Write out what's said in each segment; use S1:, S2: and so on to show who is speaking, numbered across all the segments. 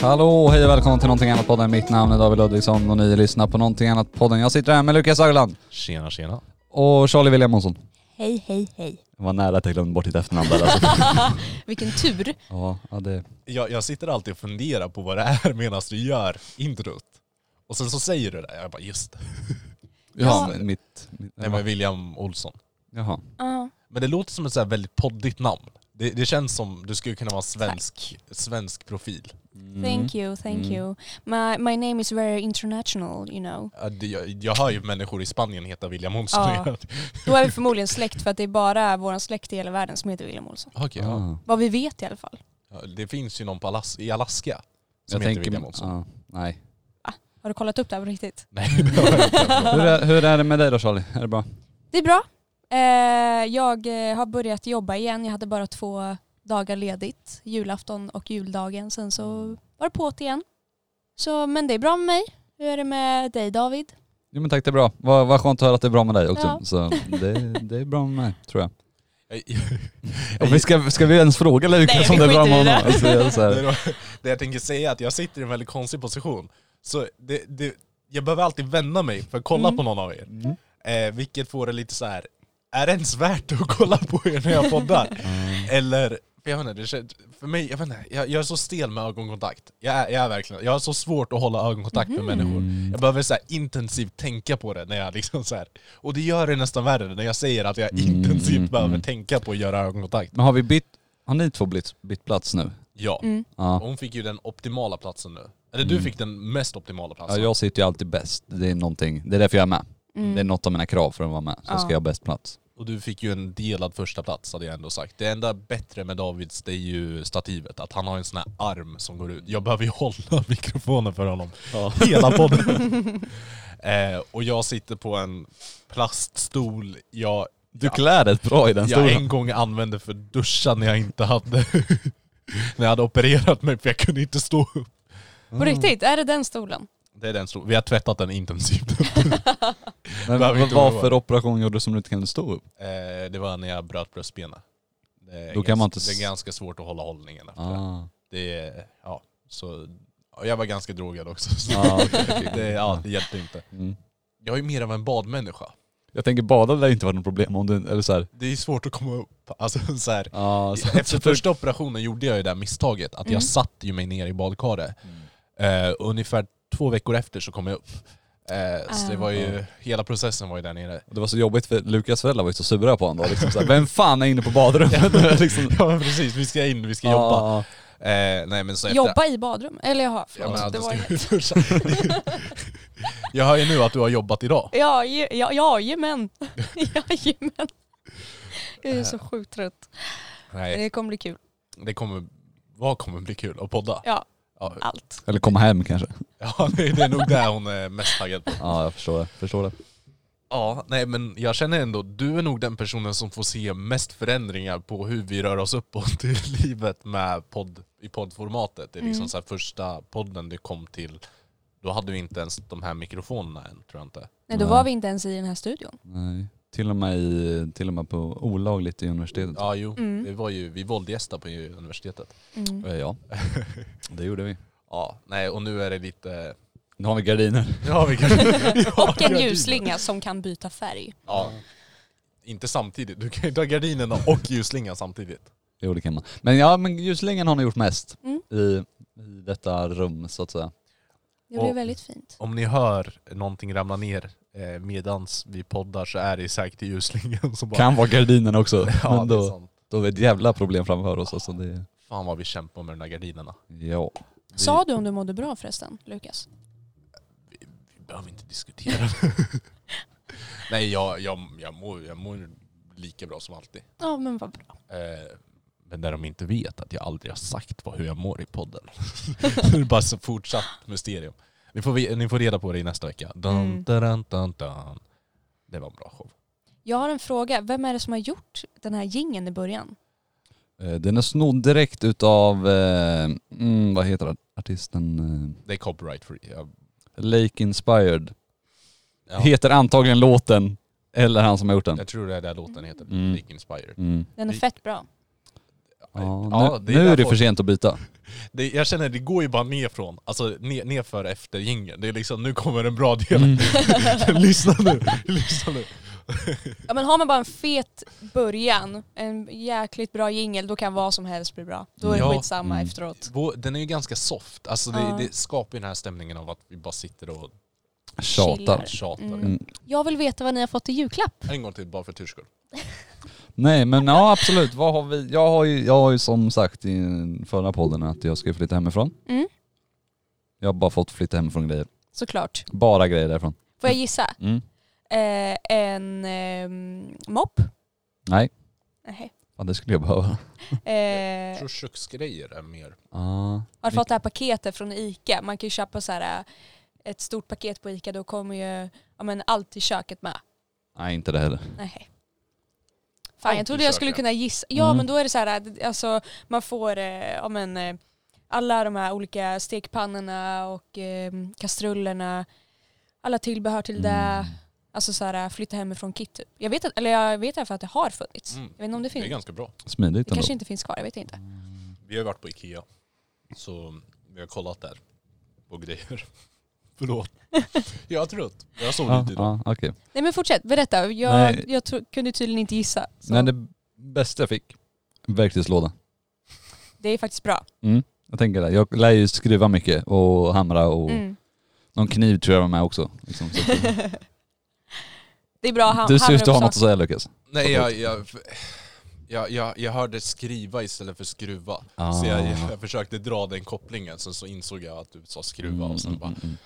S1: Hallå, hej och välkomna till Någonting Annat-podden. Mitt namn är David Ludvigsson och ni lyssnar på Någonting Annat-podden. Jag sitter här med Lukas Högland
S2: Tjena tjena.
S1: och Charlie William Månsson.
S3: Hej, hej, hej.
S1: Det var nära att jag glömde bort ditt efternamn där alltså.
S3: Vilken tur.
S1: ja, ja, det...
S2: Jag, jag sitter alltid och funderar på vad det är medan du gör introt. Och sen så säger du det, jag bara just det.
S1: Ja,
S3: Ja.
S1: men mitt... mitt
S2: Det var William Olsson.
S1: Jaha.
S3: Ja.
S2: Men det låter som ett så här väldigt poddigt namn. Det, det känns som du skulle kunna vara svensk, svensk profil.
S3: Thank you, thank
S1: Mm.
S3: you. My, my name is very international, you know.
S2: Ja, det- Jag, jag hör ju människor i Spanien heta William Olsson.
S3: Ja. Då är vi förmodligen släkt för att det är bara vår släkt i hela världen som heter William Olsson.
S2: Okej, ja.
S1: Ah,
S3: Vad vi vet i alla fall.
S2: Ja, Det finns ju någon på Alas i Alaska som
S1: jag
S2: heter
S1: tänker...
S2: William Olsson.
S1: ja, nej.
S3: Har du kollat upp det här på riktigt?
S2: Nej, det har jag inte.
S1: Hur är, hur är det med dig då Charlie? Är det bra?
S3: Det är bra. Eh, jag eh, har börjat jobba igen. Jag hade bara två dagar ledigt. Julafton och juldagen. Sen så
S2: Mm.
S3: var det på't igen. Så, men det är bra med mig. Hur är det med dig David?
S1: Jo men tack, det är bra. Vad, vad skönt att höra att det är bra med dig också.
S3: Ja.
S1: Så det, det är bra med mig, tror jag.
S2: Jag-
S1: vi ska, ska vi ens fråga
S3: Nej,
S1: Lukas
S3: vi
S1: om det är bra
S3: skiter i
S1: med
S3: det.
S1: honom? Alltså, jag är så här-
S2: Det, var, det jag tänker säga är att jag sitter i en väldigt konstig position. Så det, det, jag behöver alltid vända mig för att kolla
S3: Mm.
S2: på någon av er.
S1: Mm.
S2: Eh, vilket får det lite så här. är det ens värt att kolla på er när jag poddar? Eller, för jag vet inte, det känns, för mig, jag vet inte, jag, jag är så stel med ögonkontakt. Jag är, jag är verkligen, jag har så svårt att hålla ögonkontakt med människor.
S1: Mm.
S2: Jag behöver så här intensivt tänka på det när jag liksom så här. och det gör det nästan värre när jag säger att jag intensivt
S1: Mm.
S2: behöver tänka på att göra ögonkontakt.
S1: Men har vi bytt, har ni två bytt, bytt plats nu?
S2: Ja.
S3: Mm.
S1: Ja.
S2: Hon fick ju den optimala platsen nu. Eller du
S1: Mm.
S2: fick den mest optimala
S1: ja,
S2: platsen.
S1: jag sitter ju alltid bäst. Det är någonting, det är därför jag är med.
S3: Mm.
S1: Det är något av mina krav för att vara med, så
S3: Ja.
S1: ska jag ha bäst plats.
S2: Och du fick ju en delad första plats hade jag ändå sagt. Det enda bättre med Davids det är ju stativet, att han har en sån här arm som går ut. Jag behöver ju hålla mikrofonen för honom hela podden. eh, och jag sitter på en plaststol jag,
S1: Du klär dig bra i den
S2: jag en gång använde för att duscha när jag inte hade när jag hade opererat mig för jag kunde inte stå upp. Mm.
S3: På riktigt, är det den stolen?
S2: Det är den stolen. Vi har tvättat den intensivt.
S1: Men
S2: behöver
S1: vad
S2: inte
S1: vad
S2: oroa.
S1: för operation gjorde du som du inte kunde stå upp?
S2: Eh, det var när jag bröt bröstbenen. Det är,
S1: Då kan man
S2: gans-
S1: inte s-
S2: det är ganska svårt att hålla hållningen efter det.
S1: Ah.
S2: det. Är, ja, så, ja, jag var ganska drogad också. Så
S1: Ah, okej, okej.
S2: det, ja, det hjälpte inte.
S1: Mm.
S2: Jag är ju mer av en badmänniska.
S1: Jag tänker bada lär inte vara något problem om du, eller så här.
S2: Det är svårt att komma upp. Alltså, så här,
S1: Ah, så-
S2: efter första operationen gjorde jag ju det här misstaget att
S3: Mm.
S2: jag satte ju mig ner i badkaret.
S1: Mm.
S2: Eh, ungefär två veckor efter så kom jag upp. Eh, så det var
S1: Ah.
S2: ju, hela processen var ju där nere.
S1: Det var så jobbigt för Lukas föräldrar var ju så sura på honom då. Liksom så här, Vem fan är inne på badrummet? liksom.
S2: Ja men precis, vi ska in, vi ska jobba.
S1: Ah.
S2: Eh, nej, men så efter,
S3: Jobba i badrum? Eller jaha,
S2: Ja,
S3: förlåt.
S2: men att
S3: det
S2: du
S3: var
S2: ska ut och duscha. jag hör ju nu att du har jobbat idag.
S3: Ja, ja, ja, jajamän. jajamän. Jag är så sjukt trött.
S2: Nej,
S3: Det kommer bli kul.
S2: det kommer, vad kommer bli kul att podda?
S3: Ja,
S2: Ja,
S3: allt.
S1: Eller komma hem kanske.
S2: ja det det är nog det hon är mest taggad på.
S1: Ja, jag förstår det. Förstår det.
S2: Ja, nej men jag känner ändå, du är nog den personen som får se mest förändringar på hur vi rör oss uppåt i livet med podd, i poddformatet. Det är liksom
S3: Mm.
S2: så här första podden du kom till, då hade vi inte ens de här mikrofonerna än, tror jag inte.
S3: Nej, då
S1: Nej.
S3: var vi inte ens i den här studion.
S1: Nej. Till och med, i, till och med på olagligt i universitetet.
S2: Ja, jo.
S3: Mm.
S2: Det var ju, vi våldgästade på universitetet.
S3: Mm.
S1: Eh, Ja, det gjorde vi.
S2: Ja, nej och nu är det lite...
S1: Nu har vi gardiner.
S2: Nu har vi kanske... Vi har
S3: Och en
S2: gardiner.
S3: ljusslinga som kan byta färg.
S2: Ja. Inte samtidigt, du kan ju ta gardinerna och ljusslingan samtidigt.
S1: Jo det kan man. Men ja, men ljusslingan har ni gjort mest
S3: Mm.
S1: i, i detta rum så att säga.
S3: Det blir
S2: Och-
S3: väldigt fint.
S2: Om ni hör någonting ramla ner eh, medans vi poddar så är det säkert ljusslingan som bara...
S1: Kan vara gardinerna också.
S2: Ja,
S1: men
S2: det är
S1: då,
S2: sant.
S1: då är det ett jävla problem framför oss alltså. Det,
S2: Fan vad vi kämpar med de där gardinerna.
S1: ja.
S3: Sa du om du mådde bra förresten, Lukas?
S2: Vi behöver inte diskutera Nej, jag, jag, jag, mår, jag mår lika bra som alltid.
S3: Ja, men vad bra.
S2: Eh, men där de inte vet att jag aldrig har sagt vad, hur jag mår i podden. det är bara så fortsatt mysterium. Ni får, vi- ni får reda på det i nästa vecka. Dun,
S3: Mm.
S2: dun, dun, dun. Det var en bra show.
S3: Jag har en fråga. Vem är det som har gjort den här gingen i början?
S1: Eh, Den är snodd direkt utav, eh, mm, vad heter artisten? Eh,
S2: Det är copyright free. Jag,
S1: Lake Inspired.
S2: ja,
S1: Heter antagligen låten, eller han som har gjort den.
S2: jag tror det är där låten heter.
S1: Mm.
S2: Lake Inspired.
S1: Mm.
S3: Den är
S2: Vi-
S3: fett bra.
S1: Ja,
S2: Ja,
S1: nu
S2: det
S1: är, nu
S2: där
S1: är det
S2: folk-
S1: för sent att byta.
S2: det, jag känner det går ju bara nerifrån, alltså ner, nerför efter jingeln. Det är liksom, nu kommer en bra del.
S1: Mm.
S2: lyssna nu, lyssna nu.
S3: Ja, men har man bara en fet början, en jäkligt bra jingel, då kan vad som helst bli bra. Då är det
S2: Ja.
S3: skitsamma
S1: Mm.
S3: efteråt.
S2: Vår, den är ju ganska soft, alltså det,
S3: Ja.
S2: det skapar ju den här stämningen av att vi bara sitter och
S3: Chillar.
S1: Tjatar.
S2: tjatar.
S3: Mm.
S1: Mm.
S3: Jag vill veta vad ni har fått i julklapp.
S2: En gång till bara för turs skull.
S1: Nej men ja absolut, vad har vi? Jag har, ju, jag har ju som sagt i den förra podden att jag ska flytta hemifrån.
S3: Mm.
S1: Jag har bara fått flytta hemifrån grejer.
S3: Såklart.
S1: Bara grejer därifrån.
S3: Får jag gissa?
S1: Mm.
S3: Eh, en eh, mopp?
S1: Nej,
S3: Nej.
S1: fan, det skulle jag behöva.
S2: Jag
S3: Eh,
S2: tror köksgrejer är mer...
S1: Ah.
S3: har du fått det här paketet från ICA? Man kan ju köpa så här, eh, ett stort paket på ICA, då kommer ju ja, men allt i köket med.
S1: Nej inte det heller.
S3: Nej.
S2: Allt
S3: Fan, jag trodde
S2: i
S3: jag skulle
S2: köket.
S3: kunna gissa. Ja,
S1: Mm.
S3: men då är det så här, att, alltså, man får eh, ja, men, eh, alla de här olika stekpannorna och eh, kastrullerna, alla tillbehör till
S2: Mm.
S3: det. Alltså så här, flytta hemifrån kit typ. Jag vet, att, eller jag vet i alla fall att det har funnits.
S2: Mm.
S3: Jag vet inte om det
S2: Det är
S3: finns.
S2: ganska bra.
S1: Smidigt
S3: Det
S1: ändå.
S3: kanske inte finns kvar, jag vet inte.
S2: Vi har ju varit på Ikea, så vi har kollat där på grejer. Förlåt. Jag är trött. Jag sov
S1: Ja,
S2: lite idag.
S1: ja, okej.
S3: Nej men fortsätt, berätta.
S1: Nej.
S3: Jag, jag tro, kunde tydligen inte gissa. Så
S1: Nej
S3: det...
S1: det bästa jag fick, verktygslåda.
S3: är faktiskt bra.
S1: Jag tänker det, jag lär ju skruva mycket och hamra och
S3: Mm.
S1: någon kniv tror jag var med också. Liksom, så att-
S3: Det är bra ham-
S1: du ser ut att ha
S3: hamra
S1: något
S3: upp
S1: att säga Lukas.
S2: Nej jag, jag, jag, jag, jag hörde skriva istället för skruva.
S1: Ah.
S2: Så jag, jag försökte dra den kopplingen, sen så insåg jag att du sa skruva och sen bara,
S1: mm.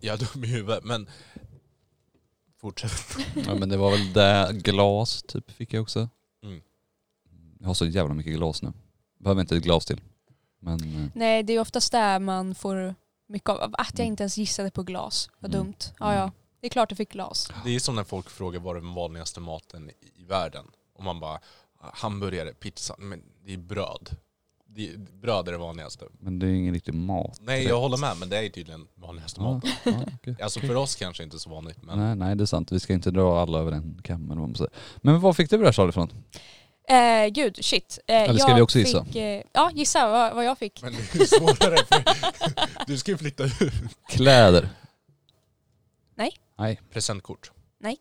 S2: jag är dum i huvudet men Fortsätt.
S1: Ja men det var väl det, glas typ fick jag också.
S2: Mm.
S1: Jag har så jävla mycket glas nu. Behöver inte ett glas till. Men eh,
S3: Nej, det är oftast där man får mycket av. Att jag
S1: Mm.
S3: inte ens gissade på glas, vad
S1: Mm.
S3: dumt. Ja, ja. Det är klart du fick glas.
S2: Det är som när folk frågar vad är den vanligaste maten i världen. Och man bara, hamburgare, pizza, men det är bröd. Det är, bröd är det vanligaste.
S1: men det är ju ingen riktig mat.
S2: Nej jag håller med, men det är tydligen vanligaste
S1: Ja,
S2: maten.
S1: ja, okej.
S2: Alltså för oss kanske inte så vanligt, men
S1: nej, nej det är sant, vi ska inte dra alla över en kam eller vad man säger. Men vad fick du det här Charlie för något?
S3: Eh, gud, shit. Eh,
S1: Eller ska
S3: jag
S1: vi också gissa?
S3: Fick, eh, ja, gissa vad, vad jag fick.
S2: Men det är svårare för du ska ju flytta ut.
S1: Kläder.
S2: Presentkort.
S3: Nej.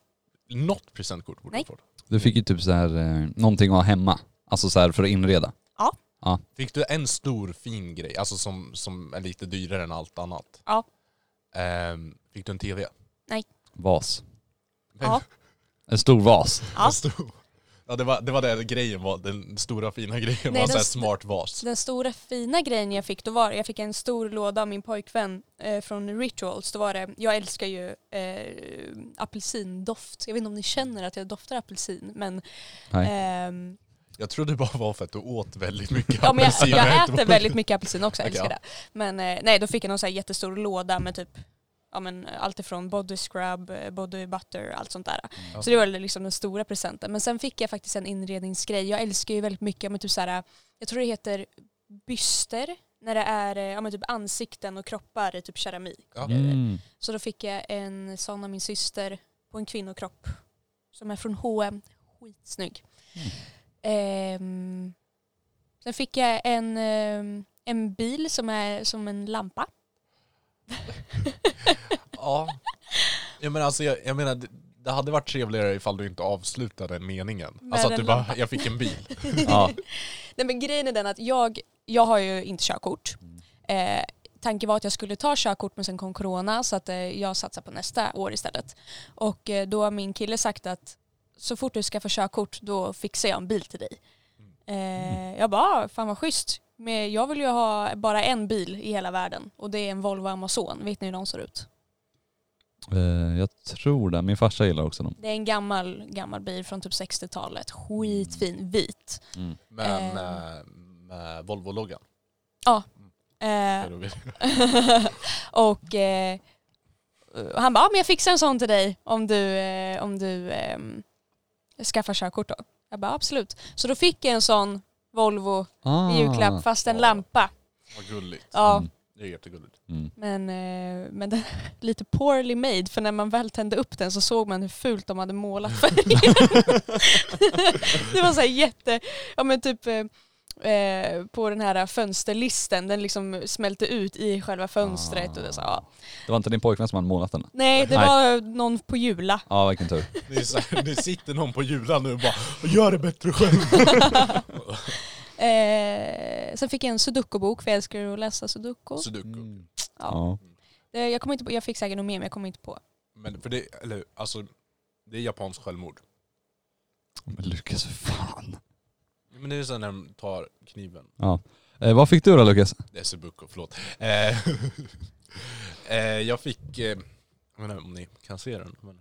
S2: Något presentkort borde
S3: Nej.
S2: du få.
S1: Du fick ju typ så här, eh, någonting att ha hemma. Alltså så här för att inreda.
S2: Fick du en stor fin grej, alltså som, som är lite dyrare än allt annat?
S3: Ja.
S2: Ehm, fick du en TV?
S1: Vas.
S3: Ja.
S1: En stor vas.
S3: Ja.
S2: En stor- Ja, det, var, det var det grejen var, den stora fina grejen
S3: Nej,
S2: var en sån här
S3: den st-
S2: smart vas.
S3: Den stora fina grejen jag fick, då var det- jag fick en stor låda av min pojkvän eh, från Rituals. Då var det, jag älskar ju eh, apelsindoft. Jag vet inte om ni känner att jag doftar apelsin, men...
S1: Nej.
S3: ehm,
S2: Jag tror det bara var för att du åt väldigt mycket
S3: Ja, men jag,
S2: apelsin.
S3: jag
S2: vet inte
S3: äter
S2: vad-
S3: väldigt mycket apelsin också, jag
S2: Okej,
S3: älskar det. Men eh, nej, då fick jag någon så här jättestor låda med typ ja, men, allt ifrån body scrub, eh, body butter, allt sånt där.
S2: Ja.
S3: Så det var liksom den stora presenten. Men sen fick jag faktiskt en inredningsgrej. Jag älskar ju väldigt mycket, men typ så här, jag tror det heter byster, när det är eh, ja, men typ ansikten och kroppar i typ keramik.
S2: Ja.
S1: Mm.
S3: Så då fick jag en sån av min syster på en kvinnokropp som är från H&M. Skitsnygg.
S1: Mm.
S3: Ehm, sen fick jag en, ehm, en bil som är som en lampa.
S2: Ja. Jag menar, alltså, jag, jag menar det, det hade varit trevligare ifall du inte avslutade meningen.
S3: Med
S2: alltså att
S3: en
S2: du bara,
S3: lampa.
S2: jag fick en bil.
S1: Ja.
S3: Nej men grejen är den att jag, jag har ju inte körkort. Eh, tanken var att jag skulle ta körkort men sen kom corona så att eh, jag satsar på nästa år istället. Och eh, då har min kille sagt att så fort du ska få körkort då fixar jag en bil till dig. Eh, jag bara, "Ah, fan vad schysst. Men jag vill ju ha bara en bil i hela världen och det är en Volvo Amazon. Vet ni hur de ser ut?
S1: Eh, jag tror det, min farsa gillar också dem.
S3: Det är en gammal, gammal bil från typ 60-talet. Skitfin, vit.
S2: Men
S3: Ehm.
S2: eh, med Volvo-loggan.
S3: Eh,
S2: Är du-
S3: och eh, han bara, ja, men jag fixar en sån till dig om du, eh, om du eh, skaffar körkort då. Jag bara, absolut. Så då fick jag en sån Volvo
S1: Ah.
S3: i julklapp fast en
S2: Ja.
S3: lampa.
S2: Vad gulligt.
S3: Ja,
S1: Mm.
S2: Det är jättegulligt.
S1: Mm.
S3: men, eh, men den lite poorly made för när man väl tände upp den så såg man hur fult de hade målat färgen. det var så här jätte, ja men typ eh, eh, på den här fönsterlisten, den liksom smälte ut i själva fönstret. Och det, så, ja.
S1: Det var inte din pojkvän som hade målat den?
S3: Nej, det
S1: Nej.
S3: var någon på Jula.
S1: Ja vilken tur.
S2: Det, är så här, det sitter någon på julan nu och bara gör det bättre själv.
S3: Eh, sen fick jag en sudoku-bok för jag älskar ju att läsa sudoku.
S2: Sudoku.
S3: Mm. Ja.
S1: Ja.
S3: Eh, jag, kommer inte på, jag fick säkert nog med men jag kommer inte på.
S2: Men för det, eller, alltså, det är japanskt självmord.
S1: Men Lukas för fan.
S2: Men det är så när de tar kniven.
S1: Eh, vad fick du då Lukas?
S2: Det är Sudoku, förlåt. Eh, eh, jag fick, eh, jag menar om ni kan se den. Men,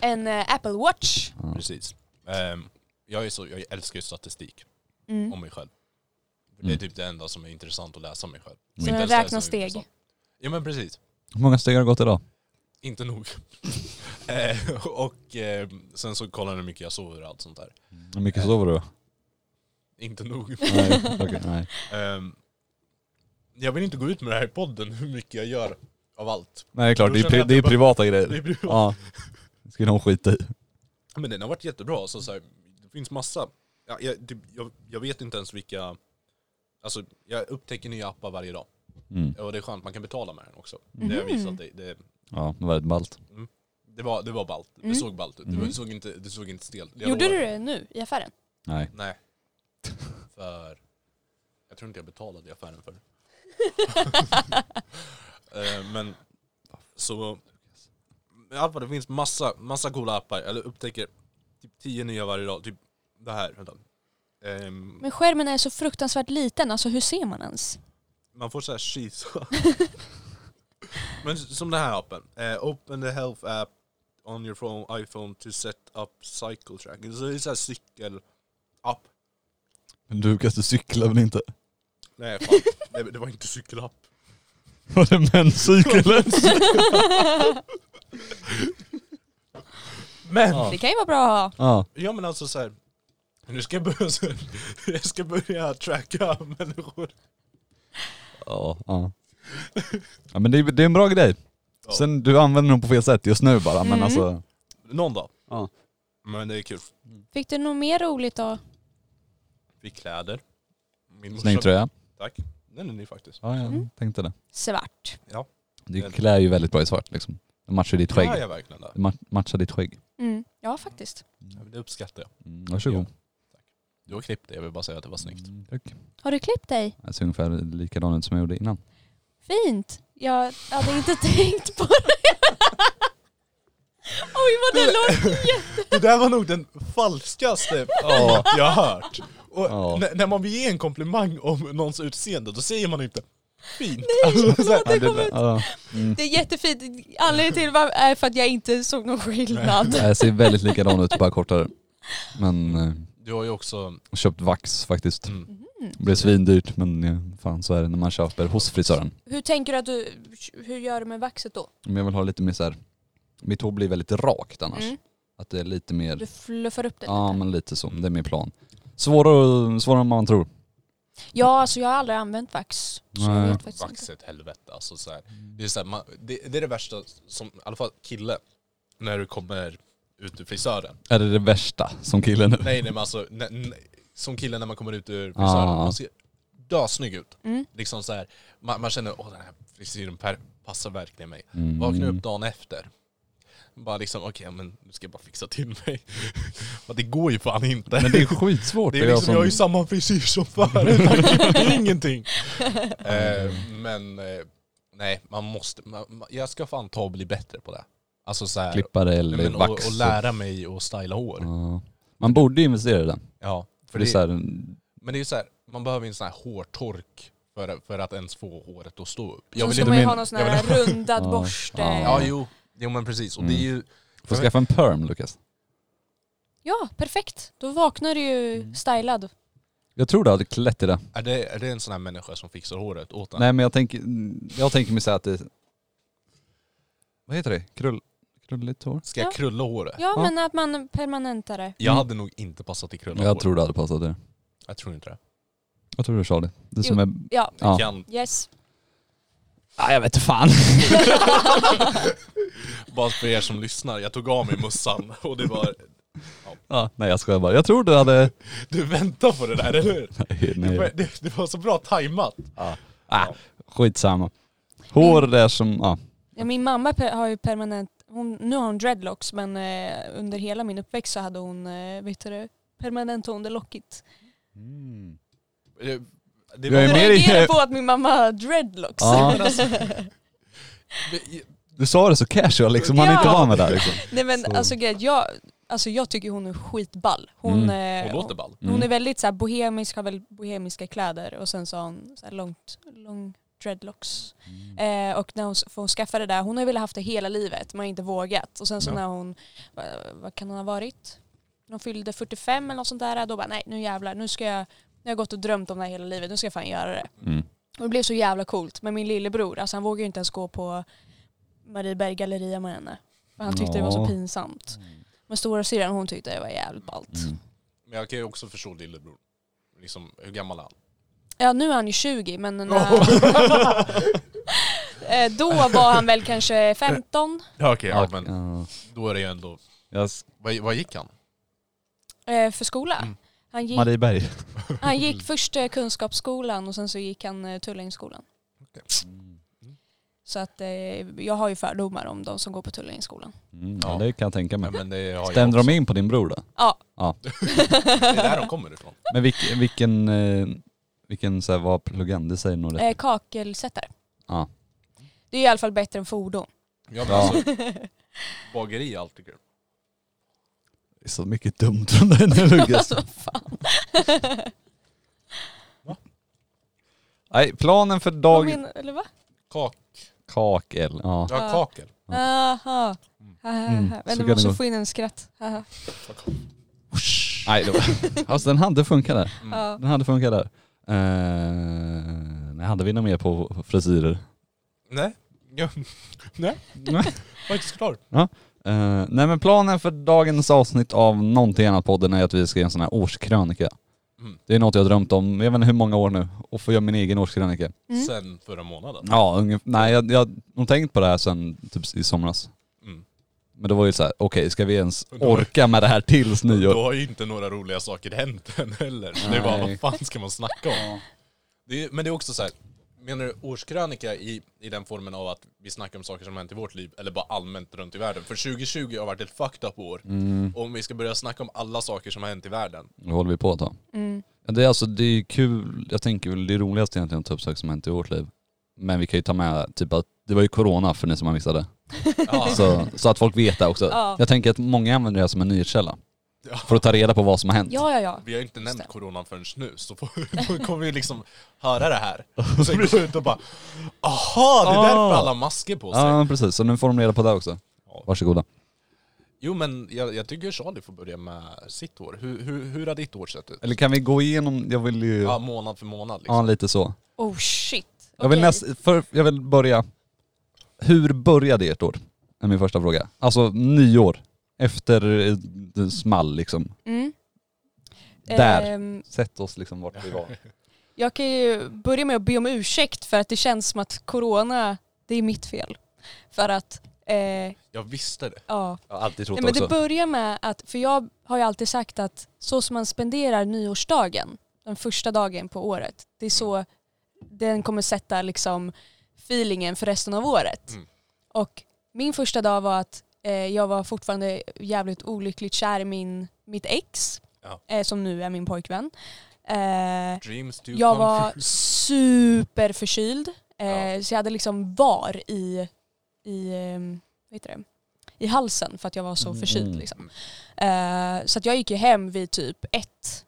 S3: En eh, Apple Watch.
S1: Ja.
S2: Precis. Ehm, jag, är så, jag älskar ju statistik
S3: Mm.
S2: om mig själv. För
S1: Mm.
S2: Det är typ det enda som är intressant att läsa om mig själv.
S1: Så
S2: Inte ens
S3: räkna
S2: det som är
S3: steg.
S2: intressant. Ja men precis.
S1: Hur många steg har det gått idag?
S2: Inte nog. Eh, och eh, sen så kollar den hur mycket jag sover och allt sånt där.
S1: Hur Mm. mycket sover du?
S2: Inte nog.
S1: Nej, okej, nej.
S2: Ehm, jag vill inte gå ut med det här i podden, hur mycket jag gör av allt.
S1: nej det är klart, det är,
S2: Då känner
S1: pri-
S2: jag
S1: det är
S2: att det
S1: privata
S2: Det
S1: grejer.
S2: blir bra.
S1: Ja. Det skulle hon skita i.
S2: Men den har varit jättebra. alltså, Så så här, det finns massa. Ja, jag, typ, jag, jag vet inte ens vilka... Alltså, jag upptäcker nya appar varje dag.
S1: Mm.
S2: Och det är skönt, man kan betala med den också. Det har
S3: Mhm.
S2: visat dig. Det,
S1: Ja, men väldigt ballt.
S2: det var, det var ballt. Det
S3: Mm.
S2: såg ballt ut. Det, var,
S1: Mm.
S2: det, såg inte, det såg inte stelt. Jag
S3: Gjorde
S2: lovar.
S3: du det nu i affären?
S1: Nej.
S2: Nej. För... Jag tror inte jag betalade i affären för det. Eh, Men... Så... men I alla fall, det finns massa, massa coola appar. Eller upptäcker typ tio nya varje dag. Typ det här. Vänta. Ehm,
S3: Men skärmen är så fruktansvärt liten, alltså hur ser man ens?
S2: Man får så här kisa. Men som den här appen. Eh, open the health app on your phone, iPhone to set up cycle tracking. Så det är så här cykelapp.
S1: Men Lukas du cyklar väl inte?
S2: Nej fan, det, det var inte cykelapp.
S1: Var det menscykeln?
S2: Men!
S3: Det kan ju vara bra att ha.
S1: ja.
S2: Ja men alltså så här. Nu ska jag börja, så här, jag ska börja tracka människor.
S1: Ja. ja. Ja men det är, det är en bra grej.
S2: Ja.
S1: Sen du använder den på fel sätt just nu bara men
S3: Mm.
S1: alltså.
S2: Någon dag.
S1: Ja.
S2: Men det är kul.
S3: Fick du något mer roligt då?
S2: Fick kläder. Min morsa-
S1: Snygg tröja.
S2: Tack. Den är ny faktiskt.
S1: Ja
S3: Mm.
S1: jag tänkte det.
S3: Svart.
S1: Du klär ju väldigt bra i svart liksom. Det matchar ditt
S2: Ja,
S1: skägg.
S2: jag verkligen där.
S1: Det ma- matchar ditt skägg.
S3: Mm. Ja faktiskt.
S2: Det uppskattar jag.
S1: Mm, Varsågod.
S2: Du har klippt det, jag vill bara säga att det var snyggt.
S1: Mm, Tack.
S3: Har du klippt dig?
S1: Det ser ungefär likadan ut som jag gjorde innan.
S3: Fint. Jag hade inte tänkt på det. Oj vad det låg.
S2: Det där var nog den falskaste
S1: Ja.
S2: jag har hört. Och
S1: Ja.
S2: när, när man vill ge en komplimang om någons utseende, då säger man inte fint. så här,
S3: Förlåt, det, kom ut.
S1: Ja, mm.
S3: det är jättefint. Anledningen till var- är för att jag inte såg någon skillnad.
S1: Det ser väldigt likadan ut, bara kortare. Men eh,
S2: du har ju också...
S1: köpt vax faktiskt.
S2: Mm.
S1: Det blev svindyrt men eh, fan så är det när man köper hos frisören.
S3: Hur tänker du att du, hur gör du med vaxet då?
S1: Men jag vill ha lite mer så här. mitt hår blir väldigt rakt annars.
S3: Mm.
S1: Att det är lite mer,
S3: Du fluffar upp det
S1: ja
S3: lite?
S1: men lite så, det är min plan. Svårare, svårare än man tror.
S3: Ja, alltså jag har aldrig använt vax. Så jag
S1: Nej.
S3: vet faktiskt inte.
S2: Vaxet helvete alltså så här. Det, är så här, man, det, det är det värsta som, i alla fall kille, när du kommer ut ur frisören.
S1: Är det det värsta som kille nu?
S2: Nej nej men alltså, ne, ne, som kille när man kommer ut ur frisören,
S1: Ah.
S2: man ser dösnygg ut.
S3: Mm.
S2: Liksom så här, man, man känner åh den här frisyren per, passar verkligen mig.
S1: Mm.
S2: Vaknar upp dagen efter. Bara liksom okej men nu ska jag bara fixa till mig. Men det går ju fan inte.
S1: Men det är skitsvårt.
S2: Det
S1: att
S2: är
S1: göra
S2: liksom, jag har ju samma frisyr som förut, det är ingenting. eh, men eh, nej, man måste, man, man- jag ska fan ta och bli bättre på det. Alltså så här,
S1: klippare eller
S2: men, och,
S1: vax.
S2: och lära mig att styla hår.
S1: Ja. Man borde ju investera i den.
S2: Ja,
S1: För
S2: för
S1: Mm. det är
S2: det,
S1: så här,
S2: men det är ju så här, man behöver ju en sån här hårtork för, att- för att ens få håret att stå upp.
S3: Sen ska
S2: inte-
S3: man ju
S1: men-
S3: ha någon sån
S2: jag
S3: här rundad
S1: Ja.
S3: borste.
S2: Ja
S3: Ja.
S2: jo, jo men precis. Och
S1: Mm.
S2: det är ju,
S1: får skaffa en perm Lukas.
S3: perfekt. Då vaknar du ju
S1: Mm.
S3: stylad.
S1: Jag tror det hade klätt i det.
S2: är det, är det en sån här människa som fixar håret åt en?
S1: Nej men jag tänker, jag tänker mig säga att det Vad heter det? Krull, krulligt hår?
S2: Ska jag
S3: Ja.
S2: krulla håret?
S3: Ja,
S1: Ja.
S3: men att man permanentar det.
S2: Jag
S1: Mm.
S2: hade nog inte passat i krulla hår.
S1: Jag tror det hade passat det.
S2: Jag tror inte det.
S1: Jag tror du sa det. Det som
S3: Jo.
S1: är...
S3: Ja,
S1: Ja.
S2: Kan
S3: yes.
S1: Ah, jag vet fan.
S2: Bara för er som lyssnar, jag tog av mig mössan och det var
S1: Ja, nej jag skojar bara. Jag tror du hade...
S2: Du väntar på det där, eller hur?
S1: Nej,
S2: Det var,
S1: nej.
S2: det, det var så bra tajmat.
S1: Ah, skitsamma. Hår där som, ja.
S3: Ja, min mamma pe- har ju permanent, hon, nu har hon dreadlocks men eh, under hela min uppväxt så hade hon, eh, vet du det, permanent under lockigt.
S2: Mm. Det, Eh, det
S1: Jag är
S3: Jag
S1: med i-
S3: reagerar på att min mamma har dreadlocks.
S1: Ja.
S2: Men alltså,
S1: Du sa det så casual liksom, man är
S3: Ja.
S1: inte van med det liksom.
S3: Nej men
S1: Så.
S3: alltså grejen, jag, alltså jag tycker hon är skitball. Hon,
S1: Mm.
S3: eh,
S2: hon låter ball.
S3: hon är väldigt så här, bohemisk, har väl bohemiska kläder och sen så har hon så här, långt, lång dreadlocks. Eh, och när hon, s- för hon skaffade det där, hon har ju velat haft det hela livet men inte vågat. Och sen så
S2: Ja.
S3: när hon, vad, vad kan hon ha varit? När hon fyllde 45 eller något sånt där, då bara nej nu jävlar, nu ska jag, nu har jag gått och drömt om det här hela livet, nu ska jag fan göra det.
S1: Mm.
S3: Och det blev så jävla coolt. Men min lillebror, alltså han vågade ju inte ens gå på Marieberg galleria med henne. För han tyckte det var så
S1: Ja.
S3: pinsamt. Men stora syrran hon tyckte det var jävligt ballt.
S1: Mm.
S2: Men jag kan ju också förstå lillebror. Liksom, hur gammal är han?
S3: Ja nu är han ju 20 men när, Eh, då var han väl kanske 15.
S2: Ja, okej, ja,
S1: Ja,
S2: men
S1: ja.
S2: då är det ju ändå...
S1: Jag s-
S2: Vad, vad gick han?
S3: eh, för skola.
S2: Mm.
S3: Han gick,
S1: Marieberg.
S3: han gick först eh, kunskapsskolan och sen så gick han eh, Tullängsskolan. Så att eh, jag har ju fördomar om de som går på Tullängsskolan.
S1: Mm, ja, det kan jag tänka
S2: Ja,
S1: mig.
S2: men det har jag
S1: Stämde
S2: också.
S1: de in på din bror då?
S3: Ja,
S2: Det är där de kommer ifrån.
S1: Men vilken, vilken, eh, vilken så här, vad pluggande säger nog
S3: eh,
S1: rätt.
S3: kakelsättare.
S1: Ja.
S3: Det är i alla fall bättre än fordon.
S2: Ja, men
S1: Ja.
S2: alltså, bageri är alltid kul.
S1: Det är så mycket dumt från den här Lukas. Nej, planen för
S3: Vad
S1: dag...
S3: menar- eller va?
S2: Kak...
S1: Kakel. Ja.
S2: Ja,
S3: Ja.
S2: kakel.
S3: Aha.
S1: Mm,
S3: Haha. Men
S1: så
S3: du
S1: kan det
S3: måste
S1: gå.
S3: få in en skratt. Haha.
S2: Mm.
S1: Nej, det var... Alltså den hade funkat där.
S3: Ja.
S1: Den hade funkat där. Eh, nej, hade vi något mer på frisyrer?
S2: Nej. Ja. Nej, var inte så klar.
S1: Eh, nej men planen för dagens avsnitt av någonting annat podden är att vi ska göra en sån här årskrönika.
S2: Mm.
S1: Det är något jag har drömt om, jag vet inte hur många år nu, och få göra min egen årskrönika.
S3: Mm.
S2: Sen förra månaden.
S1: Ja, ungef- nej jag, jag har nog tänkt på det här sen typ i somras.
S2: Mm.
S1: Men det var ju så här: okej ska vi ens orka med det här tills nyår?
S2: Då har ju inte några roliga saker hänt än heller. Så det är bara,
S1: Nej.
S2: vad fan ska man snacka om? Det är, men det är också så här. menar du årskrönika i, i den formen av att vi snackar om saker som hänt i vårt liv, eller bara allmänt runt i världen? För 2020 har varit ett fucked up år. Och om vi ska börja snacka om alla saker som har hänt i världen.
S1: Då Mm, håller vi på ett tag.
S3: Mm.
S1: Ja, Det är alltså, det är kul, jag tänker väl det roligaste egentligen att ta upp saker som hänt i vårt liv. Men vi kan ju ta med typ att det var ju corona för ni som har missat det.
S2: Ja,
S1: Så, så att folk vet det också.
S3: Ja.
S1: Jag tänker att många använder det här som en nyhetskälla.
S2: Ja.
S1: För att ta reda på vad som har hänt.
S3: Ja, ja, ja.
S2: Vi har ju inte nämnt
S3: det.
S2: coronan förrän nu, så får- då kommer vi liksom höra det här. Och sen går vi ut och bara Aha, det är därför
S1: Ah.
S2: alla har masker på sig.
S1: Ja precis, så nu får de reda på det också.
S2: Ja.
S1: Varsågoda.
S2: Jo men jag, jag tycker Charlie får börja med sitt år. Hur, hur, hur har ditt år sett ut?
S1: Eller kan vi gå igenom, jag vill ju,
S2: Ja,
S1: ja,
S2: månad för månad liksom.
S1: lite så.
S3: Oh shit.
S1: Jag vill,
S3: Okej.
S1: näst, för, jag vill börja, hur började ert år? Är min första fråga. Alltså nyår, efter eh, det small liksom.
S3: Mm.
S1: Där.
S3: Ehm,
S1: Sätt oss liksom vart vi var.
S3: jag kan ju börja med att be om ursäkt för att det känns som att corona, det är mitt fel. För att, eh,
S2: Jag visste det.
S3: ja.
S1: Jag har alltid trott
S3: Nej, men det
S1: också.
S3: börjar med att, för jag har ju alltid sagt att så som man spenderar nyårsdagen, den första dagen på året, det är så
S2: Mm.
S3: den kommer sätta liksom feelingen för resten av året.
S2: Mm.
S3: Och min första dag var att eh, jag var fortfarande jävligt olyckligt kär i min, mitt ex,
S2: Ja.
S3: eh, som nu är min pojkvän. Eh,
S2: Dreams do
S3: jag
S2: come
S3: var
S2: true.
S3: superförkyld. Eh,
S2: Ja.
S3: Så jag hade liksom var i, i, eh, vad heter det? i halsen för att jag var så
S1: Mm.
S3: förkyld. Liksom. Eh, så att jag gick ju hem vid typ ett.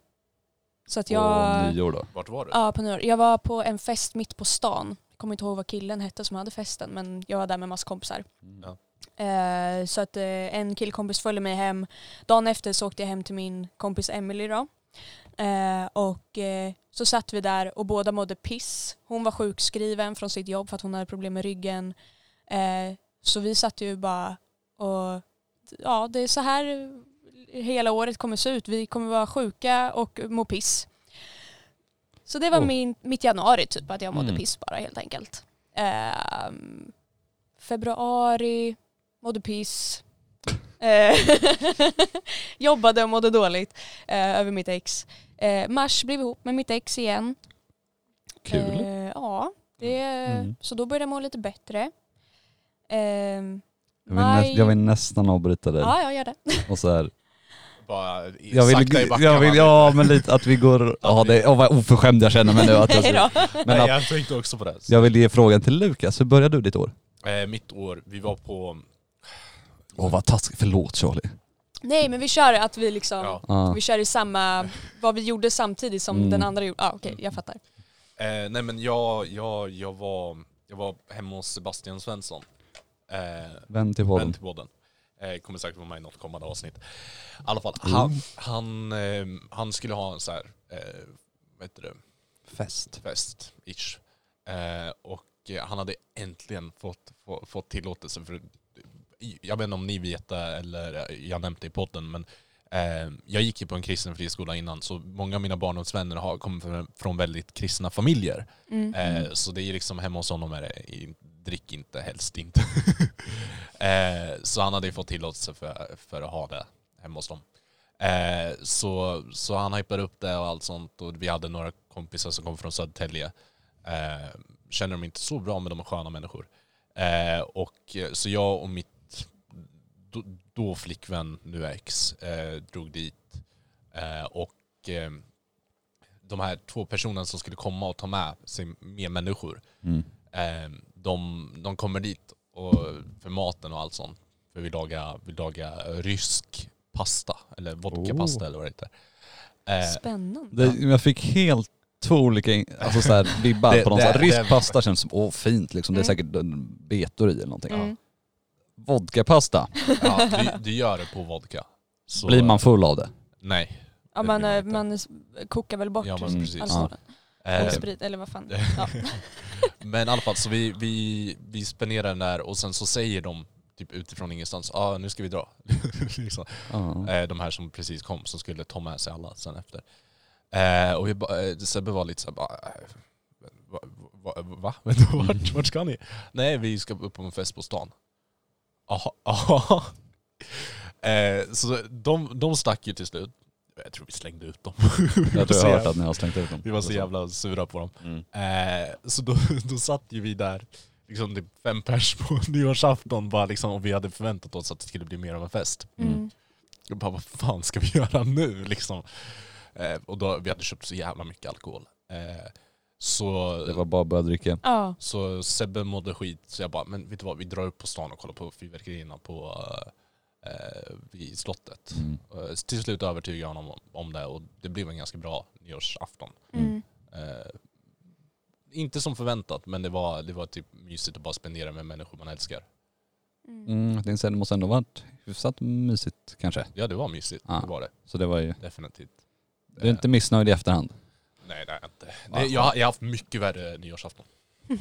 S3: Så att jag...
S1: Och nyår då.
S2: Vart var du?
S3: Ja, på nyår. Jag var på en fest mitt på stan. Jag kommer inte ihåg vad killen hette som hade festen men jag var där med massa kompisar.
S2: Ja.
S3: Eh, så att eh, en killkompis följde mig hem. Dagen efter så åkte jag hem till min kompis Emily då. Eh, och eh, så satt vi där och båda mådde piss. Hon var sjukskriven från sitt jobb för att hon hade problem med ryggen. Eh, så vi satt ju bara och ja det är så här hela året kommer se ut. Vi kommer vara sjuka och må piss. Så det var
S1: Oh.
S3: min, mitt januari typ att jag mådde
S1: Mm.
S3: piss bara helt enkelt. Ehm, februari, mådde piss. Eh, Jobbade och mådde dåligt eh, över mitt ex. Eh, mars blev ihop med mitt ex igen.
S1: Kul.
S3: Eh, ja, det,
S1: Mm.
S3: så då började jag må lite bättre. Eh,
S1: Jag vill, nä-
S3: maj-
S1: jag vill nästan avbryta dig
S3: Ja, jag gör det.
S1: och så här.
S2: Bara i-
S1: Jag vill,
S2: sakta i backarna.
S1: jag vill, ja men lite att vi går, ja det, oh, vad oförskämd jag känner mig nu att jag
S3: Hej
S1: säger.
S3: då.
S1: Men
S2: Nej,
S1: att,
S2: jag tänkte också på det.
S1: jag vill ge frågan till Lukas, hur började du ditt år?
S2: Eh, mitt år, vi var på...
S1: Åh vad taskigt, förlåt Charlie.
S3: Nej men vi kör att vi liksom,
S2: Ja.
S1: Ja.
S3: vi kör i samma, vad vi gjorde samtidigt som
S1: Mm.
S3: den andra gjorde. Ah, Okej, jag fattar.
S2: Eh, nej men jag, jag, jag, var, jag var hemma hos Sebastian Svensson. Eh,
S1: Vänd till
S2: Vän
S1: podden.
S2: till podden. Eh, kommer säkert vara med i något kommande avsnitt. I alla fall, han, han, eh, han skulle ha en så här, eh, vad heter det,
S1: Fest.
S2: fest, ish. Eh, och eh, han hade äntligen fått, få, fått tillåtelse för, jag vet inte om ni vet det eller eh, jag nämnde det i podden, men eh, jag gick ju på en kristen friskola innan, så många av mina barndomsvänner har kommit från, från väldigt kristna familjer.
S3: Mm.
S2: Eh, så det är liksom hemma hos honom är det i- drick inte, helst inte. eh, så han hade ju fått tillåtelse för, för att ha det hemma hos dem. Eh, så, så han hypade upp det och allt sånt och vi hade några kompisar som kom från Södertälje. Eh, känner dem inte så bra men de är sköna människor. Eh, och eh, så jag och mitt då, då flickvän, nu ex, eh, drog dit. Eh, och eh, de här två personerna som skulle komma och ta med sig mer människor,
S1: Mm.
S2: eh, de, de kommer dit och, för maten och allt sånt. För vi lagar, vi lagar eh, rysk pasta, eller vodkapasta
S1: Oh.
S2: eller vad det heter. Eh,
S3: Spännande.
S1: Det, jag fick helt två olika in- alltså så här, vibbar
S2: Det-
S1: på någon
S2: det-
S1: så här, rysk
S2: det-
S1: pasta känns som, åh fint liksom, det är
S3: Mm.
S1: säkert en betor i eller någonting.
S3: Mm.
S1: Vodkapasta,
S2: ja, du, du gör det på vodka. Så- eh,
S1: blir man full av det?
S2: Nej.
S3: Ja,
S2: det
S3: man,
S2: blir man
S3: eh,
S2: inte.
S3: man s- kokar väl bort
S2: Ja, men
S1: Mm.
S2: precis.
S1: Ja.
S3: alkoholen.
S2: Eh,
S3: Och sprit, eller vad fan. Ja.
S2: Men i alla fall, så vi, vi, vi spenderar den där och sen så säger de typ utifrån ingenstans, ah, nu ska vi dra. liksom.
S1: Ja.
S2: eh, de här som precis kom som skulle ta med sig alla sen efter. Eh, och jag ba, eh, Sebbe var lite såhär bara, eh, va? va, va? vart, vart ska ni? Nej vi ska upp på en fest på stan. Aha, aha. Eh, så de, de stack ju till slut. Jag tror vi slängde ut dem.
S1: Jag tror jag har hört att ni Alltså. har slängt ut dem.
S2: Vi var så jävla sura på dem.
S1: Mm.
S2: Eh, så då, då satt ju vi där, liksom typ fem pers på nyårsafton bara liksom, och vi hade förväntat oss att det skulle bli mer av en fest.
S3: Mm.
S2: Jag bara, vad fan ska vi göra nu liksom? Eh, och då, vi hade köpt så jävla mycket alkohol. Eh, så,
S1: Det var bara att börja dricka.
S3: Ja.
S2: så Sebbe mådde skit, så jag bara, men vet du vad, vi drar upp på stan och kollar på fyrverkerierna på eh, eh, vid slottet.
S1: Mm.
S2: Eh, till slut övertygade jag honom om, om det och det blev en ganska bra nyårsafton.
S3: Mm.
S2: Eh, inte som förväntat, men det var, det var typ mysigt att bara spendera med människor man älskar.
S3: Mm.
S1: Mm, det sen- det måste ändå varit hyfsat mysigt kanske.
S2: Ja, det var mysigt.
S1: Ah.
S2: Det var det.
S1: Så det var ju,
S2: Definitivt.
S1: du är inte missnöjd i efterhand?
S2: Nej, det är jag inte.
S1: Ah.
S2: Det, jag, jag har haft mycket värre nyårsafton.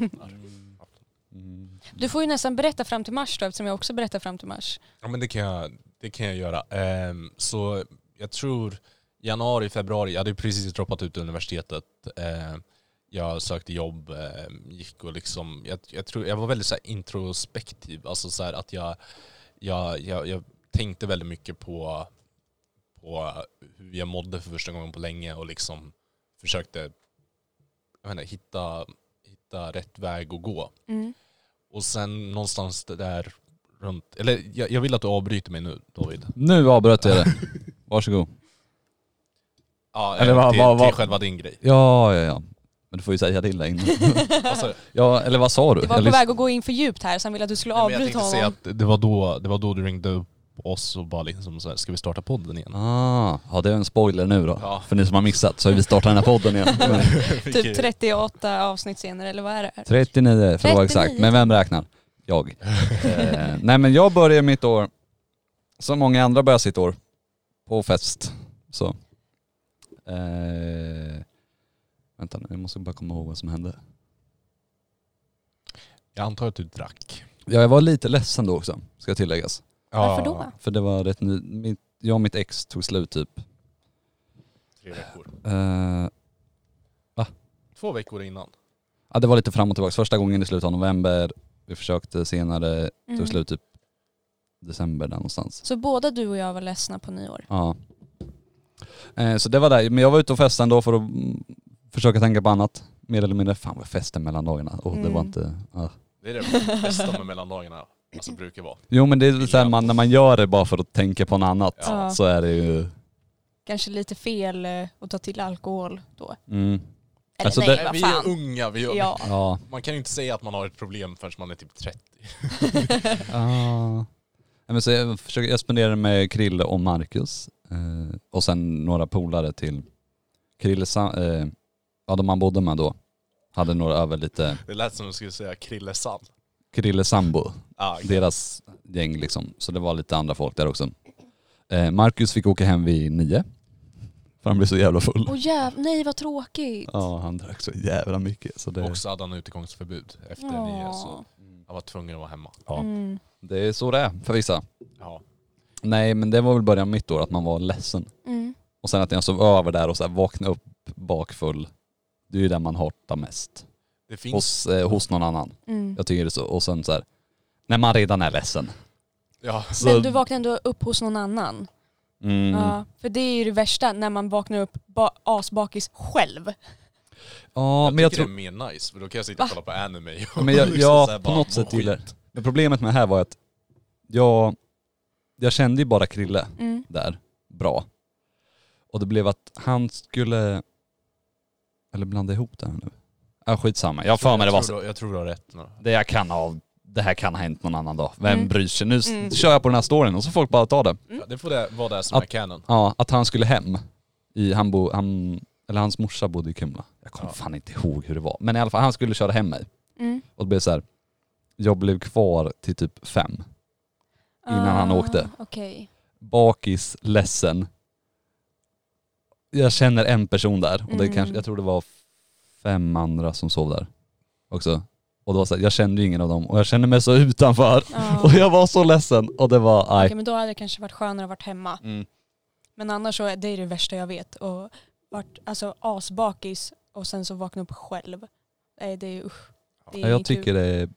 S1: Mm.
S3: Du får ju nästan berätta fram till mars då eftersom jag också berättar fram till mars.
S2: Ja, men det kan jag, det kan jag göra. Ehm, så jag tror januari, februari, jag hade ju precis droppat ut universitetet. Ehm, jag sökte jobb, ehm, gick och liksom, jag, jag, tror, jag var väldigt så här introspektiv, alltså så här att jag, jag, jag, jag tänkte väldigt mycket på, på hur jag mådde för första gången på länge och liksom försökte jag vet inte, hitta, hitta rätt väg att gå.
S3: Mm.
S2: Och sen någonstans det där runt, eller jag, jag vill att du avbryter mig nu David.
S1: Nu avbröt jag det. Varsågod.
S2: Ja,
S1: Eller vad-
S2: till,
S1: vad- vad-
S2: till själva din grej.
S1: Ja, ja, ja. Men du får ju säga det innan.
S2: Alltså,
S1: Ja, eller vad sa du?
S3: Det var
S1: Jag
S3: på
S1: lys-
S3: väg att gå in för djupt här så han ville att du skulle
S2: nej, men jag
S3: avbryta
S2: tänkte säga
S3: honom.
S2: att det var, då, det var då du ringde upp oss och bara liksom så här, ska vi starta podden igen?
S1: Ah, ja det är en spoiler nu då.
S2: Ja.
S1: För ni som har missat så har vi startat den här podden igen. Men
S2: Vilket-
S3: Typ 38 avsnitt senare eller vad är det?
S1: 39 för att vara exakt,
S3: 39.
S1: men vem räknar? Jag. eh, nej men jag börjar mitt år, som många andra börjar sitt år, på fest. Så. Eh, vänta nu, jag måste bara komma ihåg vad som hände.
S2: Jag antar att du drack.
S1: Ja jag var lite ledsen då också, ska tilläggas.
S3: Varför då?
S1: För det var rätt ny, mitt, jag och mitt ex tog slut typ.
S2: Tre veckor.
S1: Eh,
S2: Två veckor innan.
S1: ja, det var lite fram och tillbaka, första gången i slutet av november, vi försökte senare, tog
S3: Mm.
S1: slut typ december där någonstans.
S3: Så båda du och jag var ledsna på nyår.
S1: Ja. Eh, så det var det. Men jag var ute och festade ändå för att mm, försöka tänka på annat. Mer eller mindre, fan vad jag festade mellan dagarna. Och det
S3: Mm.
S1: var inte... ah.
S2: Det är det bästa med mellandagarna alltså, brukar vara.
S1: Jo men det är så här, man, när man gör det bara för att tänka på något annat
S3: Ja.
S1: så är det ju...
S3: Kanske lite fel eh, att ta till alkohol då.
S1: Mm,
S3: Eller
S1: Alltså
S3: nej,
S1: det-
S3: vad
S2: vi är
S3: fan.
S2: unga, vi är unga.
S3: Ja.
S1: ja.
S2: Man kan ju inte säga att man har ett problem förrän man är typ 30.
S1: Ah. Nej, men så jag, försöker, jag spenderade med Krille och Marcus eh, och sen några polare till Krille, sa- eh, ja de man bodde med då, hade några över lite
S2: Det lät som om du skulle säga Krille Sam.
S1: Krille sambo,
S2: Ah,
S1: deras gäng liksom. Så det var lite andra folk där också. Eh, Marcus fick åka hem vid nio, för han blev så jävla full.
S3: Åh jäv... nej vad tråkigt.
S1: Ja han drack så jävla mycket så det...
S2: Och så hade han utegångsförbud efter
S3: Ja.
S2: nio så han var tvungen att vara hemma.
S1: Ja.
S3: Mm.
S1: Det är så det är för vissa.
S2: Ja.
S1: Nej men det var väl början av mitt år, att man var ledsen.
S3: Mm.
S1: Och sen att jag sov över där och så här vaknade upp bakfull. Det är ju där man hatar mest.
S2: Det finns,
S1: Hos, eh, hos någon annan.
S3: Mm.
S1: Jag tycker det är så. Och sen så här, när man redan är ledsen.
S2: ja,
S1: Så,
S3: Men du vaknar ändå upp hos någon annan.
S1: alltså- mm, ja.
S3: Ja, för det är ju det värsta, när man vaknar upp ba- asbakis själv.
S2: jag
S1: men jag
S2: tycker
S1: tror...
S2: det är mer nice för då kan jag sitta och
S3: Va?
S2: kolla på anime och
S1: Men jag,
S2: liksom så här
S1: ja, på
S2: bara
S1: något
S2: må
S1: sätt
S2: skit.
S1: gillar det. Men problemet med det här var att jag, jag kände ju bara Krille
S3: Mm.
S1: där bra. Och det blev att han skulle... Eller blanda ihop det här nu. Ja skitsamma, jag har för mig det var
S2: jag,
S1: så.
S2: tror du, jag tror du har rätt nu.
S1: det jag kan av, det här kan ha hänt någon annan dag. Vem
S3: Mm.
S1: bryr sig? Nu s-
S3: Mm.
S1: kör jag på den här storyn och så folk bara tar det.
S2: Ja, det får det vara det som
S1: Att-
S2: är canon.
S1: Ja, att han skulle hem. I, han bo, han, eller hans morsa bodde i Kumla. Jag kommer
S2: Ja.
S1: fan inte ihåg hur det var. Men i alla fall, han skulle köra hem mig.
S3: Mm.
S1: Och det blev så här. jag blev kvar till typ fem. Innan han åkte.
S3: Ah, Okej.
S1: Bakis, ledsen. Jag känner en person där och det
S3: Mm.
S1: kanske, jag tror det var fem andra som sov där också. Och det var så här, jag kände ju ingen av dem och jag kände mig så utanför.
S3: Ja.
S1: Och jag var så ledsen och det var, nej.
S3: Okej, men då hade det kanske varit skönare att varit hemma. Men annars så är det det värsta jag vet. Och varit alltså, asbakis och sen så vakna upp själv. Nej det är usch. Det är
S1: Ja, jag
S3: inte
S1: tycker
S3: kul.
S1: det är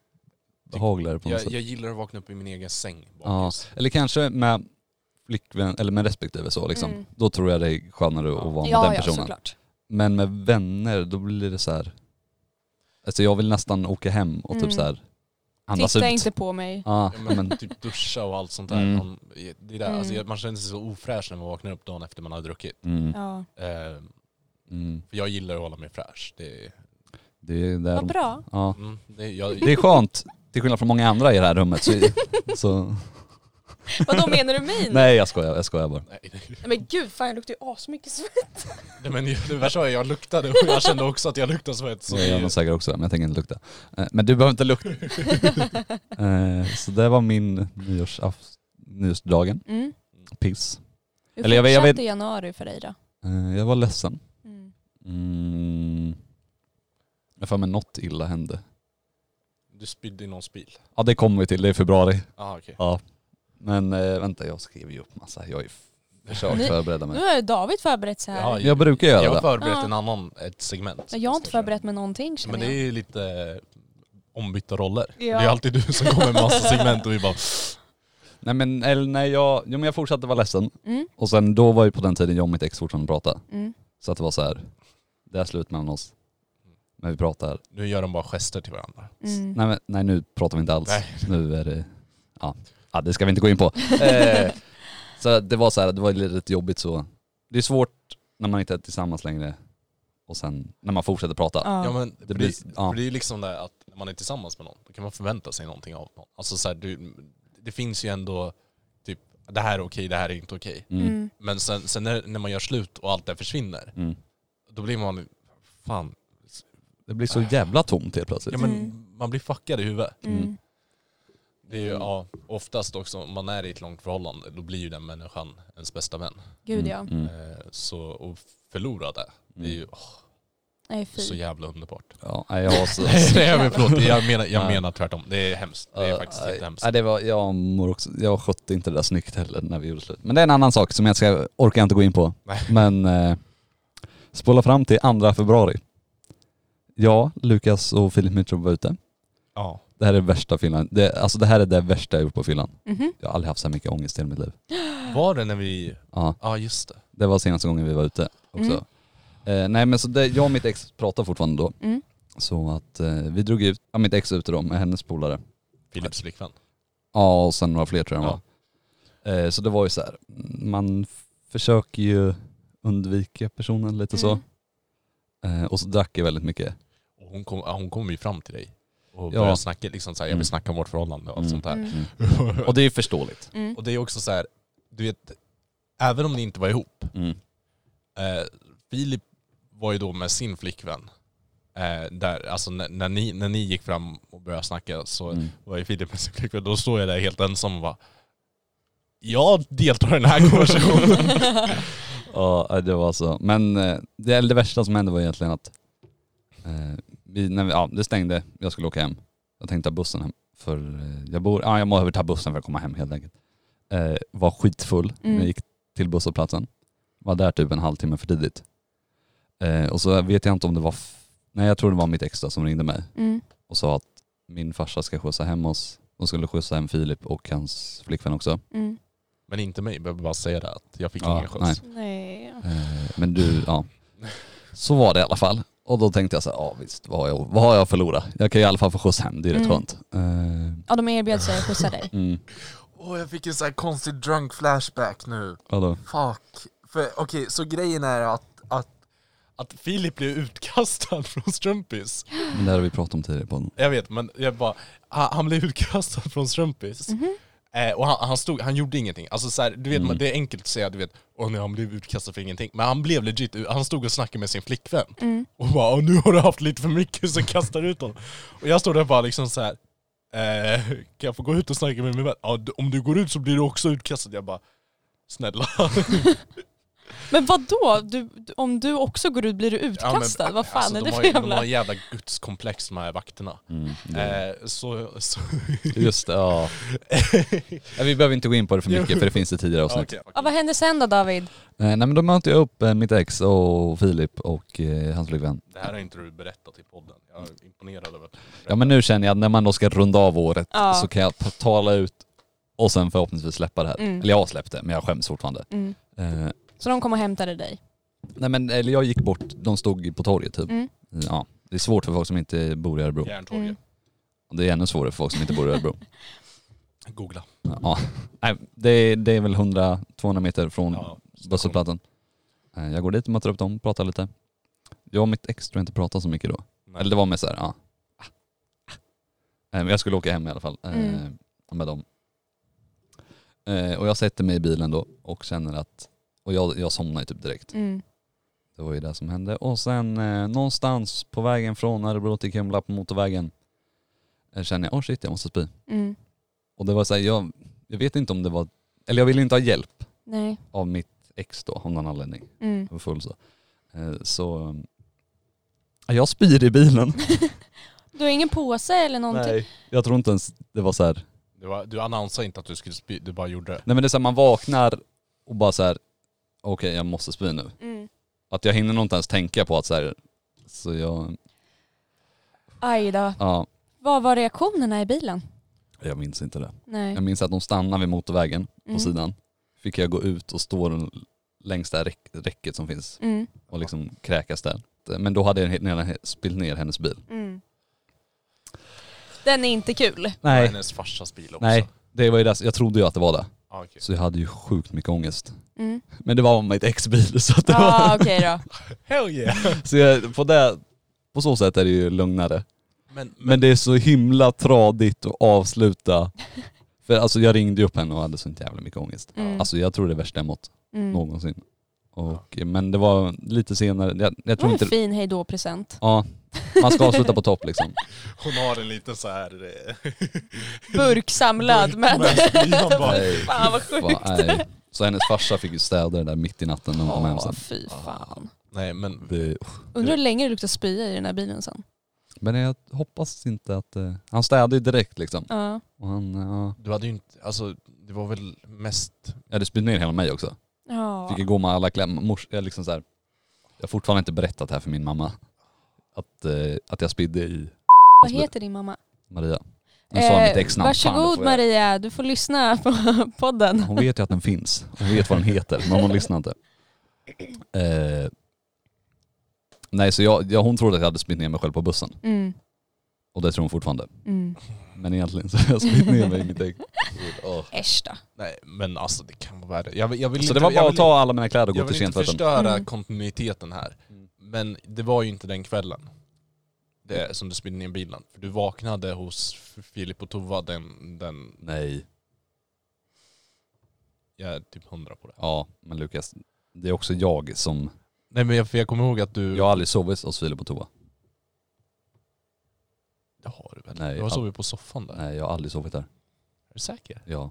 S1: behagligare på något
S2: Jag,
S1: sätt.
S2: jag gillar att vakna upp i min egen säng
S1: Ja,
S2: bakis.
S1: eller kanske med flickvän, eller med respektive så liksom.
S3: Mm.
S1: Då tror jag det är skönare
S2: Ja.
S1: att vara med
S3: Ja,
S1: den
S3: ja
S1: personen.
S3: såklart.
S1: Men med vänner, då blir det så här. Alltså jag vill nästan åka hem och
S3: Mm.
S1: typ så här andas
S3: Titta
S1: ut.
S3: inte på mig.
S1: Ja,
S2: Ja,
S1: men,
S2: men, typ duscha och allt sånt där.
S1: Mm.
S2: Man, det är där. Alltså,
S3: Mm.
S2: jag- man känner sig så ofräsch när man vaknar upp dagen efter man har druckit.
S1: mm,
S3: Ja.
S2: Eh,
S1: mm.
S2: för jag gillar att hålla mig fräsch. Det, är-
S1: Det är där
S3: Vad bra.
S1: Ja.
S2: mm, det, är- jag,
S1: Det är skönt, till skillnad från många andra i det här rummet. Så, så,
S3: Vadå menar du min?
S1: nej jag skojar, jag skojar bara.
S2: nej,
S3: Nej, Men gud fan jag luktar ju asmycket svett.
S2: det, men det värsta var att jag luktade och jag kände också att jag luktade svett. Så
S1: jag gör
S2: det-
S1: nog säkert också men jag tänker inte lukta. Eh, Men du behöver inte lukta. Eh, Så det var min nyårsaf- nyårsdagen.
S3: Mm.
S1: Piss.
S3: Hur
S1: Eller jag vet- jag
S3: fortsatte januari för dig då?
S1: Eh, Jag var ledsen.
S3: Mm.
S1: Mm. Jag har för mig något illa hände.
S2: Du spydde i någons bil.
S1: Ja det kommer vi till, det är februari.
S2: Ah, okej.
S1: Ja. Men eh, vänta jag skrev ju upp massa, jag har ju försökt
S3: Ni-
S1: förbereda
S3: Nu
S1: mig.
S3: har David förberett sig här.
S2: Ja,
S1: Jag brukar göra
S2: Jag har
S1: det.
S2: förberett
S3: Ah.
S2: en annan, ett segment.
S3: Jag har inte förberett mig någonting känner
S2: Men det är ju lite eh, ombytta roller.
S3: Ja.
S2: Det är alltid du som kommer med massa segment och vi bara...
S1: Nej men, eller, nej, jag, jo, men jag fortsatte vara ledsen.
S3: jag. Mm,
S1: Och sen då var ju på den tiden jag och mitt ex fortfarande pratade.
S3: mm.
S1: Så att det var så här. det är slut mellan oss. Men vi pratar.
S2: Nu gör de bara gester till varandra.
S3: Mm.
S1: Nej, men, nej nu pratar vi inte alls.
S2: Nej.
S1: Nu är det, ja. ja det ska vi inte gå in på. Eh, så det var så här, det var lite jobbigt så. Det är svårt när man inte är tillsammans längre och sen när man fortsätter prata.
S3: Ja.
S2: Ja, men det,
S1: blir-
S2: blir,
S1: ja.
S2: för det är ju liksom det att när man är tillsammans med någon, då kan man förvänta sig någonting av någon. Alltså så här, du, det finns ju ändå typ, det här är okej, det här är inte okej.
S1: Mm.
S3: Mm.
S2: Men sen, sen när, när man gör slut och allt det försvinner,
S1: Mm.
S2: då blir man, fan,
S1: Det blir så jävla tomt helt plötsligt.
S2: ja, men,
S3: Mm.
S2: man blir fuckad i huvudet.
S3: Mm.
S2: Det är ju,
S1: Mm.
S2: ja, oftast också om man är i ett långt förhållande, då blir ju den människan ens bästa vän.
S3: Gud ja.
S1: Mm.
S2: Eh, så, och förlora det, det är ju åh,
S3: Nej
S2: så
S3: fy.
S2: jävla underbart.
S1: Ja, nej, jag har så...
S2: Nej, jag, menar- förlåt, jag, menar, jag
S1: Ja.
S2: menar tvärtom, det är hemskt. Det är
S1: Ja,
S2: faktiskt
S1: nej.
S2: jättehemskt.
S1: Nej, det var, jag mår också, jag skötte inte det där snyggt heller när vi gjorde slut. Men det är en annan sak som jag ska, orkar jag inte gå in på.
S2: Nej.
S1: Men eh, spola fram till 2 februari. Ja, Lukas och Filip Mittrup var ute.
S2: Ja.
S1: Det här är värsta fyllan. Det, alltså det här är det värsta jag gjort på fyllan.
S3: Mhm.
S1: Jag har aldrig haft så här mycket ångest i hela mitt liv.
S2: Var det när vi...
S1: Ja,
S2: Ja just det.
S1: det var senaste gången vi var ute också. Eh, nej men så det, jag och mitt ex pratar fortfarande då.
S3: Mm.
S1: Så att eh, vi drog ut, ja, mitt ex ute då med hennes polare.
S2: Philips flickvän.
S1: Ja och sen några fler tror jag det var. Eh, så det var ju så här, man f- försöker ju undvika personen lite så.
S3: Mm.
S1: Eh, och så drack jag väldigt mycket.
S2: Och hon kom, ja, hon kom ju fram till dig. Och
S1: Ja.
S2: började snacka liksom så här, jag
S1: Mm.
S2: vill snacka om vårt förhållande och allt
S1: Mm.
S2: sånt där.
S3: Mm.
S1: Och det är ju förståeligt.
S3: Mm.
S2: Och det är också så här, du vet, även om ni inte var ihop,
S1: Mm.
S2: eh, Filip var ju då med sin flickvän. Eh, där, alltså när, när, ni, när ni gick fram och började snacka så
S1: Mm.
S2: var ju Filip med sin flickvän. Då står jag där helt ensam och bara, jag deltar i den här konversationen.
S1: Ja äh, det var så. Men eh, det, eller det värsta som hände var egentligen att eh, vi, när vi, ja, det stängde, jag skulle åka hem. Jag tänkte ta bussen hem. För eh, jag bor, ja jag behöver ta bussen för att komma hem helt enkelt. Eh, var skitfull när
S3: Mm.
S1: jag gick till busshållplatsen. Var där typ en halvtimme för tidigt. Eh, och så vet jag inte om det var, f- nej jag tror det var mitt extra som ringde mig
S3: Mm.
S1: och sa att min farsa ska skjutsa hem oss. De skulle skjutsa hem Filip och hans flickvän också.
S3: Mm.
S2: Men inte mig, jag behöver bara säga det att jag fick
S1: Ja,
S2: ingen skjuts.
S1: nej.
S3: Nej.
S1: Eh, Men du, ja. Så var det i alla fall. Och då tänkte jag så här, ja visst, vad har jag, vad har jag att förlora? Jag kan i alla fall få skjuts hem, det är rätt
S3: Mm.
S1: skönt. Eh,
S3: Ja de erbjöd sig att skjutsa dig.
S1: Mm.
S4: Åh, jag fick en sån här konstig drunk flashback nu.
S1: Vadå?
S4: Fuck. För okej, så grejen är att, att
S2: Att Filip blev utkastad från Strumpis.
S1: Men det här har vi pratat om tidigare på den.
S2: Jag vet men jag bara, han, han blev utkastad från Strumpis.
S5: Mhm.
S2: Eh, och han, han stod, han gjorde ingenting. Alltså så här, du vet,
S5: Mm.
S2: man- det är enkelt att säga du vet, åh nej han blev utkastad för ingenting. Men han blev legit, ut- han stod och snackade med sin flickvän.
S3: Mm-hmm.
S2: Och bara, åh, nu har du haft lite för mycket så kastar du ut honom. Och jag står där bara liksom så här. Eh, kan jag få gå ut och snacka med min vän? Ja, d- om du går ut så blir du också utkastad. Jag bara, snälla.
S5: Men vad då? Du, om du också går ut blir du
S2: Ja, men,
S5: utkastad? vad fan
S2: alltså,
S5: är
S2: de
S5: det
S2: har
S5: för
S2: ju- De har
S5: jävla... Mm.
S2: jävla gudskomplex de här vakterna. Eh, så, så,
S1: Just det, ja. Nej, Vi behöver inte gå in på det för mycket för det finns det tidigare
S2: ja,
S1: avsnitt.
S2: okej.
S3: Ja, vad hände sen då David?
S1: Eh, Nej men då möter jag upp eh, mitt ex och Filip och eh, hans flickvän.
S2: Det här har inte du berättat i podden. Jag är imponerad över att du
S1: Ja men nu känner jag att när man då ska runda av året
S5: Ja.
S1: så kan jag ta- tala ut och sen förhoppningsvis släppa det här.
S5: Mm.
S1: Eller jag har släppt det men jag skäms fortfarande.
S3: Mm.
S1: Eh,
S3: Så de kom och hämtade dig?
S1: Nej men eller jag gick bort, de stod på torget typ.
S3: Mm.
S1: Ja, det är svårt för folk som inte bor i Örebro.
S2: Järntorget.
S3: Mm.
S1: Och Det är ännu svårare för folk som inte bor i Örebro.
S2: Googla.
S1: ja. Nej, det, är, det är väl 100-200 meter från
S2: Ja,
S1: busshållplatsen. Eh, Jag går dit och möter upp dem, pratar lite. Jag och mitt ex tror jag inte pratade så mycket då. Eller det var med så här, ja. Ah. Ah. Eh, Men jag skulle åka hem i alla fall eh,
S3: Mm.
S1: med dem. Eh, Och jag sätter mig i bilen då och känner att, och jag, jag somnar ju typ direkt.
S3: Mm.
S1: Det var ju det som hände. Och sen eh, någonstans på vägen från Örebro till Kumla på motorvägen eh, känner jag, åh shit jag måste spy.
S3: Mm.
S1: Och det var så här, jag, jag vet inte om det var, eller jag ville inte ha hjälp
S3: Nej.
S1: av mitt ex då av någon anledning.
S3: Mm.
S1: Jag var full så. Eh, så eh, jag spyr i bilen.
S3: Du har ingen påse eller någonting?
S1: Jag tror inte ens det var så här.
S2: Du, var, du annonsade inte att du skulle spy, du bara gjorde det.
S1: Nej men det är så här, man vaknar och bara så här, okej jag måste spy nu.
S3: Mm.
S1: Att jag hinner nog inte ens tänka på att så här, så jag,
S3: Aj då.
S1: ja,
S3: Vad var reaktionerna i bilen?
S1: jag minns inte det.
S3: Nej.
S2: Mm,
S1: Jag minns att de stannade vid motorvägen
S3: Mm.
S1: på sidan. Fick jag gå ut och stå den- längs det här räck, räcket som finns
S3: Mm.
S1: och liksom kräkas där. Men då hade jag redan spillt ner hennes bil.
S3: Mm. Den är inte kul.
S2: Nej.
S1: Nej,
S2: Hennes farsas bil också.
S1: nej. Det var ju det, jag trodde ju att det var det.
S2: Ah, okej.
S1: Så jag hade ju sjukt mycket ångest.
S3: Mm.
S1: Men det var mitt ex bil så att det
S3: Ja
S1: var...
S3: ah, okej då.
S2: Hell yeah!
S1: Så jag, på, det, på så sätt är det ju lugnare.
S2: Men, men,
S1: Men det är så himla tradigt att avsluta. För alltså jag ringde ju upp henne och hade så inte jävla mycket ångest.
S3: Mm.
S1: Alltså jag tror det är värsta jag mått.
S3: Mm.
S1: någonsin. Och, Men det var lite senare, jag, jag
S3: Det var
S1: tror
S3: en
S1: inte...
S3: fin hejdå-present.
S1: Ja, man ska avsluta på topp liksom.
S2: hon har en liten så här... eh,
S3: Burksamlad men
S2: spyan bara.
S1: Nej,
S5: Fan vad sjukt.
S1: va, nej. Så hennes farsa fick ju städa det där mitt i natten när hon kom hem
S5: Åh,
S1: sen.
S5: fy fan.
S2: Nej men
S1: Det,
S3: Undrar hur länge det luktar spya i den här bilen sen.
S1: men jag hoppas inte att... eh, han städade ju direkt liksom.
S3: Ja.
S1: Och han, ja,
S2: du hade ju inte, alltså det var väl mest...
S1: jag hade spytt ner hela mig också.
S3: Ja.
S1: Fick ju gå med alla klämmor. Mors, jag, liksom så här, jag har fortfarande inte berättat det här för min mamma. Att, eh, att jag spydde i...
S3: Vad heter din mamma? Eh,
S1: Maria. Nu sa jag mitt ex-namn. Fan, det får
S3: varsågod
S1: jag-
S3: Maria, du får lyssna på podden.
S1: Hon vet ju att den finns. Hon vet vad den heter, men hon lyssnar inte. Eh, nej, så jag, jag, hon trodde att jag hade spytt ner mig själv på bussen.
S3: Mm,
S1: Och det tror hon fortfarande.
S3: mm.
S1: Men egentligen så har jag spytt ner mig i mitt eget Åh.
S3: Äsch då.
S2: Nej men alltså det kan vara värre. Jag, vill- jag vill
S1: Så Alltså,
S2: inte,
S1: det var
S2: jag
S1: bara
S2: vill,
S1: att ta alla mina kläder och
S2: Jag
S1: gå till
S2: vill inte
S1: kentvätten.
S2: förstöra
S3: Mm.
S2: kontinuiteten här.
S1: Mm.
S2: Men det var ju inte den kvällen. Det, som du spydde ner bilen. För du vaknade hos F- Filip och Tova den, den,
S1: Nej.
S2: jag är typ hundra på det.
S1: Ja, men Lukas, det är också jag som...
S2: Nej men jag, för jag kommer ihåg att du...
S1: Jag har aldrig sovit hos Filip på toa.
S2: Det har du väl?
S1: Nej,
S2: du har
S1: ja.
S2: sovit på soffan där.
S1: Nej, jag har aldrig sovit där.
S2: Är du säker?
S1: Ja.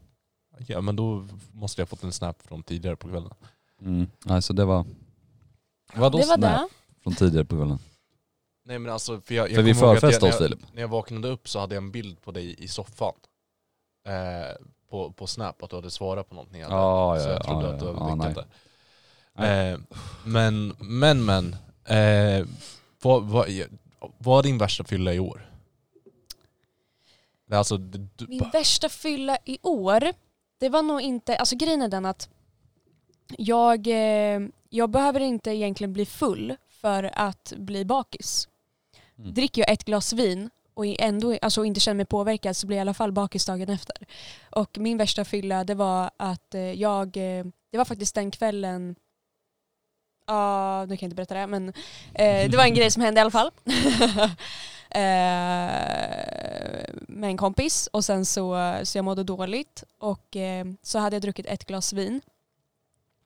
S2: Ja men då måste jag ha fått en snap från tidigare på kvällen.
S1: Mm. Nej, så det var... Vadå
S3: Det var
S1: snap?
S3: det.
S1: Från tidigare på kvällen.
S2: Nej men alltså för jag, jag
S1: För vi
S2: kommer ihåg att jag-
S1: förfestade
S2: när
S1: hos
S2: jag-
S1: Filip.
S2: När jag vaknade upp så hade jag en bild på dig i soffan. Eh, på, på Snap, att du hade svarat på någonting. jag hade.
S1: Ja, ja,
S2: så jag
S1: ja,
S2: trodde
S1: ja,
S2: att du hade
S1: ja, nej.
S2: drickat det. Eh, men, men, men. Eh, vad, vad, vad är din värsta fylla i år? Det är Alltså, det- du,
S3: Min värsta fylla i år, det var nog inte, alltså grejen är den att jag, eh, jag behöver inte egentligen bli full för att bli bakis.
S1: Mm.
S3: Dricker jag ett glas vin och i- ändå alltså, inte känner mig påverkad så blir jag i alla fall bakis dagen efter. Och min värsta fylla det var att eh, jag, eh, det var faktiskt den kvällen Ja, nu kan jag inte berätta det men eh, det var en grej som hände i alla fall. eh, med en kompis och sen så, så jag mådde dåligt och eh, så hade jag druckit ett glas vin.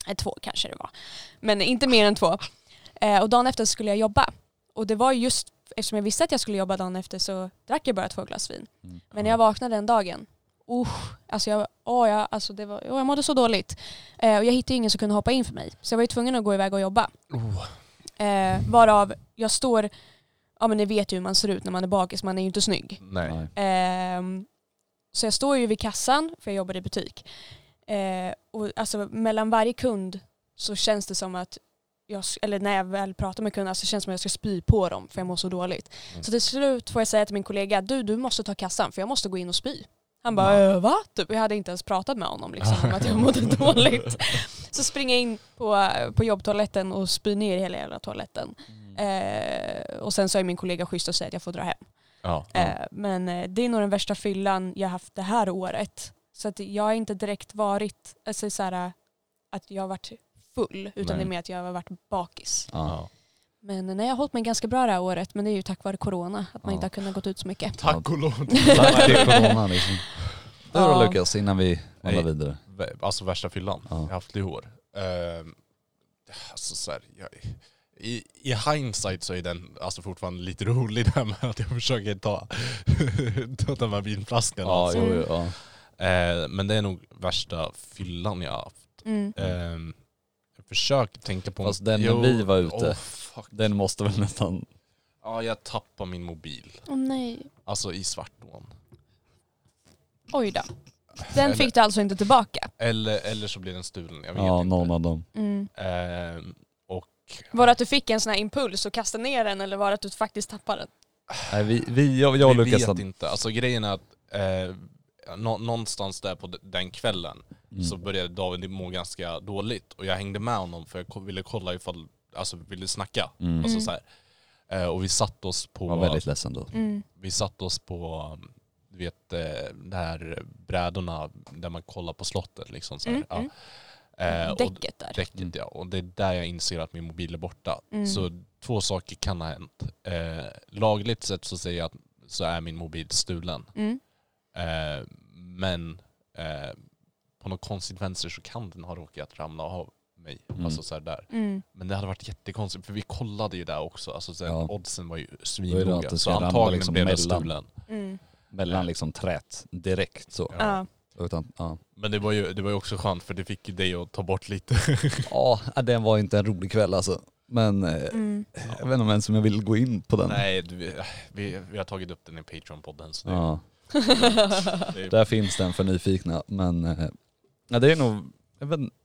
S3: Eh, två kanske det var. Men inte mer än två. Eh, och dagen efter skulle jag jobba. Och det var just eftersom jag visste att jag skulle jobba dagen efter så drack jag bara två glas vin.
S1: Mm.
S3: Men när jag vaknade den dagen, usch, alltså jag, åh, jag, alltså det var, åh, jag mådde så dåligt. Eh, och jag hittade ju ingen som kunde hoppa in för mig. Så jag var ju tvungen att gå iväg och jobba.
S2: oh,
S3: Eh, varav jag står, ja men ni vet ju hur man ser ut när man är bakis, man är ju inte snygg.
S2: nej.
S1: Nej.
S3: Ehm, så jag står ju vid kassan, för jag jobbar i butik. Eh, och alltså mellan varje kund så känns det som att, jag, eller när jag väl pratar med kunderna så känns det som att jag ska spy på dem för jag mår så dåligt.
S2: Mm.
S3: Så till slut får jag säga till min kollega, du du måste ta kassan för jag måste gå in och spy. Han bara, äh, va? Typ, jag hade inte ens pratat med honom liksom, om att jag mådde dåligt. Så springer jag in på, på jobbtoaletten och spyr ner i hela jävla toaletten. Eh, och sen så är min kollega schysst och säger att jag får dra hem.
S2: Ja.
S3: Eh, Men eh, det är nog den värsta fyllan jag haft det här året. Så att jag har inte direkt varit, alltså så här, att jag har varit full,
S2: Nej.
S3: utan det är mer att jag har varit bakis.
S1: Ja.
S2: Ja.
S3: Men nej, jag har hållit mig ganska bra det här året, men det är ju tack vare corona, att man
S1: Ja.
S3: inte har kunnat gått ut så mycket.
S2: Tack och lov.
S1: Tack till corona liksom. Du då
S3: Ja.
S1: Lukas, innan vi vandrar
S2: Nej.
S1: vidare.
S2: Vä- alltså värsta fyllan
S1: Ja.
S2: jag haft i år. Ehm, alltså så här, jag, i, I hindsight så är den alltså fortfarande lite rolig där med att jag försöker ta, ta den här vinflaskan. alltså.
S3: jo, jo,
S1: ja.
S2: Ehm, men det är nog värsta fyllan jag har haft.
S3: Mm.
S2: Ehm, jag försöker tänka på...
S1: Fast den när vi var ute.
S2: åh, fuck.
S1: Den måste väl nästan...
S2: Ja, jag tappade min mobil.
S3: Åh nej.
S2: Alltså i Svartån.
S3: Oj då. Den fick du alltså inte tillbaka.
S2: Eller, eller så blir den stulen, jag vet
S1: Ja,
S2: inte.
S1: någon av dem.
S3: Mm.
S2: Ehm, och...
S3: Var det att du fick en sån här impuls och kastade ner den eller var det att du faktiskt tappade den?
S1: Nej, vi, vi, jag, jag och
S2: vi
S1: Lukas...
S2: vet
S1: hade-
S2: inte. Alltså grejen är att eh, nå- någonstans där på d- den kvällen
S1: Mm.
S2: så började David må ganska dåligt och jag hängde med honom för jag ko- ville kolla ifall, alltså ville snacka.
S1: Mm.
S2: Alltså, så här. Eh, och vi satt oss
S1: Var
S2: på,
S1: väldigt ledsen då.
S3: Mm.
S2: vi satt oss på um, du vet, eh, de här brädorna där man kollar på slottet. Liksom, så här.
S3: Mm,
S2: ja.
S3: mm.
S2: Eh, och
S3: Däcket där.
S2: däcket
S1: Mm.
S2: ja. Och det är där jag inser att min mobil är borta.
S3: Mm.
S2: Så två saker kan ha hänt. Eh, lagligt sett så säger jag att så är min mobil stulen.
S3: Mm.
S2: Eh, men eh, på några konsekvenser så kan den ha råkat ramla av mig.
S1: Mm.
S2: Alltså så här där.
S3: Mm.
S2: Men det hade varit jättekonstigt för vi kollade ju där också. Alltså så här,
S1: Ja.
S2: Oddsen var ju
S1: Då är det
S2: svinlåga.
S1: att det
S2: Så
S1: ska ramla
S2: antagligen
S1: liksom
S2: blev den
S1: mellan.
S2: stulen.
S3: Mm.
S1: Mellan liksom trät direkt så.
S2: Ja.
S3: Ja.
S1: Utan, ja.
S2: Men det var, ju, det var ju också skönt för det fick ju dig att ta bort lite.
S1: ja, den var inte en rolig kväll alltså. Men eh,
S3: Mm.
S1: jag vet inte om ens om jag vill gå in på den.
S2: Nej, du, vi, vi har tagit upp den i Patreon-podden. Så det,
S1: Ja,
S2: det är
S1: där finns den för nyfikna. Men eh, ja, det är nog... Jag vet, inte.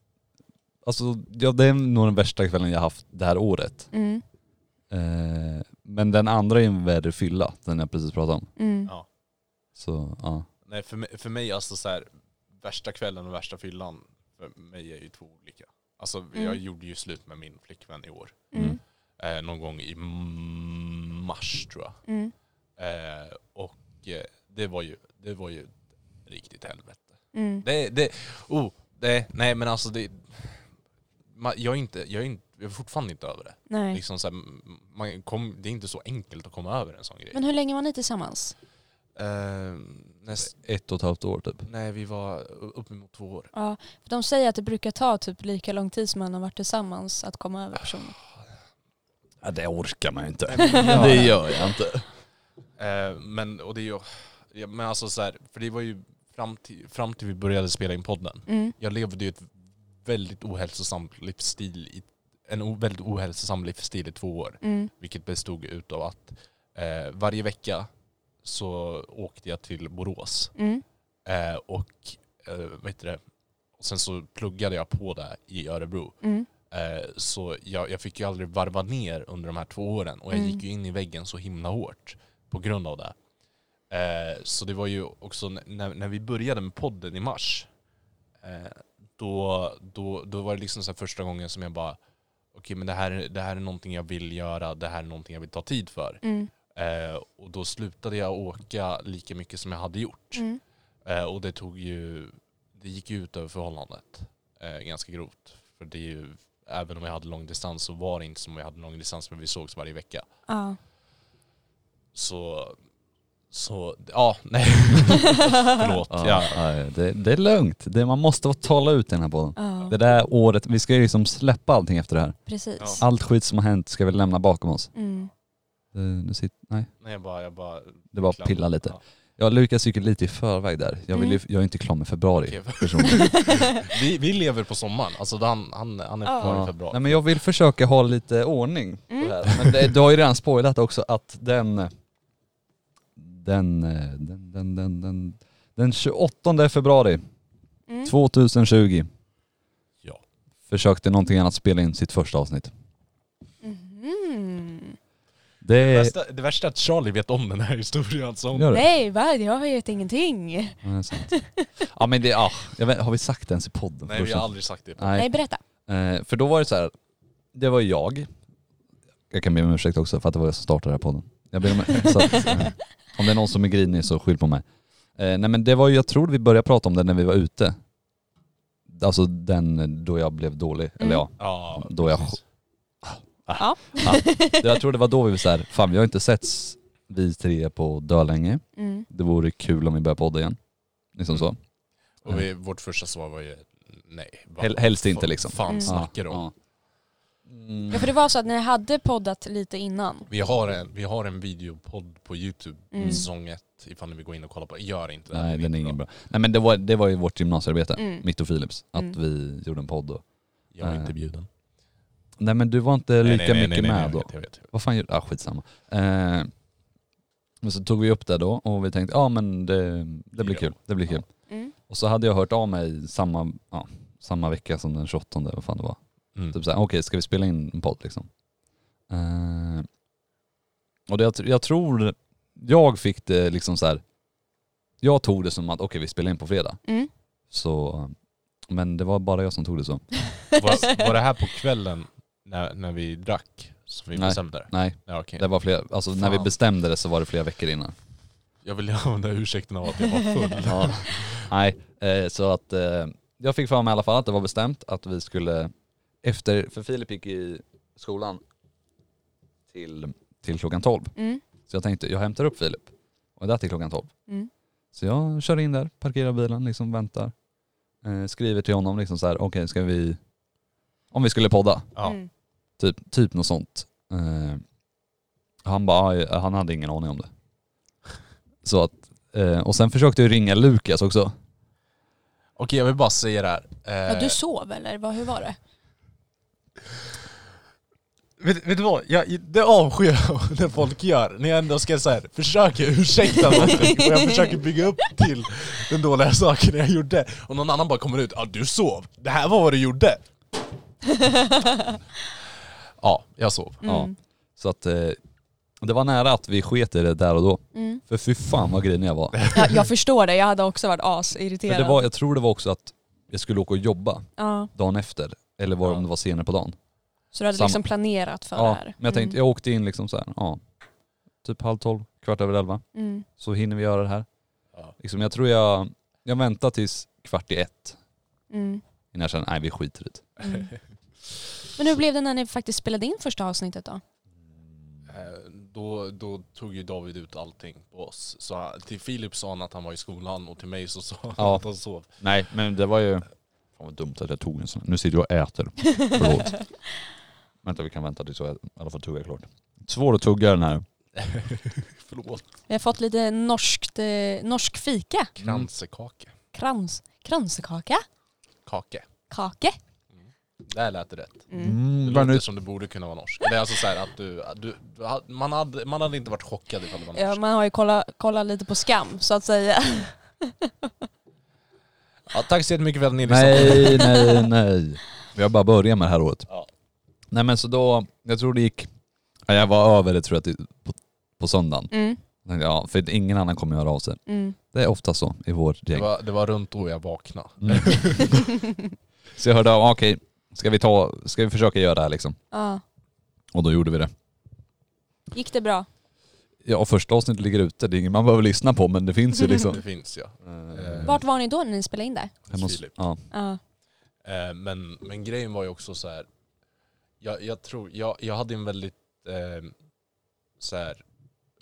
S1: alltså, ja, det är nog den värsta kvällen jag haft det här året.
S3: Mm.
S1: Eh, men den andra är en värre fylla, den jag precis pratade om.
S3: Mm.
S2: Ja.
S1: Så ja.
S2: Nej för mig, för mig alltså så här, värsta kvällen och värsta fyllan för mig är ju två olika. Alltså jag
S5: Mm.
S2: gjorde ju slut med min flickvän i år.
S1: Mm.
S5: Mm.
S2: Eh, någon gång i m- mars tror jag.
S5: Mm.
S2: Eh, och eh, det var ju, det var ju ett riktigt helvete.
S5: Mm.
S2: Det, det, oh, det, nej men alltså det, ma- jag är inte, jag är inte, jag är fortfarande inte över det.
S5: Nej.
S2: Liksom så här, m- man kom, det är inte så enkelt att komma över en sån grej.
S3: Men hur länge var ni tillsammans?
S2: Eh, näst,
S1: Ett och ett halvt år typ.
S2: nej vi var uppemot två år.
S3: Ja, för de säger att det brukar ta typ lika lång tid som man har varit tillsammans att komma över personen.
S1: Ja, det orkar man ju inte.
S2: Det
S1: gör jag inte.
S2: Eh, men, och det är ju, ja, men alltså så här, för det var ju fram till, fram till vi började spela in podden.
S5: Mm.
S2: Jag levde ju ett väldigt ohälsosamt livsstil i, en o, väldigt ohälsosam livsstil i två år.
S5: Mm.
S2: Vilket bestod utav att eh, varje vecka så åkte jag till Borås.
S5: Mm.
S2: Eh, och eh, vad heter det? Och sen så pluggade jag på där i Örebro.
S5: Mm.
S2: Eh, så jag, jag fick ju aldrig varva ner under de här två åren och jag
S5: Mm.
S2: gick ju in i väggen så himla hårt på grund av det. Eh, så det var ju också n- när, när vi började med podden i mars eh, då, då, då var det liksom så här första gången som jag bara okej men det här, det här är någonting jag vill göra, det här är någonting jag vill ta tid för.
S5: Mm.
S2: Eh, och då slutade jag åka lika mycket som jag hade gjort.
S5: Mm.
S2: Eh, och det tog ju, det gick ju ut över förhållandet eh, ganska grovt. För det är ju, även om jag hade lång distans så var det inte som om jag hade lång distans men vi sågs varje vecka.
S5: Ja.
S2: Så, så, ja nej. Förlåt.
S1: Ja,
S2: Ja.
S1: nej, det, det är lugnt. Det, man måste få tala ut i den här podden.
S5: Ja.
S1: Det där året, vi ska ju liksom släppa allting efter det här.
S5: Precis.
S2: Ja.
S1: Allt skit som har hänt ska vi lämna bakom oss.
S5: Mm.
S1: Eh, Nu sitter, nej,
S2: Nej jag bara, jag bara.
S1: det var pilla lite.
S2: Ja.
S1: Ja, Lukas gick ju lite i förväg där. Jag, vill ju,
S5: Mm.
S1: jag är inte klar med februari.
S2: Okej.
S1: personligen.
S2: Vi, vi lever på sommaren, alltså han, han, han är
S5: Ja.
S2: kvar i
S1: Nej
S2: februari.
S1: men jag vill försöka ha lite ordning på det
S5: Mm.
S1: här. Men det, du har ju redan spoilat också att den den, eh, den, den, den, den, den 28 februari
S5: Mm.
S1: 2020
S2: Ja.
S1: försökte någonting annat spela in sitt första avsnitt.
S5: Mhm.
S2: Det,
S1: Det
S2: värsta, det värsta är att Charlie vet om den här historien. alltså. Så hon,
S1: gör det.
S5: Nej, va? Jag vet ingenting.
S1: Ja, det är sant. Ja men det, ja, jag vet, har vi sagt det ens i podden?
S2: nej vi har aldrig sagt det.
S1: Nej.
S5: Nej, berätta.
S1: Eh, för då var det så här, det var jag. Jag kan be om ursäkt också för att det var jag som startade den här podden. Jag ber om så att, eh, Om det är någon som är grinig så skyll på mig. Eh, nej men det var ju, jag tror vi började prata om det när vi var ute. Alltså den då jag blev dålig, eller ja.
S2: Ja,
S1: Då är jag Ah,
S2: precis.
S5: Mm. Ja.
S1: Det- Jag tror det var då vi var så här, fan vi har inte setts vi tre på dölänge.
S5: Mm.
S1: Det vore kul om vi börjar podda igen. Liksom så.
S2: Och vi, vårt första svar var ju nej. Vad
S1: Hel- helst inte,
S2: fan-
S1: liksom.
S2: fan
S5: Mm.
S2: snackar du om?
S1: Ja.
S5: ja, för det var så att ni hade poddat lite innan.
S2: Vi har, en, vi har en videopodd på Youtube,
S5: Mm.
S2: säsong ett, ifall ni vill gå in och kolla på Gör inte det.
S1: Nej
S2: det
S1: den är ingen bra. Nej men det var, det var ju vårt gymnasiearbete,
S5: Mm.
S1: mitt och Philips, att
S5: Mm.
S1: vi gjorde en podd och
S2: Jag var
S1: Nej.
S2: inte bjuden.
S1: Nej men du var inte lika mycket med
S2: jag
S1: då.
S2: Vet, jag vet.
S1: Vad fan gjorde... Ah skitsamma. Eh, men så tog vi upp det då och vi tänkte, ja men det, det blir
S2: Ja.
S1: kul, det blir kul.
S5: Mm.
S1: Och så hade jag hört av mig samma, ja, samma vecka som den 28, vad fan det var.
S2: Mm.
S1: Typ såhär, okej ska vi spela in en podd liksom? Eh, och det, jag, tr- jag tror, jag fick det liksom så här. jag tog det som att okej vi spelar in på fredag.
S5: Mm.
S1: Så, men det var bara jag som tog det så.
S2: Var, var det här på kvällen när, när vi drack som vi
S1: Nej.
S2: bestämde det?
S1: Nej,
S2: Ja, okej.
S1: det var flera, alltså när vi
S2: Fan.
S1: bestämde det så var det flera veckor innan.
S2: Jag vill använda ursäkten av att jag var full.
S1: Ja. Nej, eh, så att eh, jag fick för mig i alla fall att det var bestämt att vi skulle efter, för Filip gick i skolan till, till klockan 12.
S5: Mm.
S1: Så jag tänkte, jag hämtar upp Filip och är där till klockan 12.
S5: Mm.
S1: Så jag kör in där, parkerar bilen, liksom väntar. Eh, skriver till honom liksom så här, okej ska vi, om vi skulle podda,
S2: Ja.
S5: Mm.
S1: typ, typ något sånt. Eh, han bara, "Ja, han hade ingen aning om det. Så att, eh, och sen försökte jag ringa Lukas också.
S2: Okej jag vill bara säga det här. Eh,
S3: Ja, du sov eller vad, hur var det?
S2: Vet, vet du vad? Jag, det avskyr jag när folk gör. När jag ändå ska så här, försöka ursäkta någonting och jag försöker bygga upp till den dåliga saken jag gjorde. Och någon annan bara kommer ut. Ja, ah, du sov. Det här var vad du gjorde. ja, jag sov.
S5: Mm.
S1: Ja. Så att eh, Det var nära att vi sket i det där och då.
S3: Mm.
S1: För fy fan vad grinig jag var.
S5: Ja, jag förstår det, jag hade också varit
S1: För
S5: asirriterad.
S1: det var, jag tror det var också att jag skulle åka och jobba
S5: ja.
S1: dagen efter. Eller var om det var senare på dagen.
S5: Så du hade
S1: Samma.
S5: liksom planerat för det
S1: Ja,
S5: här?
S1: men jag tänkte,
S5: Mm.
S1: jag åkte in liksom så här, ja. Typ halv tolv, kvart över elva.
S5: Mm.
S1: Så hinner vi göra det här.
S2: Ja.
S1: Liksom, jag tror jag, jag väntar tills kvart i ett
S5: Mm.
S1: innan jag känner, nej vi skiter i det.
S5: Mm.
S3: Men hur blev det när ni faktiskt spelade in första avsnittet då?
S2: Eh, Då, då tog ju David ut allting på oss. Så han- till Filip sa han att han var i skolan och till mig så sa han
S1: Ja.
S2: att han sov.
S1: Nej men det var ju, fan vad dumt att jag tog en sån. Nu sitter jag och äter. Förlåt. Vänta vi kan vänta tills jag i alla fall tuggar klart. Svår att tugga den här.
S2: Förlåt.
S5: Vi har fått lite norskt, eh, norsk fika.
S2: Kransekake.
S5: Krans, kransekaka.
S2: Kake.
S5: Kake.
S2: Där lät det rätt.
S5: Mm.
S2: Det
S1: Mm, vad
S2: låter
S1: nu?
S2: som det borde kunna vara norsk. Eller alltså så här att du, att du du hade- man, hade, man hade inte varit chockad ifall det var
S5: Ja,
S2: norsk.
S5: man har ju kollat, kollat lite på skam så att säga.
S2: Ja, tack så jättemycket för att ni
S1: Nej, nej, nej. Vi har bara börjat med det här året.
S2: Ja.
S1: Nej men så då, jag tror det gick, ja, jag var över det tror jag till- på, på söndagen.
S5: Mm.
S1: Tänkte, Ja, för ingen annan kommer göra av sig.
S5: Mm.
S1: Det är ofta så i vårt
S2: Det
S1: gäng.
S2: var, det var runt då jag vaknade.
S1: Mm. så jag hörde av, okej, ska vi ta, ska vi försöka göra det här liksom?
S5: Ja.
S1: Och då gjorde vi det.
S5: Gick det bra?
S1: Ja, första avsnittet ligger ute, det är ingen man behöver lyssna på men det finns ju liksom.
S2: Det finns ja.
S1: Eh,
S5: Vart var ni då när ni spelade in det?
S1: hemma hos-
S2: Filip.
S1: ja.
S5: Ja.
S2: Eh, men, men grejen var ju också så här. Jag, jag tror, jag, jag hade en väldigt, eh, så här, i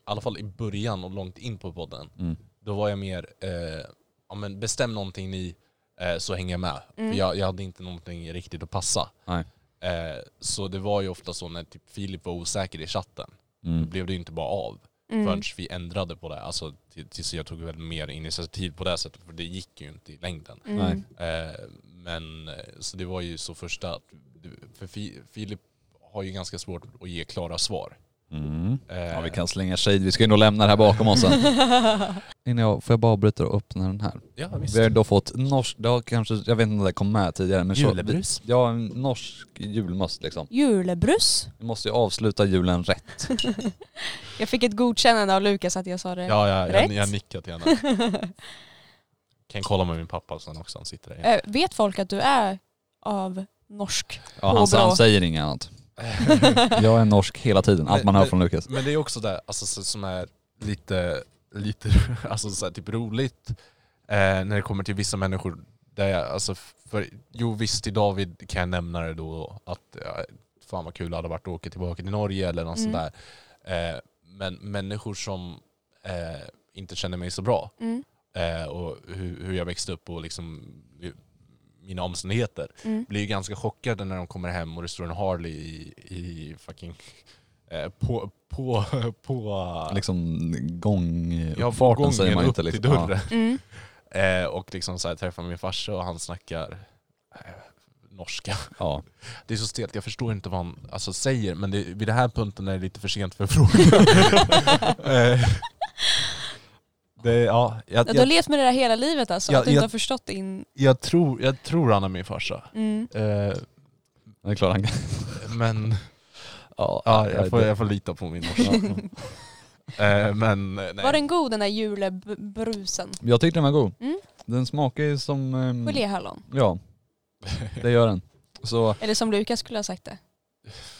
S2: alla fall i början och långt in på podden,
S1: Mm.
S2: då var jag mer, eh, ja men bestäm någonting ni, eh, så hänger jag med.
S5: Mm.
S2: För jag, jag hade inte någonting riktigt att passa.
S1: Nej.
S2: Eh, så det var ju ofta så när typ Filip var osäker i chatten, då
S1: Mm.
S2: blev det ju inte bara av
S5: Mm.
S2: förrän vi ändrade på det. Alltså till- tills jag tog väl mer initiativ på det sättet, för det gick ju inte i längden.
S1: Nej.
S5: Mm.
S2: Eh, men eh, så det var ju så första, att du- för Fi- Filip har ju ganska svårt att ge klara svar.
S1: Mm.
S2: Eh,
S1: Ja vi kan slänga shade, vi ska ju nog lämna det här bakom oss sen. Innan jag, får jag bara avbryta och öppna den här?
S2: ja, visst.
S1: Vi har då fått norsk, det har kanske, jag vet inte om det kom med tidigare men
S2: Julebrus?
S1: så, ja en norsk julmust liksom.
S5: Julebrus.
S1: Vi måste ju avsluta julen rätt.
S5: Jag fick ett godkännande av Lukas att jag sa det.
S2: ja, ja jag,
S5: Rätt.
S2: jag nickat gärna. kan kolla med min pappa sen också, han sitter där.
S5: Eh, vet folk att du är av norsk?
S1: Ja, han,
S5: Påbrå.
S1: han säger inget annat. Jag är norsk hela tiden, allt man hör från Lukas.
S2: Eh, Men det är också det alltså, så- som är lite, lite alltså, så här, typ roligt eh, när det kommer till vissa människor. Där jag, alltså, för, jo visst, till David kan jag nämna det då och då, att ja, fan vad kul det hade varit att åka tillbaka till Norge eller något
S5: Mm.
S2: sånt där. Eh, men människor som eh, inte känner mig så bra
S5: Mm.
S2: eh, och hur, hur jag växte upp och liksom eh, mina omständigheter
S5: Mm.
S2: blir ju ganska chockade när de kommer hem och det står en Harley i, i fucking eh, på, på, på
S1: Liksom gång,
S2: ja,
S1: farten
S2: gången
S1: säger man
S2: upp
S1: inte
S2: till
S1: liksom.
S2: dörren.
S5: Mm.
S2: Eh, och liksom så här, träffar min farsa och han snackar eh, norska.
S1: Ja,
S2: Det är så stelt, jag förstår inte vad han alltså, säger men det, vid det här punkten är det lite för sent för att fråga. eh, det, ja, jag,
S5: Ja, du har
S2: jag,
S5: levt med det där hela livet alltså?
S2: Ja,
S5: att du inte
S2: jag-
S5: har förstått din...
S2: jag, tror, jag tror han är min farsa.
S5: Mm.
S2: Eh,
S1: ja. det är klart han kan.
S2: men
S1: Ja,
S2: ja, jag, får, jag får lita på min morsa. eh, men eh, nej.
S5: Var den god den där julebrusen?
S1: Jag tyckte den var god.
S5: Mm.
S1: Den smakar ju som... ehm,
S2: Mm.
S5: Geléhallon?
S1: Ja, det gör den. Så,
S5: Eller som Lukas skulle ha sagt det.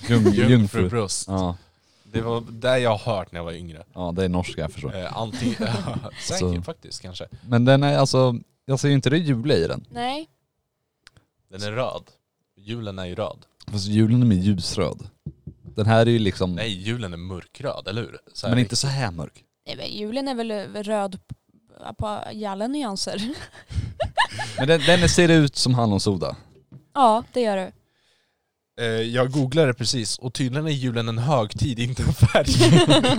S1: ljung, jungfru.
S2: Jungfrubröst.
S1: Ja,
S2: Det var det jag har hört när jag var yngre.
S1: ja, det är norska jag förstår.
S2: Eh, antingen, säkert
S1: Så.
S2: faktiskt kanske.
S1: Men den är alltså, jag ser ju inte det jule i den.
S5: Nej.
S2: Den är röd. Julen är ju röd.
S1: Fast julen är mer ljusröd. Den här är ju liksom,
S2: Nej, julen är mörkröd, eller hur? Så här-
S1: men inte så här mörk.
S5: Nej, men julen är väl eh, röd p- på alla nyanser?
S1: Men den, den ser ut som hallonsoda.
S5: ja, det gör du.
S2: Eh, jag googlade precis och tydligen är julen en högtid, inte en färg.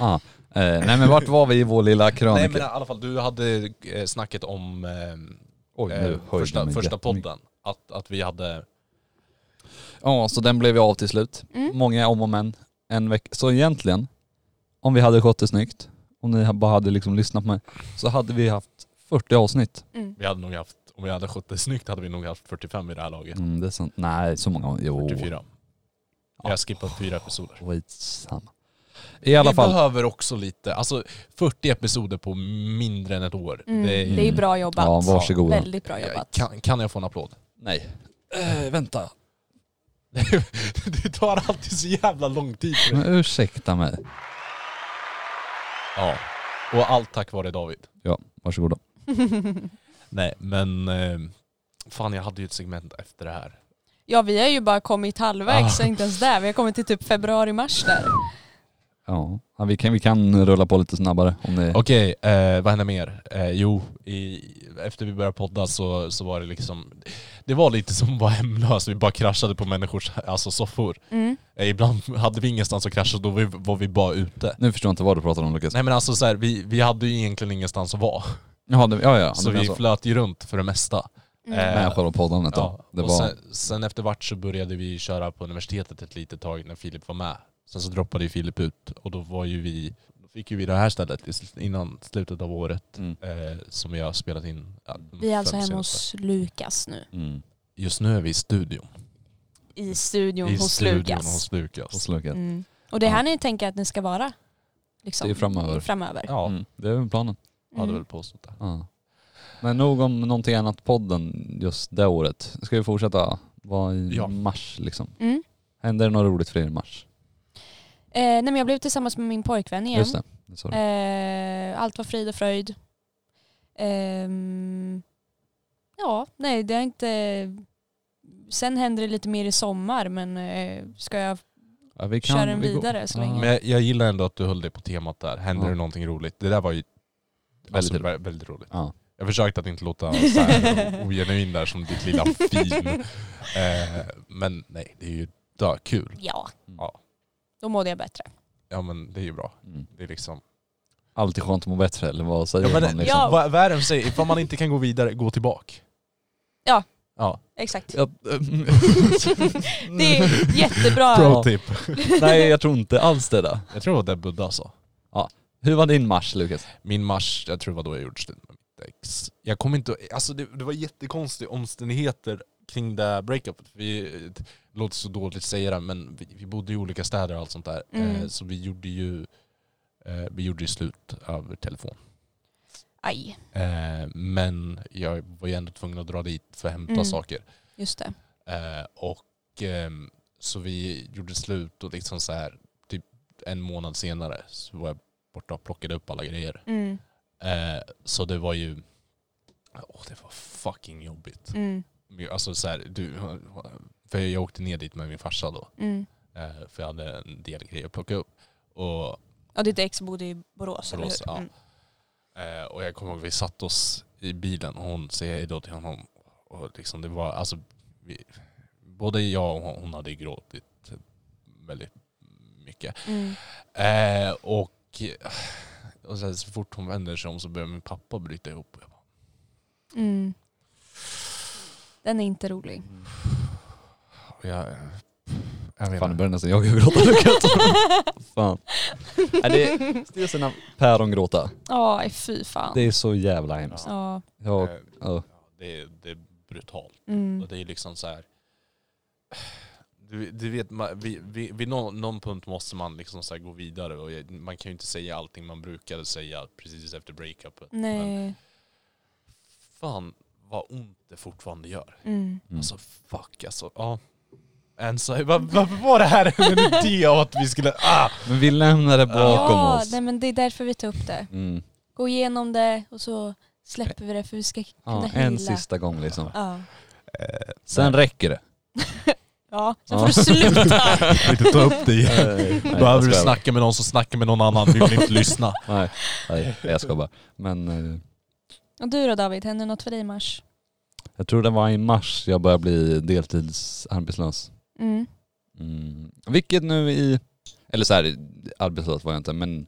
S1: Ah. Eh, nej men vart var vi i vår lilla krönika?
S2: Nej men i alla fall, du hade eh, snacket om eh,
S1: Oj,
S2: eh,
S1: höjde jag
S2: första,
S1: mig
S2: första
S1: jättemycket.
S2: podden. Att, att vi hade...
S1: Ja, så den blev ju av till slut.
S5: Mm.
S1: Många om och men. En vecka. Så egentligen, om vi hade skött det snyggt, om ni bara hade liksom lyssnat på mig, så hade vi haft 40 avsnitt.
S5: Mm.
S2: Vi hade nog haft, om vi hade skött det snyggt hade vi nog haft 45 i det här laget.
S1: Mm, det är sant. Nej, så många. Jo,
S2: 44. Jag har skippat fyra episoder.
S1: skitsamma. I alla
S2: vi
S1: fall.
S2: behöver också lite, alltså 40 episoder på mindre än ett år.
S3: Mm,
S2: Det är,
S3: det är bra jobbat.
S1: Ja, varsågoda.
S3: Väldigt bra
S2: jag,
S3: jobbat.
S2: kan, kan jag få en applåd?
S1: Nej. Eh, vänta.
S2: det tar alltid så jävla lång tid för
S1: Men
S2: det.
S1: ursäkta mig.
S2: Ja. Och allt tack vare David.
S1: Ja, varsågoda.
S2: Nej men, eh, fan jag hade ju ett segment efter det här.
S5: Ja vi har ju bara kommit halvvägs,
S2: Ah.
S5: inte ens där. Vi har kommit till typ februari-mars där.
S1: Ja, ja vi, kan, vi kan rulla på lite snabbare om ni...
S2: Okej, eh, vad händer mer? Eh, jo, i, efter vi började podda så, så var det liksom, det var lite som att vara hemlös, vi bara kraschade på människors alltså, soffor.
S3: Mm.
S2: Eh, ibland hade vi ingenstans att krascha, då var vi, var vi bara ute.
S1: Nu förstår jag inte vad du pratar om Lukas.
S2: Nej men alltså så här, vi, vi hade ju egentligen ingenstans att vara,
S1: Jaha, det, ja, alltså- ja.
S2: så
S1: det
S2: vi
S1: så.
S2: flöt ju runt för det mesta.
S3: Mm.
S2: Eh,
S1: Med själva poddandet då.
S2: ja,
S1: Det
S2: och
S1: var...
S2: sen, sen efter vart så började vi köra på universitetet ett litet tag när Filip var med. Sen så droppade ju Filip ut och då var ju vi, då fick ju vi det här stället i sl- innan slutet av året.
S1: Mm.
S2: eh, som vi har spelat in. ja, de
S3: Vi är alltså
S2: fem
S3: hemma
S2: senaste.
S3: hos Lukas nu.
S1: Mm.
S2: Just nu är vi i studion.
S5: I studion
S2: I
S5: hos
S2: studion
S5: Lukas.
S2: hos Lukas.
S1: Och slukat.
S3: Mm. Och det är här ni tänker att ni ska vara? Liksom,
S1: Det är framöver.
S3: framöver.
S2: Ja,
S1: Mm. Det är väl planen.
S2: hade
S3: Mm.
S2: väl påstått det.
S1: Ja. Men nog om någonting annat podden just det året. Ska vi fortsätta vara i
S2: Ja.
S1: mars liksom?
S3: Mm.
S1: Händer det något roligt för er i mars?
S3: Eh, nej, men jag blev tillsammans med min pojkvän igen.
S1: Just det. det sa du.
S3: Eh, allt var frid och fröjd. Ehm, ja, nej det är inte... Sen händer det lite mer i sommar men eh, ska jag...
S1: Ja, vi
S3: kör den
S1: vi går-
S3: vidare så
S1: Ja.
S3: länge.
S2: Men jag, jag gillar ändå att du höll dig på temat där. Händer
S1: Ja.
S2: det någonting roligt? Det där var ju
S1: Väldigt
S2: alltså,
S1: roligt.
S2: vä- väldigt roligt.
S1: Ja.
S2: Jag försökte att inte låta så här ogenuin där som ditt lilla fin. Eh, men nej, det är ju dökul.
S3: Ja.
S2: Ja.
S3: Då mådde jag bättre.
S2: Ja men det är ju bra.
S1: Mm.
S2: Det är liksom...
S1: Alltid skönt att må bättre eller vad säger man liksom?
S5: ja.
S2: vad, vad är det de säger? Ifall man inte kan gå vidare, gå tillbaka.
S3: Ja.
S2: Ja.
S3: Exakt.
S1: Jag,
S3: Det
S1: Mm.
S3: är jättebra.
S1: Ja.
S2: Pro tip.
S1: nej jag tror inte alls det där.
S2: Jag tror det var det Buddha alltså. sa.
S1: Hur var din mars Lukas?
S2: min mars, jag tror vad då jag gjorde slut med mitt ex. Jag kommer inte alltså det, det var jättekonstiga omständigheter kring det här breakupet. Vi, det låter så dåligt att säga det, men vi, vi bodde i olika städer och allt sånt där.
S3: Mm.
S2: Eh, så vi gjorde ju eh, vi gjorde ju slut över telefon.
S3: Aj,
S2: Eh, men jag var ju ändå tvungen att dra dit för att hämta
S3: Mm.
S2: saker.
S3: just det.
S2: Eh, och ehm, så vi gjorde slut och liksom så här typ en månad senare så var jag borta och plockade upp alla grejer.
S3: Mm,
S2: Eh, så det var ju... Åh, det var fucking jobbigt.
S3: mm,
S2: Men Alltså så här, du, för jag åkte ner dit med min farsa då.
S3: mm.
S2: eh, För jag hade en del grejer att plocka upp. Och,
S3: Ja, ditt ex bodde i
S2: Borås,
S3: Borås, eller
S2: ja.
S3: hur? Mm.
S2: eh, och jag kommer ihåg, vi satt oss i bilen och hon säger hej då till honom. Och liksom det var, alltså, vi, både jag och hon hade ju gråtit väldigt mycket.
S3: Mm.
S2: Eh, och, och sen så fort hon vänder sig om så börjar min pappa bryta ihop. Och jag bara,
S3: Mm. Den är inte rolig.
S2: och jag, Mm. jag
S1: Fan
S2: vet
S1: nu
S2: inte.
S1: börjar nästan jag gråta Lukas. Fan. Nej, det är styrelsen av päron gråta.
S3: Ja, fy fan.
S1: Det är så jävla hemskt.
S3: Ja.
S1: Ja,
S2: Eh,
S1: ja.
S2: Ja, det, är, det är brutalt.
S3: Mm.
S2: Och det är liksom så här. Du, du vet, man, vi, vi, vid någon, någon punkt måste man liksom så här gå vidare. Och jag- man kan ju inte säga allting man brukade säga precis efter breakupet. Men
S3: Nej.
S2: fan vad ont det fortfarande gör.
S3: Mm.
S1: Mm.
S2: Alltså fuck alltså. Ja. En så, var, varför var det här en idé av att vi skulle... Ah!
S1: Men vi lämnar det bakom
S3: ja,
S1: oss.
S3: Nej, men det är därför vi tar upp det.
S1: Mm.
S3: Gå igenom det och så släpper vi det för vi ska kunna
S1: Ja,
S3: hila.
S1: en sista gång liksom.
S3: Ja.
S1: Sen räcker det.
S3: ja, sen
S1: Ja.
S3: får du sluta.
S2: Vill du ta upp det igen?
S1: Nej, jag
S2: Behöver du
S1: skojar bara.
S2: snacka med någon så snacka med någon annan. Vi vill inte lyssna.
S1: Nej, nej jag ska bara. Men eh,
S3: Och du då David, händer något för dig i mars?
S1: jag tror det var i mars jag började bli deltidsarbetslös.
S3: Mm.
S1: Mm. Vilket nu i, eller så här, arbetslös var jag inte men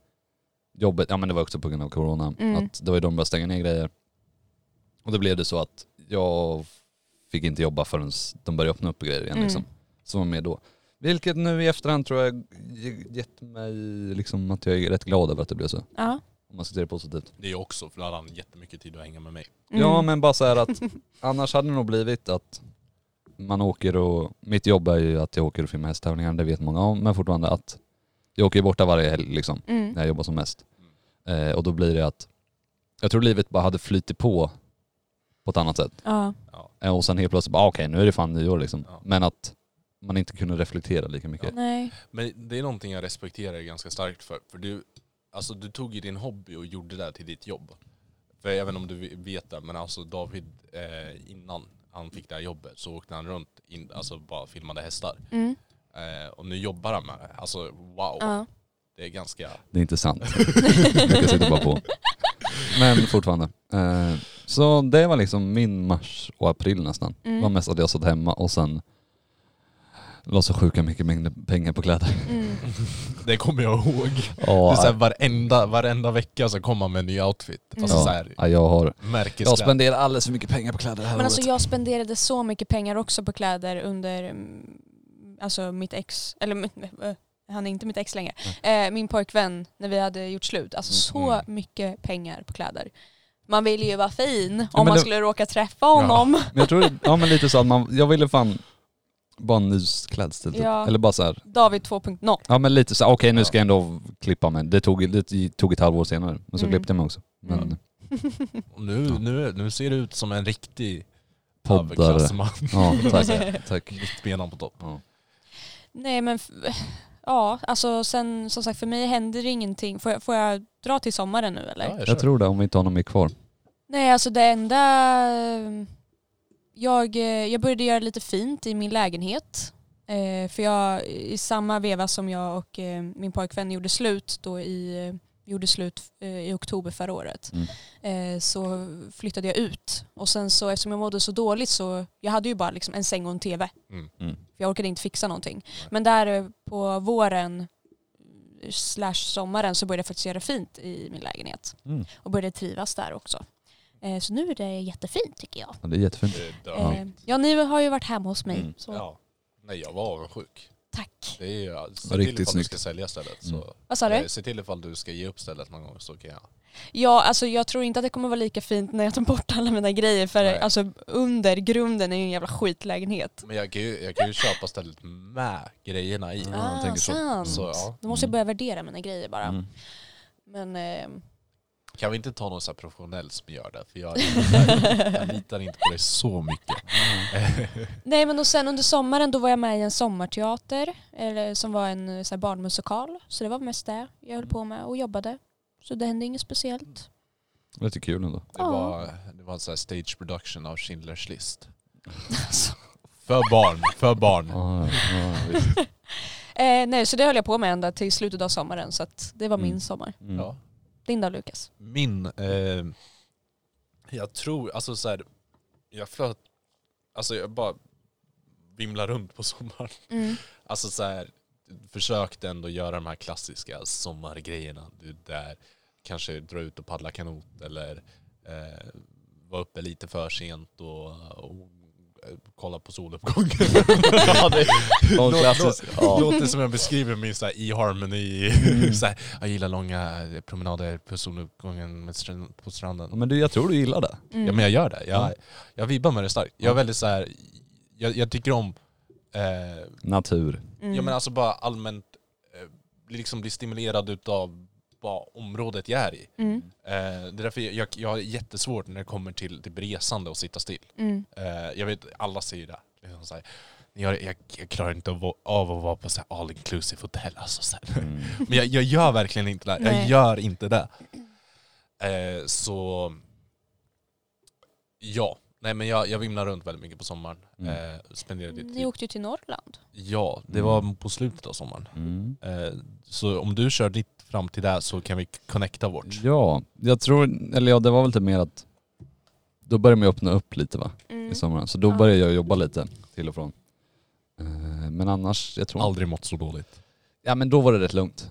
S1: jobbet, ja men det var också på grund av corona,
S3: Mm.
S1: att det var ju de som började stänga ner grejer. Och då blev det så att jag fick inte jobba förrän de började öppna upp grejer igen
S3: Mm.
S1: liksom. Som var med då. Vilket nu i efterhand tror jag ge- gett mig liksom att jag är rätt glad över att det blev så.
S3: Ja.
S1: Om man ska se det positivt.
S2: Det är också, för då hade han jättemycket tid att hänga med mig.
S3: Mm.
S1: Ja men bara så här att annars hade det nog blivit att man åker och, mitt jobb är ju att jag åker och filmar hästtävlingar, det vet många om, men fortfarande att Jag åker ju borta varje helg liksom,
S3: Mm.
S1: när jag jobbar som mest. Eh, och då blir det att, jag tror livet bara hade flyttit på på ett annat sätt.
S5: Ja.
S1: Eh, Och sen helt plötsligt bara, ah, okej nu är det fan nyår liksom.
S2: Ja.
S1: Men att man inte kunde reflektera lika mycket.
S5: Nej.
S2: Men det är någonting jag respekterar ganska starkt för. För du, alltså, du tog ju din hobby och gjorde det till ditt jobb. För jag vet inte om du vet det, men alltså David eh, innan han fick det här jobbet så åkte han runt in, alltså bara filmade hästar.
S5: Mm.
S2: Eh, och nu jobbar han med det. Alltså wow.
S5: Ja.
S2: Det är ganska...
S1: Det är inte sant. jag sitter bara på. Men fortfarande. Eh, så det var liksom min mars och april nästan. Det var
S5: Mm.
S1: mest att jag satt hemma och sen la så sjuka mycket mängder pengar på kläder.
S5: Mm.
S2: Det kommer jag ihåg. Det är
S1: Ja,
S2: såhär, varenda, varenda vecka så kommer han med en ny outfit. Fast
S1: Ja.
S2: såhär
S1: ja, jag har jag har
S2: märkeskläder.
S1: spenderat alldeles för mycket pengar på kläder det här
S3: Men alltså
S1: året.
S3: jag spenderade så mycket pengar också på kläder under mm, alltså mitt ex, eller mitt- eh, han är inte mitt ex längre, eh, min pojkvän när vi hade gjort slut. Alltså
S1: Mm.
S3: så mycket pengar på kläder. Man ville ju vara fin om
S1: men
S3: man
S1: det-
S3: skulle råka träffa honom.
S1: Men jag tror, ja men lite så att man, jag ville fan bara en ny klädstil typ.
S3: Ja.
S1: Eller bara så här.
S3: David 2.0.
S1: Ja men lite så, okej nu
S2: Ja.
S1: ska jag ändå klippa mig. Det tog, det tog ett halvår senare, men så
S3: Mm.
S1: klippte jag mig också. Men
S3: Mm.
S2: Och Nu, nu, nu ser du ut som en riktig
S1: poddar,
S2: överklassman.
S1: ja tack. tack.
S2: Benan på topp.
S1: Ja.
S3: Nej men f- ja, alltså sen som sagt för mig händer det ingenting. Får jag, får jag dra till sommaren nu eller?
S2: Ja, jag
S1: Jag
S2: kör.
S1: tror det om vi inte har någon mer kvar.
S3: Nej, alltså det enda... eh, Jag, eh, jag började göra lite fint i min lägenhet. Eh, för jag, i samma veva som jag och eh, min pojkvän gjorde slut då i, eh, gjorde slut eh, i oktober förra året
S1: Mm.
S3: eh, så flyttade jag ut. Och sen så eftersom jag mådde så dåligt så, jag hade ju bara liksom en säng och en tv.
S2: Mm.
S1: Mm.
S3: För jag orkade inte fixa någonting. Men där eh, på våren eh, slash sommaren så började jag faktiskt göra fint i min lägenhet
S1: Mm.
S3: och började trivas där också. Eh, så nu är det jättefint tycker jag.
S1: Ja, det är jättefint.
S2: Det är
S3: Ja,
S2: dödligt.
S3: eh, ja ni har ju varit hemma hos mig.
S1: Mm.
S3: Så
S2: Ja. Nej jag var avundsjuk.
S3: tack.
S2: Det är ju, se
S1: Var
S2: till
S1: riktigt
S2: ifall
S1: snyggt.
S2: du ska sälja stället.
S1: Mm.
S2: Så,
S3: Vad sa
S2: eh,
S3: du?
S2: se till ifall du ska ge upp stället någon gång så kan jag.
S3: Ja, alltså jag tror inte att det kommer vara lika fint när jag tar bort alla mina grejer för
S2: Nej.
S3: alltså under grunden är ju en jävla skitlägenhet.
S2: Men jag kan ju, jag kan ju köpa stället med grejerna i.
S1: Ja, jag tänker så.
S3: Ah, sant.
S2: Mm, Så ja.
S3: Då måste jag börja värdera mina grejer bara.
S1: Mm.
S3: Men eh,
S2: Kan vi inte ta någon så här professionell som gör det? För jag, jag litar inte på dig så mycket.
S3: Nej men och sen under sommaren då var jag med i en sommarteater eller, som var en eh, så här, barnmusikal. Så det var mest det jag höll på med och jobbade. Så det hände inget speciellt.
S1: Lite kul ändå.
S2: Det
S3: Ja.
S2: var, det var en så här stage production av Schindler's list.
S3: Alltså.
S2: För barn, för barn.
S1: Ja, ja, visst.
S3: Eh, nej, så det höll jag på med ända till slutet av sommaren. Så att det var
S1: Mm.
S3: min sommar.
S1: Mm.
S2: Ja.
S3: Linda och Lukas.
S2: min, eh, jag tror, alltså så här, jag flöt, alltså jag bara vimlar runt på sommaren. Alltså så här, försökte ändå göra de här klassiska sommargrejerna. Du där, kanske dra ut och paddla kanot eller eh, vara uppe lite för sent och, och eh, kolla på soluppgången. ja, det,
S1: Ja,
S2: lå-
S1: klassiskt.
S2: lå-
S1: Ja.
S2: Låter som jag beskriver min så här e-harmony. så här, jag gillar långa eh, promenader på soluppgången med str- på stranden.
S1: Men du, jag tror du gillar det.
S3: Mm.
S2: Ja men jag gör det. Jag, jag vibbar med det starkt. Jag är väldigt så här, jag, jag tycker om eh,
S1: Natur.
S3: Mm.
S2: Ja men alltså bara allmänt eh, bli- liksom bli stimulerad utav bara området jag är i.
S3: Mm.
S2: Eh, det är därför jag, jag, jag har jättesvårt när det kommer till, till resande och sitta still.
S3: Mm.
S2: Eh, jag vet, alla säger det. Liksom så här, jag, jag, jag klarar inte av att- av att vara på så här all inclusive hotell. Alltså, så här.
S1: Mm.
S2: Men jag, jag gör verkligen inte det. Jag
S3: Nej.
S2: gör inte det. Eh, så ja, nej men jag, jag vimlar runt väldigt mycket på sommaren.
S1: Mm.
S2: Eh, spenderar lite
S3: Ni
S2: tid.
S3: åkte ju till Norrland.
S2: Ja, det var på slutet av sommaren.
S1: Mm.
S2: Eh, Så om du kör ditt fram till där så kan vi connecta vårt.
S1: Ja, jag tror, eller ja det var väl typ mer att då började man ju öppna upp lite va, i sommaren. Så då
S3: Mm. Ja.
S1: började jag jobba lite till och från. Eh, Men annars, jag tror
S2: Aldrig mått så dåligt.
S1: Ja men då var det rätt lugnt.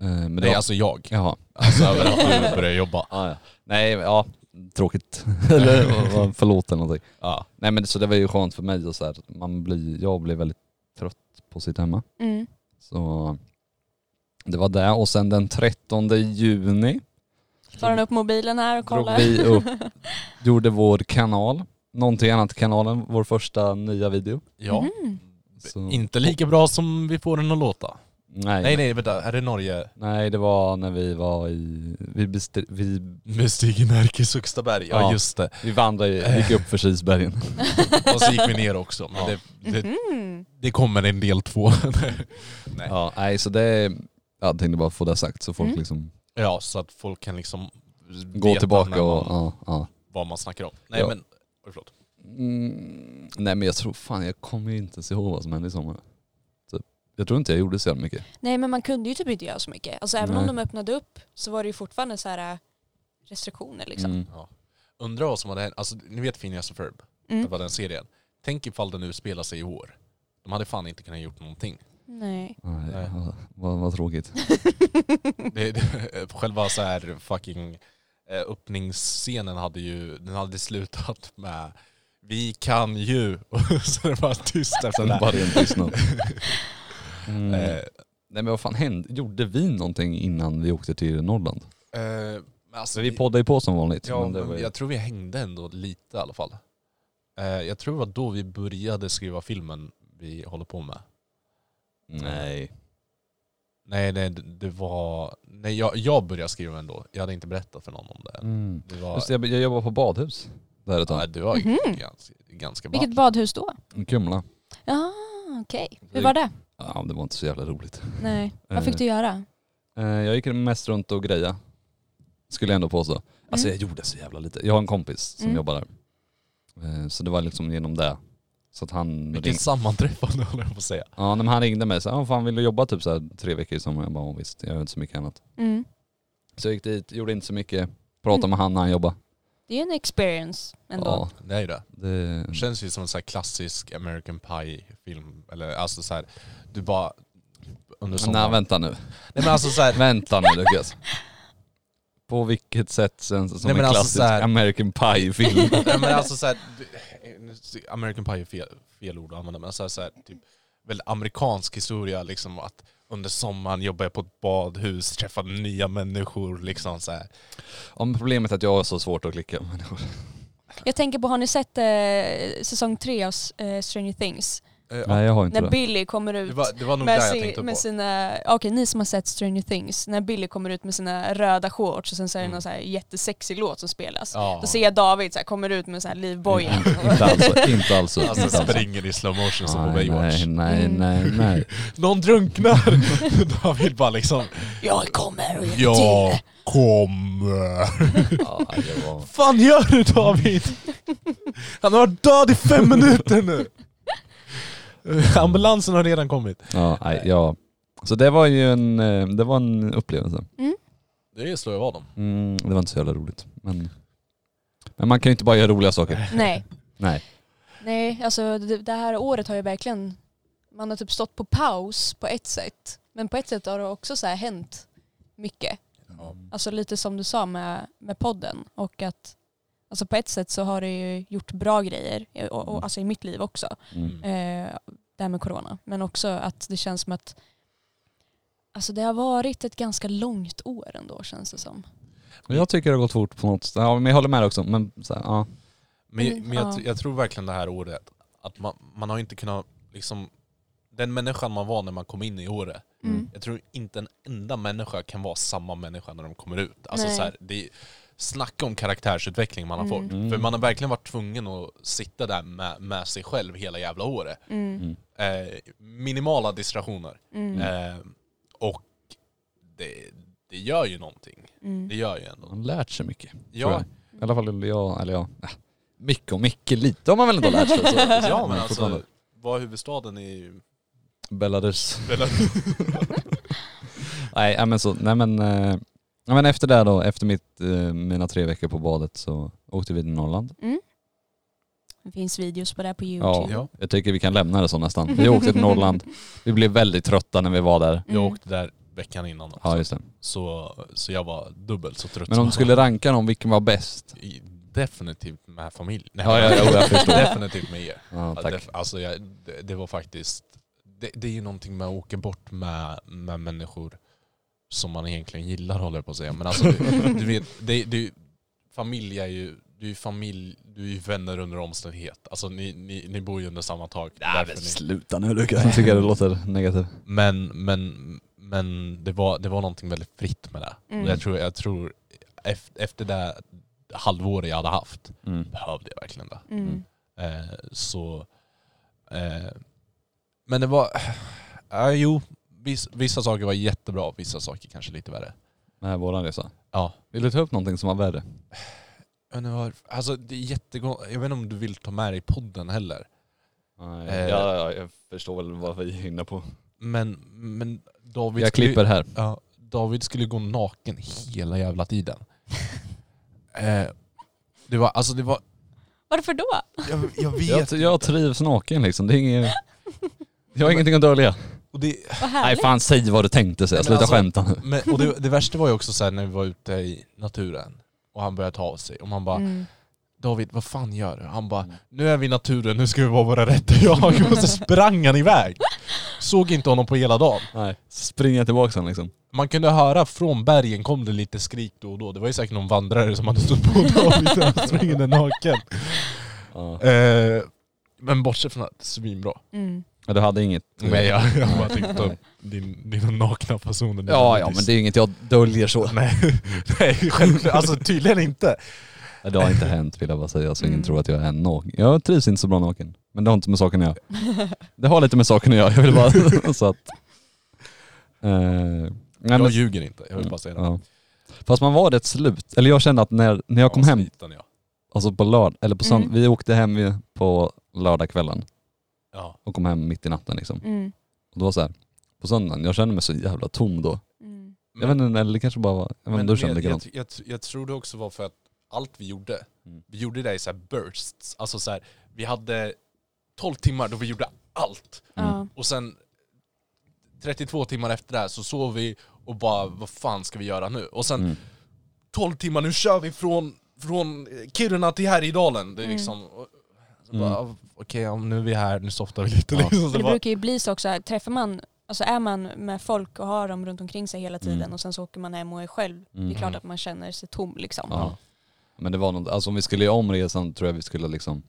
S1: Eh, Men
S2: Nej
S1: då,
S2: alltså jag.
S1: jaha.
S2: Alltså över att du börjar jobba.
S1: Ja, ja. Nej, ja, tråkigt. eller vad- vad- förlåt eller någonting.
S2: Ja.
S1: Nej men så det var ju skönt för mig och så här, man blir, jag blir väldigt trött på sitt hemma.
S3: Mm.
S1: Så det var det och sen den 13 juni
S3: Tar han upp mobilen här och
S1: drog
S3: kollar.
S1: vi upp, gjorde vår kanal, någonting annat kanalen, vår första nya video.
S3: Mm.
S2: ja.
S1: Så,
S2: Inte lika bra som vi får den att låta.
S1: Nej,
S2: Nej
S1: nej,
S2: nej vänta, här är Norge.
S1: nej det var när vi var i, vi, bestri, vi,
S2: Bestiger Närkes Högstaberg, ja,
S1: Ja.
S2: just det.
S1: vi vandrade, i- gick upp för Kilsbergen.
S2: Och så gick vi ner också. Men
S1: Ja.
S2: det, det,
S5: Mm.
S2: det kommer en del två. nej.
S1: Ja, nej så det, jag tänkte bara få det sagt så folk
S5: Mm.
S1: liksom
S2: Ja, så att folk kan liksom
S1: går
S2: veta när
S1: tillbaka
S2: man-
S1: och, ja, ja.
S2: vad man snackar om. Nej
S1: Ja.
S2: men, oj, förlåt.
S1: Mm, nej men jag tror fan jag kommer ju inte ens ihåg vad som hände i sommar. Typ. Jag tror inte jag gjorde så jävla mycket.
S3: Nej men man kunde ju typ inte göra så mycket. Alltså även om
S1: Nej.
S3: de öppnade upp så var det ju fortfarande så här äh, restriktioner liksom.
S1: Mm.
S2: Undrar vad som hade hänt, alltså ni vet Phineas och Ferb, det
S5: Mm.
S2: var den serien. Tänk ifall den nu spelar sig i år. De hade fan inte kunnat gjort någonting.
S3: Nej.
S1: Nej,
S2: Nej.
S1: ja, Vad, vad tråkigt.
S2: Det, det, själva så här fucking eh, öppningsscenen hade ju, den hade slutat med vi kan ju, och så det var tyst efter det.
S1: Bara ren tystnad. Mm.
S2: Eh,
S1: Nej men vad fan hände? Gjorde vi någonting innan vi åkte till Norrland?
S2: eh, men alltså,
S1: Så vi poddade ju på som vanligt.
S2: ja,
S1: men det var
S2: men
S1: ju...
S2: jag tror vi hängde ändå lite i alla fall. Eh, jag tror det var då vi började skriva filmen vi håller på med.
S1: Nej.
S2: Nej, nej det- det var... Nej, jag, jag började skriva ändå. Jag hade inte berättat för någon om det.
S1: Mm.
S2: Det var...
S1: Just det, jag, jag jobbade på badhus där ett
S2: nej,
S1: tag.
S2: det var
S5: Mhm.
S2: ganska, ganska bra.
S3: Vilket badhus då?
S1: I Kumla.
S3: Ja okej. Hur var det?
S1: Ja det var inte så jävla roligt.
S3: Nej. Vad fick du göra?
S1: Eh, Jag gick mest runt och greja. Skulle jag ändå påstå. Alltså
S3: Mm.
S1: jag gjorde så jävla lite. Jag har en kompis som
S3: Mm.
S1: jobbar där. Eh, Så det var liksom genom det. Så att han ringde,
S2: Vilket sammanträffande håller jag på att säga.
S1: ja, när han ringde mig och sa, "Ah, fan vill du jobba typ så här tre veckor i sommar? Jag bara, "Ja, visst, jag gör inte så mycket annat.
S3: Mm.
S1: Så jag gick dit, gjorde inte så mycket, pratade
S3: Mm.
S1: med han när han jobbade.
S3: Det är ju en experience ändå.
S1: Ja,
S2: Det är ju
S1: Mm.
S2: det.
S1: det,
S2: Det känns ju som en så här klassisk American Pie-film. Eller alltså så här, du bara...
S1: Nej
S2: Under sommaren.
S1: vänta nu.
S2: Nej men alltså så här,
S1: Vänta nu Lukas. På vilket sätt känns det som
S2: Nej, men
S1: en
S2: alltså
S1: klassisk
S2: så här-
S1: American Pie-film?
S2: nej, men alltså så här, du- American Pie är fel, fel ord att använda, men så här, så här, typ, väldigt amerikansk historia liksom att under sommaren jobbar jag på ett badhus, träffar nya människor liksom så här.
S1: Om problemet är att jag har så svårt att klicka med människor.
S3: Jag tänker på, har ni sett eh, säsong tre av S- eh, Stranger Things?
S1: Nej jag har inte
S3: När
S1: det.
S3: Billy kommer ut
S2: Eh, Det var, det var nog
S3: med,
S2: där jag
S3: sin,
S2: tänkte på.
S3: med sina, okej ni som har sett Stranger Things, när Billy kommer ut med sina röda shorts och sen så är det
S2: Mm.
S3: någon så här jättesexig låt som spelas.
S2: ja.
S3: Då ser jag David så här, kommer ut med så här livbojen.
S1: Mm, Inte alls, inte alls.
S2: Alltså
S1: inte alls.
S2: springer i slow motion som Alltså, på
S1: Nej,
S2: Baywatch. Mm.
S1: nej, nej, nej, nej.
S2: Någon drunknar! David bara liksom
S3: Jag kommer och hjälper till.
S2: Jag kommer.
S1: Ja, det var...
S2: fan gör du David? Han har varit död i fem minuter nu. Ambulansen har redan kommit.
S1: Ja, nej, ja. Så det var ju en, eh, det var en upplevelse.
S2: Det slår jag vad om.
S1: Mm, det var inte så jävla roligt. Men, men man kan ju inte bara göra roliga saker.
S3: Nej,
S1: Nej.
S3: nej alltså det, det här året har ju verkligen, man har typ stått på paus på ett sätt. Men på ett sätt har det också så här hänt mycket. Alltså lite som du sa med, med podden och att alltså på ett sätt så har det ju gjort bra grejer, eh, och, och,
S1: Mm.
S3: alltså i mitt liv också,
S1: Mm.
S3: eh, det här med corona. Men också att det känns som att alltså det har varit ett ganska långt år ändå känns det som.
S1: Och Jag tycker det har gått fort på något Ja, men jag håller med också. Men så här, ja.
S2: Men,
S3: Mm,
S2: men jag,
S3: ja.
S2: tr- jag tror verkligen det här året, att man, man har inte kunnat liksom, den människan man var när man kom in i året,
S3: Mm.
S2: jag tror inte en enda människa kan vara samma människa när de kommer ut. Alltså
S3: Nej.
S2: så här, det är, snacka om karaktärsutveckling man har
S3: Mm.
S2: fått.
S1: Mm.
S2: För man har verkligen varit tvungen att sitta där med, med sig själv hela jävla året.
S3: Mm.
S2: Eh, minimala distraktioner.
S3: Mm.
S2: Eh, och det, det gör ju någonting.
S3: Mm.
S2: Det gör ju ändå.
S1: Man har lärt sig mycket. tror
S2: Ja,
S1: jag. I alla fall jag, eller ja. äh, Mycket och mycket lite har man väl ändå lärt sig. Så.
S2: ja men alltså,
S1: fortfarande.
S2: vad är huvudstaden i
S1: Belarus.
S2: Belarus?
S1: Nej, ja, men så, nej men, eh, ja, men efter det då, efter mitt, eh, mina tre veckor på badet så åkte vi till Norrland.
S3: Mm. Det finns videos på det här på
S1: Ja.
S3: Youtube.
S2: Ja.
S1: Jag tycker vi kan lämna det så nästan. Vi åkte till Norrland, vi blev väldigt trötta när vi var där.
S3: Mm.
S2: Jag åkte där veckan innan också.
S1: Ja just det.
S2: så, så jag var dubbelt så trött
S1: Men om
S2: som
S1: du skulle ranka någon, vilken var bäst?
S2: jag var. I- Definitivt med familj. Nej,
S1: Ja, ja, ja, jag förstår.
S2: Definitivt med er.
S1: Ja,
S2: Ja,
S1: tack.
S2: def- alltså jag, det, det var faktiskt, det, det är ju någonting med att åka bort med, med människor som man egentligen gillar håller jag på att säga. Men alltså du, du vet, det, det, familj är ju, du är ju familj, du är ju vänner under omständighet. Alltså ni, ni, ni bor ju under samma tak. därför ni...
S1: sluta nu Lukas. Jag tycker det låter negativt.
S2: Men, men, men det, var, det var någonting väldigt fritt med det.
S5: Mm.
S2: Och jag tror, jag tror efter, efter det halvåret jag hade haft
S1: Mm.
S2: behövde jag verkligen det.
S5: Mm.
S2: Eh, så, eh, men det var, ja jo, viss, vissa saker var jättebra, vissa saker kanske lite värre.
S1: Med våran resa.
S2: Ja.
S1: Vill du ta upp någonting som var värre?
S2: Men det var, alltså det är jättegå- jag vet inte om du vill ta med det i podden heller.
S1: Nej,
S2: Eh.
S1: jag förstår väl vad vi är inne på.
S2: Men, men David
S1: Jag
S2: skulle-
S1: klipper här.
S2: Ja, David skulle gå naken hela jävla tiden. eh, det var, alltså det var,
S5: Varför då?
S2: jag, jag
S1: Jag,
S2: vet.
S1: jag trivs naken liksom. Det är inget... Jag har ingenting att dölja.
S2: Och det,
S5: Vad
S1: Nej
S5: härligt.
S1: fan säg vad du tänkte säga,
S2: Men
S1: sluta
S2: alltså-
S1: skämta nu.
S2: men, och det, det värsta var ju också så här när vi var ute i naturen och han började ta av sig och man bara
S5: Mm.
S2: David vad fan gör du? Han bara
S1: Mm.
S2: nu är vi i naturen, nu ska vi vara våra rätta jag. Och så sprang han iväg. Såg inte honom på hela dagen.
S1: Nej. Springa tillbaka sen liksom.
S2: Man kunde höra från bergen kom det lite skrik då och då. Det var ju säkert någon vandrare som hade stått på David när han springande naken.
S1: Ja.
S2: Eh, men bortsett från att, svinbra.
S5: Mm.
S1: Men du hade inget...
S2: Men jag, jag bara tänkte ta upp din, dina nakna personer.
S1: Ja, ja men det är ju inget jag döljer så.
S2: Nej, nej självklart. Alltså tydligen inte.
S1: Det har inte hänt vill jag bara säga så ingen
S5: Mm.
S1: tror att jag är naken. Jag trivs inte så bra naken. Men det har inte med saken att göra. Det har lite med saken att göra, jag vill bara så att... Eh, nej, men-
S2: Jag ljuger inte, jag vill bara säga det.
S1: ja. Fast man var rätt slut. Eller jag kände att när, när jag kom hem,
S2: Avsliten, Ja.
S1: alltså på lördag, eller på söndag,
S5: Mm.
S1: vi åkte hem ju på lördagskvällen
S2: Ja.
S1: och kom hem mitt i natten liksom.
S5: Mm.
S1: Och det var så här, på söndagen, jag kände mig så jävla tom då.
S5: Mm.
S1: jag vet inte, eller det kanske bara var, jag vet inte, du kände
S2: jag, jag,
S1: likadant.
S2: jag, jag tror det också var för att allt vi gjorde,
S1: Mm.
S2: vi gjorde det i så här bursts. Alltså så här, vi hade 12 timmar då vi gjorde allt.
S5: Ja.
S2: Och sen 32 timmar efter det här så sov vi och bara vad fan ska vi göra nu? Och sen
S1: Mm.
S2: 12 timmar, nu kör vi från, från Kiruna till Härjedalen. Det är
S5: Mm.
S2: liksom, och- så
S1: Mm.
S2: bara, ah, okej ja, nu är vi här, nu softar vi lite.
S1: Ja.
S2: Liksom.
S3: För
S2: Så
S3: det
S2: bara,
S3: brukar ju bli så också, här, träffar man, alltså är man med folk och har dem runt omkring sig hela tiden
S1: Mm.
S3: och sen så åker man hem och är själv, det
S1: Mm.
S3: är klart att man känner sig tom liksom.
S1: Ja. Men det var något, alltså om vi skulle göra om resan tror jag vi skulle liksom,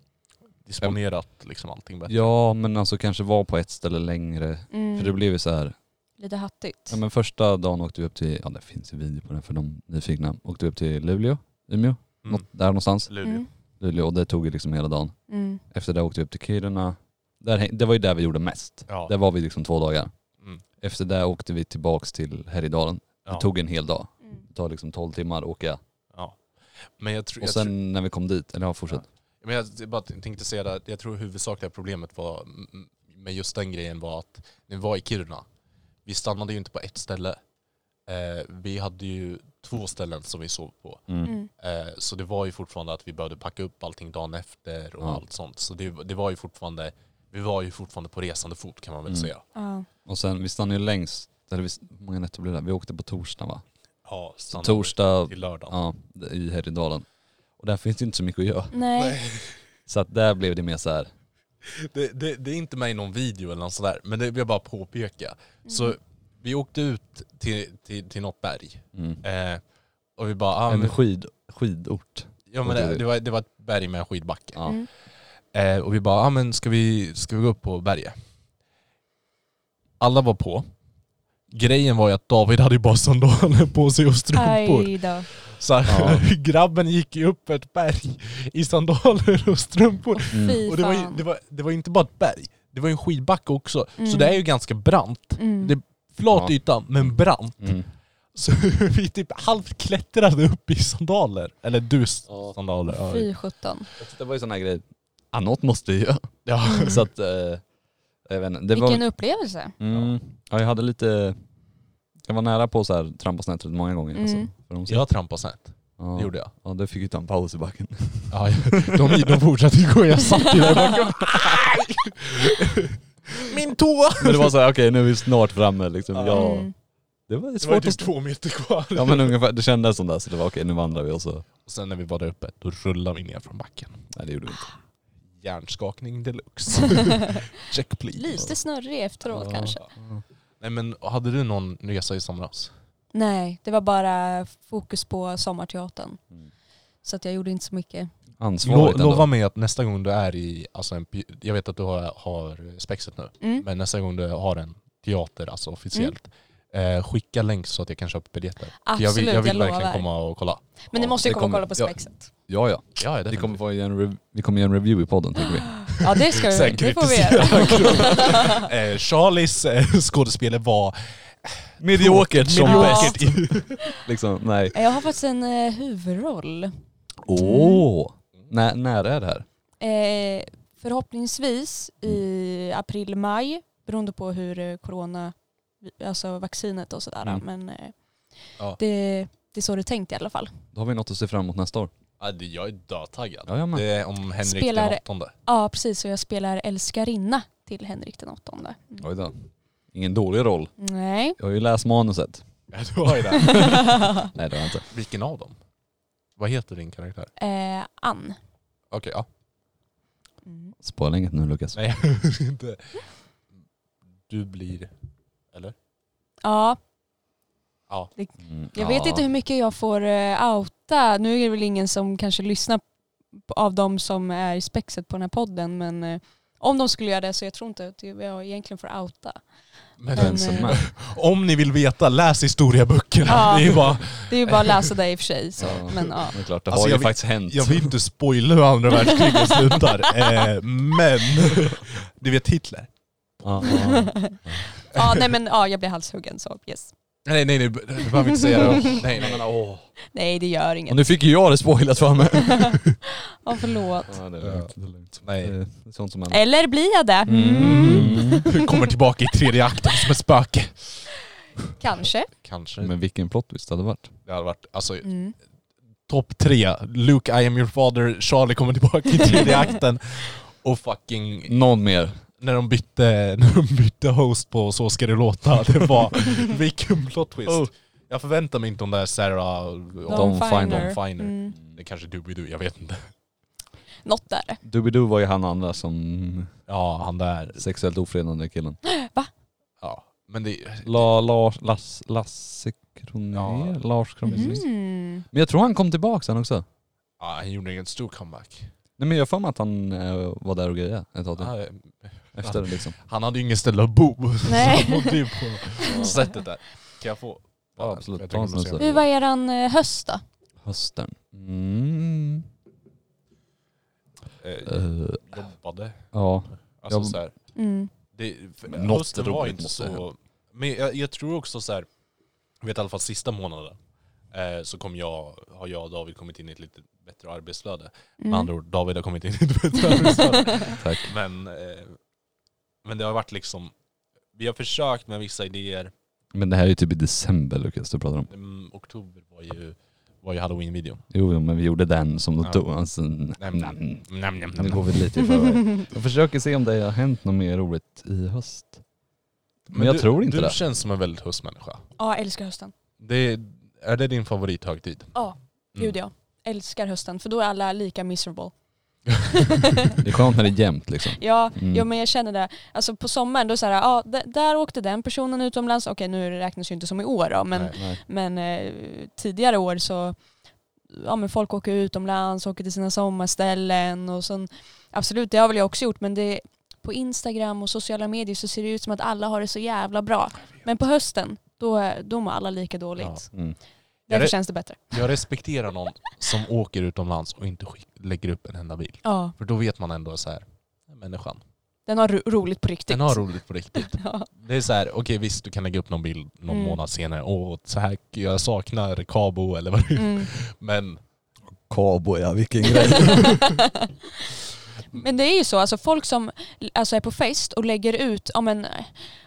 S2: disponerat liksom allting bättre.
S1: ja men alltså kanske vara på ett ställe längre.
S5: Mm.
S1: För det blev ju så här,
S3: Lite hattigt.
S1: ja men första dagen åkte vi upp till, ja det finns ju video på den för de nyfikna, åkte vi upp till Luleå, Umeå,
S2: Mm.
S1: något där någonstans.
S2: Luleå.
S5: Mm.
S1: Luleå och det tog ju liksom hela dagen.
S5: Mm.
S1: Efter det åkte vi upp till Kiruna. Där, häng- det var ju där vi gjorde mest.
S2: Ja.
S1: Där var vi liksom två dagar.
S2: Mm.
S1: Efter det åkte vi tillbaks till Härjedalen.
S2: Ja.
S1: Det tog en hel dag.
S5: Mm.
S1: Det tar liksom 12 timmar att åka.
S2: Ja. Men jag, tror,
S1: Och
S2: jag,
S1: sen när vi kom dit, eller ja fortsätt.
S2: tror, men jag bara tänkte säga det, att jag tror huvudsakliga problemet var, m- med just den grejen var att när vi var i Kiruna, vi stannade ju inte på ett ställe. Eh, vi hade ju två ställen som vi sov på.
S1: Mm.
S5: Mm.
S2: Eh, så det var ju fortfarande att vi behövde packa upp allting dagen efter och
S1: Ja.
S2: allt sånt. Så det, det var ju fortfarande, vi var ju fortfarande på resande fot kan man väl
S1: Mm.
S2: säga.
S5: Ja.
S1: Och sen vi stannade ju längst, eller vi, hur många nätter blev det? Vi åkte på torsdag va?
S2: Ja, stannade
S1: Torsdag,
S2: till lördagen.
S1: ja, i Härjedalen. Och där finns det inte så mycket att göra.
S5: Nej.
S1: Så att där blev det mer så här.
S2: Det, det, det är inte med i någon video eller något sådär, men det vill jag bara påpeka.
S3: Mm.
S2: Så vi åkte ut till, till, till något berg
S1: Mm.
S2: eh, och vi bara, ah,
S1: en
S2: men,
S1: skid, skidort.
S2: ja, men det, det, var, det var ett berg med en skidbacke.
S1: Ja.
S5: Mm.
S2: Eh, och vi bara, ah, men ska vi, ska vi gå upp på berget? Alla var på. Grejen var ju att David hade ju bara sandaler på sig och strumpor.
S5: Aj då.
S2: Så här,
S1: Ja.
S2: grabben gick ju upp ett berg i sandaler och strumpor.
S1: Mm.
S5: Fy
S2: Och det var, ju,
S5: fan.
S2: det, var, det var ju inte bara ett berg, det var ju en skidbacke också. Så
S5: Mm.
S2: det är ju ganska brant.
S5: Mm.
S2: Det- Flat
S1: Ja.
S2: yta, men brant.
S1: Mm.
S2: Så vi typ halvt klättrade upp i sandaler. Eller du s-
S1: Ja.
S2: sandaler. Ja.
S5: Fy sjutton.
S1: Det var ju sån här grej, ah, något måste vi göra.
S2: Ja.
S1: Så att, eh, jag vet inte. Det var,
S5: Mm. Vilken upplevelse.
S1: mm, ja, jag hade lite, jag var nära på så här trampa snett rätt många gånger.
S5: Mm.
S1: Alltså, för de,
S2: Jag trampade snett,
S1: ja,
S2: det gjorde jag.
S1: Ja, det fick ju ta en paus i backen.
S2: Ja, de, de fortsatte ju gå, jag satt ju där i backen. Min tå!
S1: Men det var så här, okej nu är vi snart framme liksom.
S2: Ja.
S1: Ja,
S5: Mm.
S1: det var
S2: Det var ju
S1: svårt
S2: typ
S1: att stå.
S2: två meter kvar.
S1: Ja men ungefär, det kändes som det. Så det var okej nu vandrar vi och så,
S2: Och sen när vi var där uppe, då rullade vi ner från backen.
S1: nej det gjorde vi inte.
S2: Hjärnskakning deluxe. Check please.
S3: Lite snurrig efteråt
S1: Ja.
S3: kanske.
S2: Nej men hade du någon resa i somras?
S3: Nej, det var bara fokus på sommarteatern.
S1: Mm.
S3: Så att jag gjorde inte så mycket.
S1: ansvaret
S2: Lo,
S1: ändå.
S2: lova mig att nästa gång du är i, alltså en, pi- jag vet att du har, har spexet nu,
S5: Mm.
S2: men nästa gång du har en teater, alltså officiellt, eh, skicka länk så att jag kan köpa biljetter. För
S5: Absolut,
S2: jag vill, jag vill verkligen
S5: lovar.
S2: komma och kolla.
S5: Men ni
S1: Ja,
S5: måste ju
S1: det
S5: komma och
S1: kommer-
S5: kolla på
S1: ja.
S5: spexet.
S1: Ja ja,
S2: Ja, ja,
S1: vi kommer,
S2: definitivt.
S1: få ge en rev- vi kommer göra en review i podden tycker vi.
S5: Ja det ska vi, det får vi göra.
S2: eh, Charlies eh, skådespel var
S1: Mediokert som
S5: Ja.
S1: bäst. Liksom, nej.
S5: Jag har faktiskt en eh, huvudroll.
S1: Åh! När, när är det här?
S3: Eh, förhoppningsvis
S1: Mm.
S3: i april, maj beroende på hur eh, corona, alltså vaccinet och sådär.
S1: Mm.
S3: Men eh,
S2: Ja.
S3: det, det är så det är tänkt i alla fall.
S1: Då har vi något att se fram emot nästa år.
S2: Ja, det- Jag är dödtaggad.
S1: Ja, jag med.
S2: Det är om Henrik
S3: Spelar-
S2: den åttonde.
S3: Ja precis, och jag spelar älskarinna till Henrik den åttonde. Mm.
S1: Oj då. Ingen dålig roll.
S3: Nej,
S1: Jag har ju läst manuset.
S2: Ja, du har ju det.
S1: Nej det har jag inte.
S2: Vilken av dem? Vad heter din karaktär?
S3: eh, Ann.
S2: Okej, ja.
S3: Mm.
S1: Spoila inget nu Lukas.
S2: Nej, jag ska inte. Du blir...
S3: Ja,
S2: Ja.
S1: Mm,
S3: jag vet
S1: ja.
S3: inte hur mycket jag får eh, outa. Nu är det väl ingen som kanske lyssnar på- av de som är i spexet på den här podden men eh, om de skulle göra det så jag tror inte att jag egentligen får outa.
S2: Men,
S5: Mm.
S1: Jag är ensam
S3: Men,
S1: med.
S2: om ni vill veta, läs historieböckerna.
S3: Ja.
S2: Det är bara,
S3: Det är ju bara att läsa det i och för sig. Så.
S1: Ja.
S3: Men, ja.
S1: Det är klart, det
S2: Alltså,
S1: har ju
S2: jag vill-
S1: faktiskt hänt.
S2: jag vill inte spoila hur andra världskriget slutar, eh, men du vet Hitler?
S1: Ja, ja.
S3: ja, nej men ja, jag blir halshuggen så yes.
S2: Nej nej nej, du behöver inte säga det. Nej, nej, men, åh.
S3: Nej det gör
S1: Och
S3: inget.
S1: nu fick ju jag det spoilat för mig.
S3: Ja förlåt.
S1: Ja, det
S2: är lugnt, alltså, Nej.
S1: Det är Eh, sånt som händer.
S3: Eller blir jag det?
S1: Mm.
S2: Du kommer tillbaka i tredje akten som ett spöke.
S3: Kanske.
S2: Kanske.
S1: Men vilken plot twist det hade varit.
S2: Det hade varit, alltså
S3: Mm.
S2: topp tre. Luke, I am your father, Charlie kommer tillbaka i tredje akten. Och fucking,
S1: Någon mer.
S2: när de bytte, när de bytte host på Så ska det låta, det var vilken plot twist.
S1: Oh.
S2: Jag förväntar mig inte om det här Sarah och
S1: Dawn
S3: Dawn
S1: Finer.
S3: Finer.
S2: Finer.
S3: Mm.
S2: Det kanske Doobidoo, jag vet inte.
S3: Något där.
S1: Doobidoo var ju han andra som
S2: Ja, han där.
S1: sexuellt ofredande killen.
S2: Ja. Men det,
S1: La, Lars, Lass, Lasse Kronér?
S2: Ja.
S1: Lars Kronér.
S3: Mm.
S1: Men jag tror han kom tillbaka sen också.
S2: ja, han gjorde en stor comeback.
S1: Nej men jag har för mig att han eh, var där och grejade ett tag till.
S2: Ja,
S1: Efter liksom.
S2: Han hade ju ingen ställe att bo.
S3: Nej.
S2: Så han bodde ju på sättet där. Kan jag få?
S1: Ja, absolut.
S2: Jag
S1: Ta en
S2: tänker
S1: sån
S2: på
S3: Hur var eran eh, höst då?
S1: Hösten. Mm.
S2: scen. Eh,
S1: Eh,
S2: Jobbade.
S1: ja.
S2: Alltså
S1: Jag-
S2: så här.
S3: Mm.
S2: Det, för-
S1: Men något
S2: hösten var
S1: roligt
S2: inte
S1: måste
S2: så... Men jag, jag tror också så här. Jag vet i alla fall sista månaden. Eh, så kom jag, har jag och David kommit in i ett lite bättre arbetsflöde. Med andra ord,
S3: Mm.
S2: David har kommit in i ett bättre arbetsflöde.
S1: Tack.
S2: Men, eh, men det har varit liksom, vi har försökt med vissa idéer.
S1: Men det här är ju typ i december Lukas du pratar om.
S2: Mm, oktober var ju, var ju halloween-videon.
S1: Jo jo, men vi gjorde den som då
S2: Ja.
S1: tog... Alltså, nej, nej,
S2: Nej, men- Nam, nam,
S1: Mm. Nu
S2: nam,
S1: går vi
S2: nam.
S1: lite i förväg. Jag försöker se om det har hänt något mer roligt i höst. Men, jag
S2: du,
S1: tror inte
S2: du
S1: det.
S2: Du känns som en väldigt höstmänniska.
S3: Ja, älskar hösten.
S2: Det, är det din favorithögtid?
S3: Ja,
S2: Mm.
S3: gud ja. Älskar hösten för då är alla lika miserable.
S1: Det är skönt när det är jämnt liksom.
S3: Ja,
S1: Mm.
S3: ja men jag känner det. Alltså på sommaren då så här, ja d- där åkte den personen utomlands. Okej nu räknas ju inte som i år då men
S2: Nej.
S1: Nej.
S3: Men eh, tidigare år så ja, men folk åker utomlands, åker till sina sommarställen och sen absolut det har väl jag också gjort men det på Instagram och sociala medier så ser det ut som att alla har det så jävla bra. Men på hösten då, då mår alla lika dåligt.
S2: Ja.
S1: Mm.
S3: Därför
S2: det-
S3: känns det bättre.
S2: Jag respekterar någon som åker utomlands och inte skick, lägger upp en enda bild.
S3: Ja,
S2: För då vet man ändå så här, den människan,
S3: den har ro- roligt på riktigt.
S2: den har roligt på riktigt.
S3: ja.
S2: Det är så här, okej visst du kan lägga upp någon bild någon
S3: Mm.
S2: månad senare, och så här, jag saknar Cabo eller vad det är.
S3: mm.
S2: Men
S1: Cowboy, ja vilken grej.
S3: Men det är ju så, alltså folk som alltså, är på fest och lägger ut ja, men,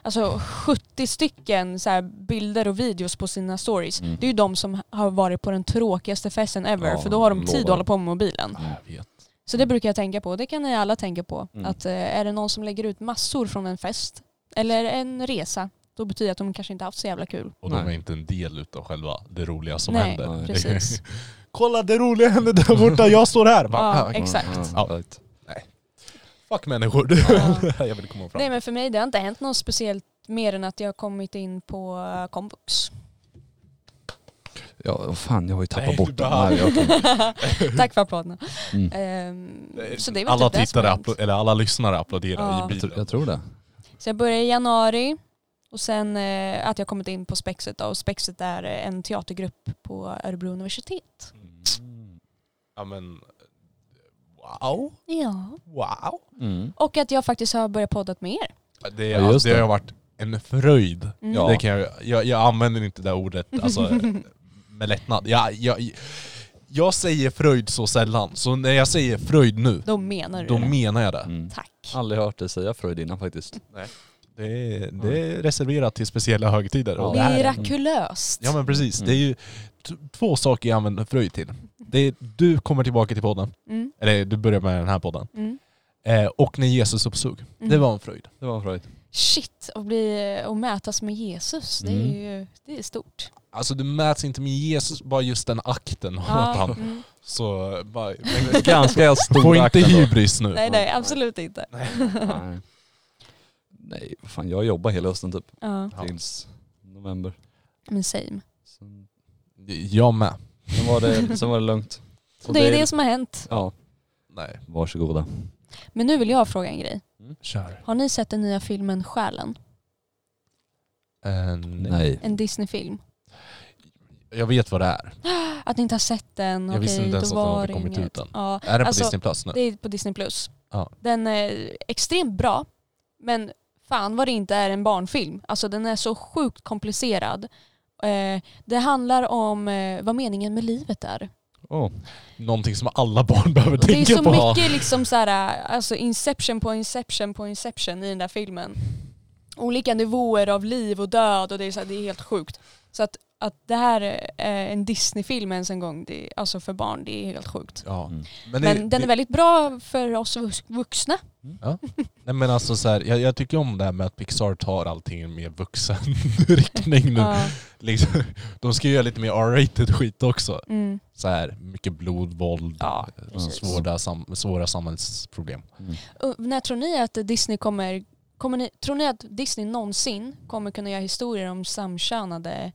S3: alltså, 70 stycken så här, bilder och videos på sina stories.
S1: Mm.
S3: Det är ju de som har varit på den tråkigaste festen ever
S1: Ja,
S3: för då har de tid
S1: lovar.
S3: att hålla på med mobilen.
S2: jag vet.
S3: Så det brukar jag tänka på, det kan ni alla tänka på.
S1: Mm.
S3: Att eh, är det någon som lägger ut massor från en fest eller en resa, då betyder det att de kanske inte haft så jävla kul.
S2: Och
S1: Nej.
S2: de är inte en del utav själva det roliga som
S3: Nej,
S2: händer.
S1: Nej.
S3: precis.
S2: Kolla det roliga hände där borta, jag står här! Bara,
S3: Ja,
S2: ah,
S3: ex- Exakt.
S1: Ja.
S2: Ja. fuck människor, du. jag vill komma fram.
S3: Nej men för mig det har inte hänt något speciellt mer än att jag har kommit in på eh, komvux.
S1: Ja, vad fan jag har ju tappat
S2: Nej, du
S1: bort den.
S2: behöver-
S1: Nej, jag kan-
S3: Tack för applåderna.
S1: Mm.
S3: Ehm, så det var
S2: alla
S3: typ det som
S2: tittare,
S3: har hänt.
S2: appl- eller alla lyssnare applåderar
S3: Ja.
S2: i
S1: jag,
S2: bilen.
S1: tror, jag tror det.
S3: Så jag började i januari och sen eh, att jag kommit in på Spexet då, och Spexet är eh, en teatergrupp på Örebro universitet.
S2: Mm. Ja men, wow,
S3: Ja.
S2: wow.
S1: Mm.
S3: Och att jag faktiskt har börjat podda med er.
S2: Det,
S1: Ja, just
S2: det.
S1: det.
S2: har varit en fröjd.
S3: Mm.
S1: Ja.
S2: Det kan jag, jag, jag använder inte det ordet alltså, med lättnad. Jag, jag, jag säger fröjd så sällan, så när jag säger fröjd nu,
S3: Då menar du
S2: då
S3: det.
S2: menar jag det.
S1: Mm.
S3: Tack.
S1: Aldrig hört dig säga Freud innan faktiskt.
S2: Det är, det är reserverat till speciella högtider.
S1: Ja.
S2: det här är-
S3: Mirakulöst.
S2: ja men precis,
S1: Mm.
S2: det är ju t- två saker jag använder fröjd till. Det är, du kommer tillbaka till podden,
S3: Mm,
S2: eller du börjar med den här podden,
S3: mm,
S2: eh, och när Jesus uppstod.
S3: mm.
S2: Det var en fröjd.
S1: Det var Freud.
S3: Shit, att bli och mätas med Jesus, det är
S1: Mm.
S3: ju det är stort.
S2: Alltså du mäts inte med Jesus, bara just den akten av att han...
S3: Mm.
S2: Så bara,
S1: Ganska
S2: Få
S1: stor
S2: inte
S1: akt ändå.
S2: hybris nu.
S3: Nej, nej, absolut inte.
S1: Nej. Nej, vad fan jag jobbar hela hösten typ.
S3: Ja,
S2: Ja.
S1: Tills november.
S3: men same.
S1: Sen,
S2: Jag med.
S1: sen, var det, sen var det lugnt.
S3: Så det är det som har hänt.
S1: Ja,
S2: Nej.
S1: varsågoda.
S3: Men nu vill jag fråga en grej.
S2: Kör.
S3: Har ni sett den nya filmen Själen?
S2: Eh, nej.
S1: Nej.
S3: En Disney-film.
S2: Jag vet vad det är.
S3: Att ni inte har sett den.
S2: Jag visste
S3: okej,
S2: inte ens
S3: då
S2: att den
S3: var
S2: hade
S3: det
S2: kommit
S3: inget.
S2: ut än.
S3: Ja,
S2: Är den på
S3: Alltså,
S2: Disney Plus nu?
S3: det är på Disney+. Plus.
S2: Ja.
S3: Den är extremt bra, men fan vad det inte är en barnfilm. Alltså den är så sjukt komplicerad. Eh, det handlar om eh, vad meningen med livet är.
S1: Åh.
S2: Någonting som alla barn behöver
S3: Det är
S2: tänka
S3: så
S2: på.
S3: mycket liksom så här, alltså inception på inception på inception i den där filmen. Olika nivåer av liv och död och det är, så här, det är helt sjukt. Så att, att det här är en Disney-film ens en gång, det, alltså för barn, det är helt sjukt.
S2: Ja.
S1: Mm.
S2: Men, det,
S3: Men den är väldigt bra för oss vux- vuxna.
S2: det, nej men alltså så här, jag, jag tycker om det här med att Pixar tar allting mer vuxen riktning nu.
S3: Ja,
S2: Liksom, de ska ju göra lite mer R-rated skit också.
S3: mm,
S2: Så här, mycket blod, våld, eh,
S3: ja precis.
S2: svåra, sam, svåra samhällsproblem.
S3: Och När tror ni att Disney kommer, kommer ni, tror ni att Disney någonsin kommer kunna göra historier om samkönade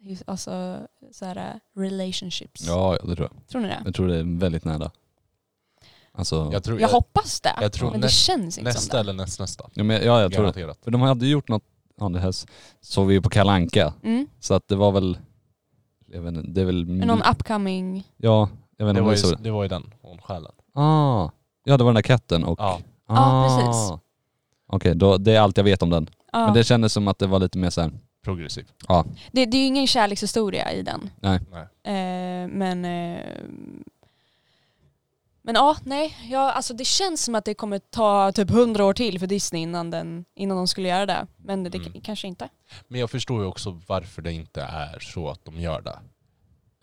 S3: his- alltså, så här, relationships?
S1: Ja, ja, det tror jag.
S3: Tror ni det?
S1: Jag tror det är väldigt nära. Alltså,
S2: Jag tror,
S3: Jag hoppas det.
S2: jag tror
S3: men det
S2: näst-
S3: känns inte
S2: nästa
S3: som
S2: eller nästnästa.
S1: ja, men, ja, jag tror det.
S2: Garanterat.
S1: För de hade ju gjort något, ja det här s- såg vi ju på Kalle Anka.
S3: det. Mm.
S1: Så att det var väl, jag vet inte, det är väl...
S3: Men
S2: Mm.
S3: någon upcoming...
S1: Ja, jag vet inte
S2: Det
S1: om
S2: var,
S1: det
S2: ju,
S1: såg det.
S2: det var ju den, hon själen.
S1: Ah, ja det var den där katten och...
S2: Ja.
S3: Ja, precis.
S1: Ah. Okej, då det är allt jag vet om den.
S3: Ja.
S1: Men
S3: det...
S1: det kändes som att det var lite mer såhär,
S2: Progressiv.
S3: Det, är ju ingen kärlekshistoria i den.
S1: Nej.
S2: Nej.
S3: Eh, men... Eh, men ja, nej. Ja, alltså det känns som att det kommer ta typ hundra år till för Disney innan, den, innan de skulle göra det. Men det,
S2: Mm.
S3: k- kanske inte.
S2: Men jag förstår ju också varför det inte är så att de gör det.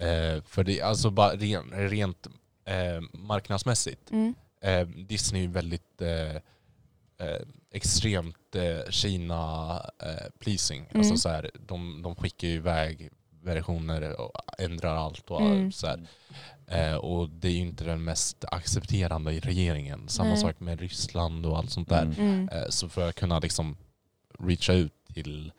S2: Eh, för det är alltså bara ren, rent eh, marknadsmässigt.
S3: Mm.
S2: Eh, Disney är ju väldigt eh, eh, extremt eh, Kina-pleasing.
S3: Mm.
S2: Alltså så här, de, de skickar ju iväg versioner och ändrar allt och
S3: Mm.
S2: så här. Eh, och det är ju inte den mest accepterande i regeringen. Samma
S3: Nej.
S2: sak med Ryssland och allt sånt där.
S1: Mm.
S3: Mm.
S2: Eh, Så för att kunna liksom reacha ut till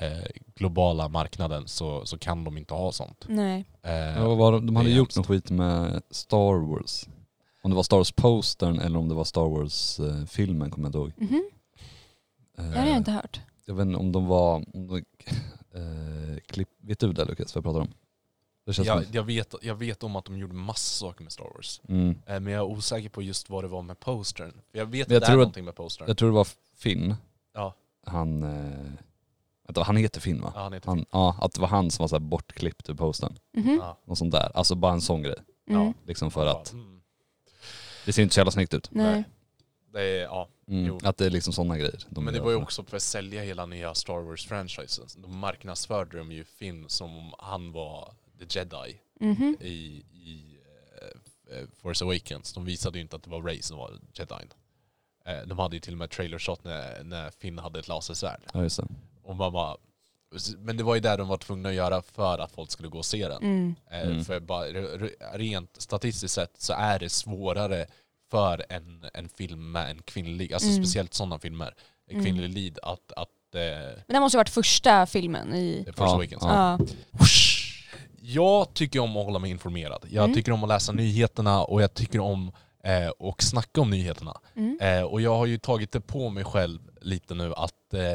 S2: eh, globala marknaden så, så kan de inte ha sånt.
S3: Nej.
S2: Eh,
S1: Ja, vad var de, de hade
S2: det är
S1: gjort
S2: hemskt.
S1: någon skit med Star Wars. Om det var Star Wars-postern eller om det var Star Wars-filmen kommer jag inte ihåg.
S3: Mhm.
S1: Eh,
S3: Det har jag inte hört.
S1: jag vet inte om de var... Om de, eh, klipp, vet du det Lukas, vad jag pratar om? Det känns
S2: jag,
S1: som...
S2: jag, vet, jag vet om att de gjorde massa saker med Star Wars.
S1: Mm.
S2: Eh, men jag är osäker på just vad det var med postern. För jag vet
S1: Men jag
S2: att det är
S1: tror att-
S2: någonting med postern.
S1: Jag tror det var Finn.
S2: Ja.
S1: Han... Eh, vänta, han heter Finn va?
S2: ja, han heter
S1: Han, ja, att det var han som var så här bortklippt ur postern.
S3: Mhm.
S2: Ja.
S1: Något sånt där. Alltså bara en sån grej.
S2: ja.
S3: Mm.
S1: Liksom för att
S2: Mm.
S1: det ser inte så jävla snyggt ut.
S3: Nej.
S2: Det är, ja.
S1: Mm.
S2: Jo.
S1: Att det är liksom sådana grejer. de
S2: Men det
S1: gör.
S2: var ju också för att sälja hela nya Star Wars-franchisen. De marknadsförde de ju Finn som om han var the jedi.
S3: Mhm.
S2: i, i eh, eh, Force Awakens. De visade ju inte att det var Ray som var jedin. Eh, de hade ju till och med trailer shot när, när Finn hade ett lasersvärd.
S1: Ja just det.
S2: Och man bara, men det var ju det de var tvungna att göra för att folk skulle gå och se den.
S3: Mm.
S2: Eh,
S1: Mm.
S2: För bara, re- re- rent statistiskt sett så är det svårare för en, en film med en kvinnlig, alltså
S3: Mm.
S2: speciellt sådana filmer, en
S3: Mm.
S2: kvinnlig lead att, att eh,
S3: Men det måste ju varit första filmen i...
S2: Force Awakens.
S1: Ja.
S3: Ja.
S2: Whoosh! Jag tycker om att hålla mig informerad. Jag
S3: Mm.
S2: tycker om att läsa nyheterna och jag tycker om eh, och snacka om nyheterna.
S3: Mm.
S2: Eh, och jag har ju tagit det på mig själv lite nu att eh,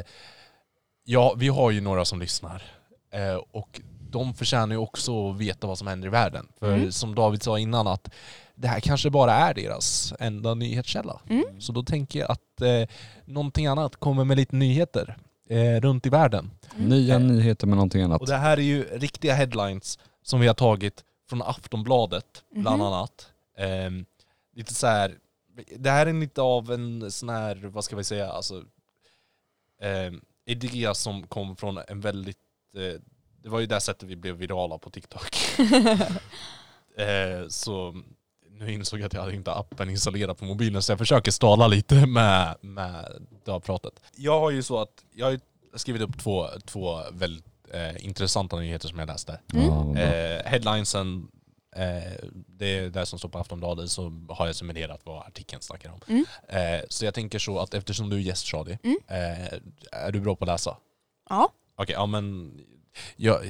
S2: ja, vi har ju några som lyssnar. Eh, och de förtjänar ju också att veta vad som händer i världen. För
S3: Mm.
S2: som David sa innan att det här kanske bara är deras enda nyhetskälla.
S3: Mm.
S2: Så då tänker jag att eh, någonting annat kommer med lite nyheter eh, runt i världen.
S1: Nya
S2: Mm.
S1: nyheter med någonting annat.
S2: Och det här är ju riktiga headlines som vi har tagit från Aftonbladet bland
S3: Mhm.
S2: annat. Ehm, lite så här, det här är lite av en sån här, vad ska vi säga, alltså ehm, idé som kom från en väldigt, eh, det var ju det här sättet vi blev virala på TikTok. Eh, så nu insåg jag att jag hade inte appen installerad på mobilen så jag försöker stala lite med, med dagpratet. Jag har ju så att, jag har ju skrivit upp två, två väldigt eh, intressanta nyheter som jag läste.
S3: Mm.
S1: Ja, vad bra.
S2: Eh, headlinesen, eh, det är det som står på Aftonbladet, så har jag summerat vad artikeln snackar om.
S3: Mm.
S2: Eh, så jag tänker så att eftersom du är gäst Shadi,
S3: Mm.
S2: eh, är du bra på att läsa?
S5: Ja.
S2: Okej, ja men jag,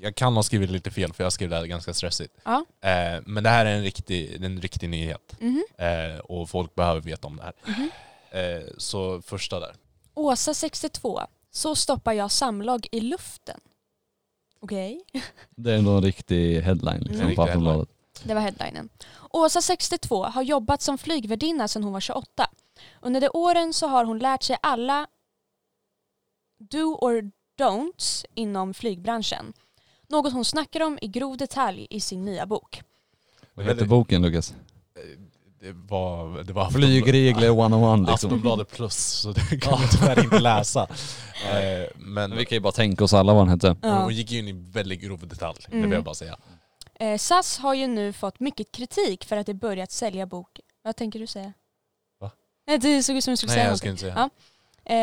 S2: jag kan ha skrivit lite fel för jag skrev det här ganska stressigt.
S3: Ja.
S2: Eh, men det här är en riktig, en riktig nyhet
S3: Mhm.
S2: eh, och folk behöver veta om det här.
S3: Mhm.
S2: Eh, så första där.
S3: Åsa 62. Så stoppar jag samlag i luften. Okej.
S1: Det är ändå en riktig headline liksom,
S2: En riktig
S1: på Aftonbladet.
S3: Det var headlinen. Åsa 62 har jobbat som flygvärdinna sedan hon var 28. Under de åren så har hon lärt sig alla do or don'ts inom flygbranschen. Något hon snackar om i grov detalj i sin nya bok.
S1: Vad heter boken Lukas?
S2: Det var, det var
S1: Flygregler 101 liksom.
S2: Aftonbladet plus, så det kan jag tyvärr inte läsa. Eh, men
S1: Men vi kan ju bara tänka oss alla vad den hette.
S2: hon, hon gick ju in i väldigt grov detalj, det vill
S3: Mm.
S2: jag bara säga.
S3: Eh, SAS har ju nu fått mycket kritik för att det börjat sälja bok. Vad tänker du säga?
S2: Va?
S3: Nej, det såg ut som du skulle
S2: Nej
S3: säga
S2: jag
S3: något.
S2: ska inte säga.
S3: Ja.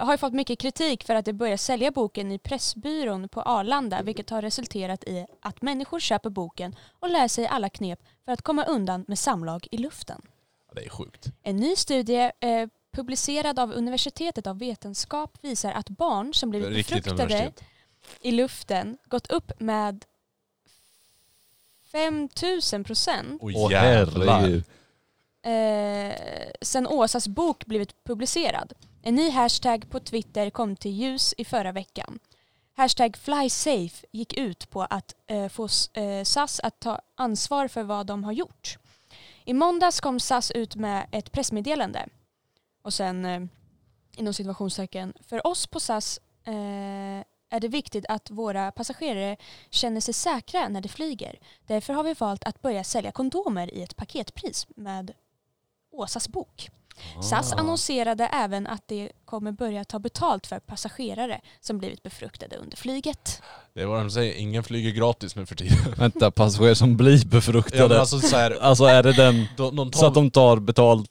S3: eh, har ju fått mycket kritik för att det börjar sälja boken i Pressbyrån på Arlanda
S2: Mm.
S3: vilket har resulterat i att människor köper boken och lär sig alla knep för att komma undan med samlag i luften.
S2: Det är sjukt.
S3: En ny studie eh, publicerad av Universitetet av vetenskap visar att barn som blivit
S2: Riktigt
S3: befruktade
S2: universitet.
S3: i luften gått upp med 5000 procent
S2: Åh
S1: Åh
S2: jävlar.
S1: herregud.
S3: eh, sen Åsas bok blivit publicerad. En ny hashtag på Twitter kom till ljus i förra veckan. Hashtag FlySafe gick ut på att eh, få s- eh, SAS att ta ansvar för vad de har gjort. I måndags kom SAS ut med ett pressmeddelande och sen eh, inom situationstecken för oss på SAS eh, är det viktigt att våra passagerare känner sig säkra när de flyger. Därför har vi valt att börja sälja kondomer i ett paketpris med Åsas bok.
S1: Ah.
S3: SAS annonserade även att de kommer börja ta betalt för passagerare som blivit befruktade under flyget.
S2: Det är vad de säger, ingen flyger gratis nu för tiden.
S1: Vänta, passagerare som blir
S2: Ja, men
S1: befruktade.
S2: alltså så här,
S1: Alltså är det den,
S2: de, de tar
S1: så att de tar betalt.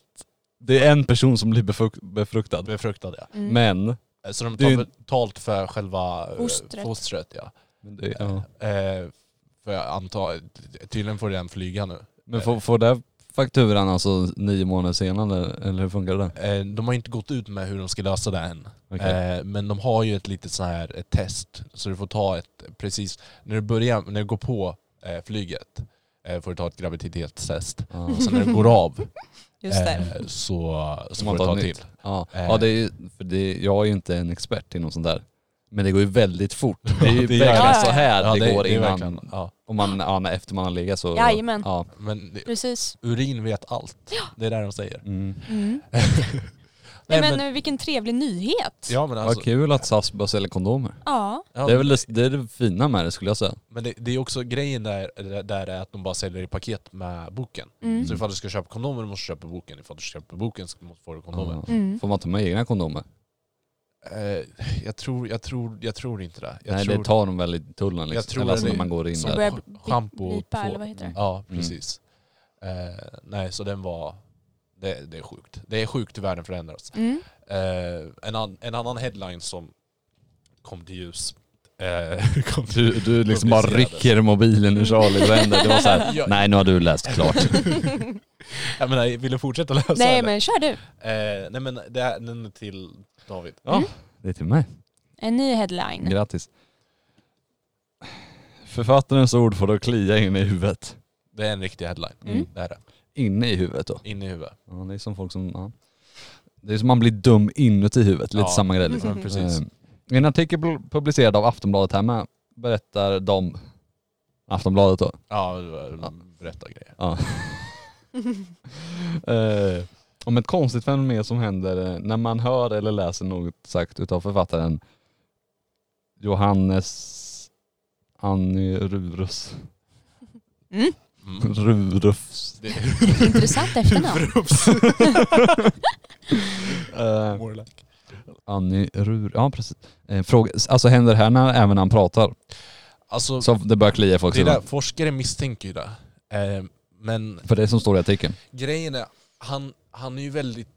S1: Det är en person som blir befruk- befruktad.
S2: befruktade ja. Eh,
S3: Mm.
S1: Men,
S2: Så de
S1: Det
S2: tar
S1: är ju-
S2: betalt för själva eh,
S3: Fostret.
S2: fostret ja.
S1: men det, ja.
S2: Eh, för jag antar, tydligen får den flyga nu.
S1: Men får, får det fakturan alltså nio månader senare eller hur funkar det?
S2: Eh, De har inte gått ut med hur de ska lösa det än.
S1: Okej.
S2: Eh, Men de har ju ett litet sån här ett test. Så du får ta ett, precis när du börjar, när du går på eh, flyget eh, får du ta ett graviditetstest.
S1: Ja.
S2: Och sen när du går av
S5: Just det.
S2: eh, så, så
S1: man
S2: får du
S1: tar
S2: ta
S1: ett
S2: till.
S1: Ja,
S2: Eh.
S1: ja det är ju, för det, jag är ju inte en expert inom sånt där. Men det går ju väldigt fort. Det är ju
S2: Ja, det gör
S1: verkligen
S3: det.
S1: så här
S2: Ja,
S1: det, går
S2: är
S1: innan,
S2: verkligen- ja.
S1: om man, ja, när- efter man har legat så.
S3: Jajamän.
S1: Ja.
S2: Men det-
S3: Precis.
S2: urin vet allt. Det är det de säger.
S1: Mm.
S3: Mm.
S2: Nej,
S3: Nej,
S2: men-
S3: men, eh, vilken trevlig nyhet.
S2: Ja men alltså,
S1: Vad kul att SAS börjar sälja kondomer.
S3: Ja.
S2: ja,
S1: Det är väl det, det, är det fina med det skulle jag säga.
S2: men det, det är också grejen där, där är att de bara säljer i paket med boken.
S3: Mm.
S2: Så ifall du ska köpa kondomer måste du köpa boken, ifall du köper boken så måste du få kondomer.
S1: Ja.
S3: Mm.
S1: Får man ta med egna kondomer?
S2: Eh, jag, tror, jag, tror, jag tror inte det. Jag
S1: Nej
S2: tror,
S1: det tar de väl i tullen liksom.
S2: Jag tror
S1: Eller alltså
S2: det-
S1: när man går in
S2: som-
S1: där.
S3: Börjar
S2: Sch-
S3: bli-
S2: shampoo
S3: blipa,
S2: två.
S3: eller vad heter det?
S2: Ja,
S1: Mm.
S2: precis. Eh, nej, så den var... Det, det är sjukt. Det är sjukt hur världen förändras.
S3: Mm.
S2: Eh, en, an, en annan headline som kom till ljus. eh, kom till,
S1: Du, du liksom bara rycker mobilen ur Charlies händer. Det var så här,
S2: Jag-
S1: nej nu har du läst klart.
S2: jag menar, vill du fortsätta läsa?
S3: Nej
S2: eller?
S3: men kör du.
S2: Eh, nej men det här, den är till David.
S1: Ja, det är till mig.
S3: En ny headline.
S1: Grattis. Författarens ord får då klia in i huvudet.
S2: Det är en riktig headline.
S1: Mm.
S2: Det är det.
S1: Inne i huvudet då.
S2: Inne i huvudet.
S1: Ja, det är som folk som, ja. Det är som man blir dum inuti huvudet, lite
S2: Ja.
S1: samma grej liksom.
S2: Ja, precis.
S1: Eh, I en artikel pl- publicerad av Aftonbladet här med berättar de, Aftonbladet då,
S2: Ja, det var- berätta grejer.
S1: ja. eh, om ett konstigt fenomen som händer eh, när man hör eller läser något sagt utav författaren Johannes Anny Rurus.
S5: Mm.
S2: Mm.
S1: Rurufs.
S2: Det
S3: Intressant efternamn.
S1: Eh,
S2: Warlock.
S1: Annie Rur, ja precis. Eh, fråga, alltså händer det här när, även när han pratar?
S2: Alltså,
S1: Så det börjar klia i folks
S2: det där,
S1: huvuden.
S2: forskare misstänker ju det. Eh, Men
S1: För det som står i artikeln.
S2: grejen är, han, han är ju väldigt,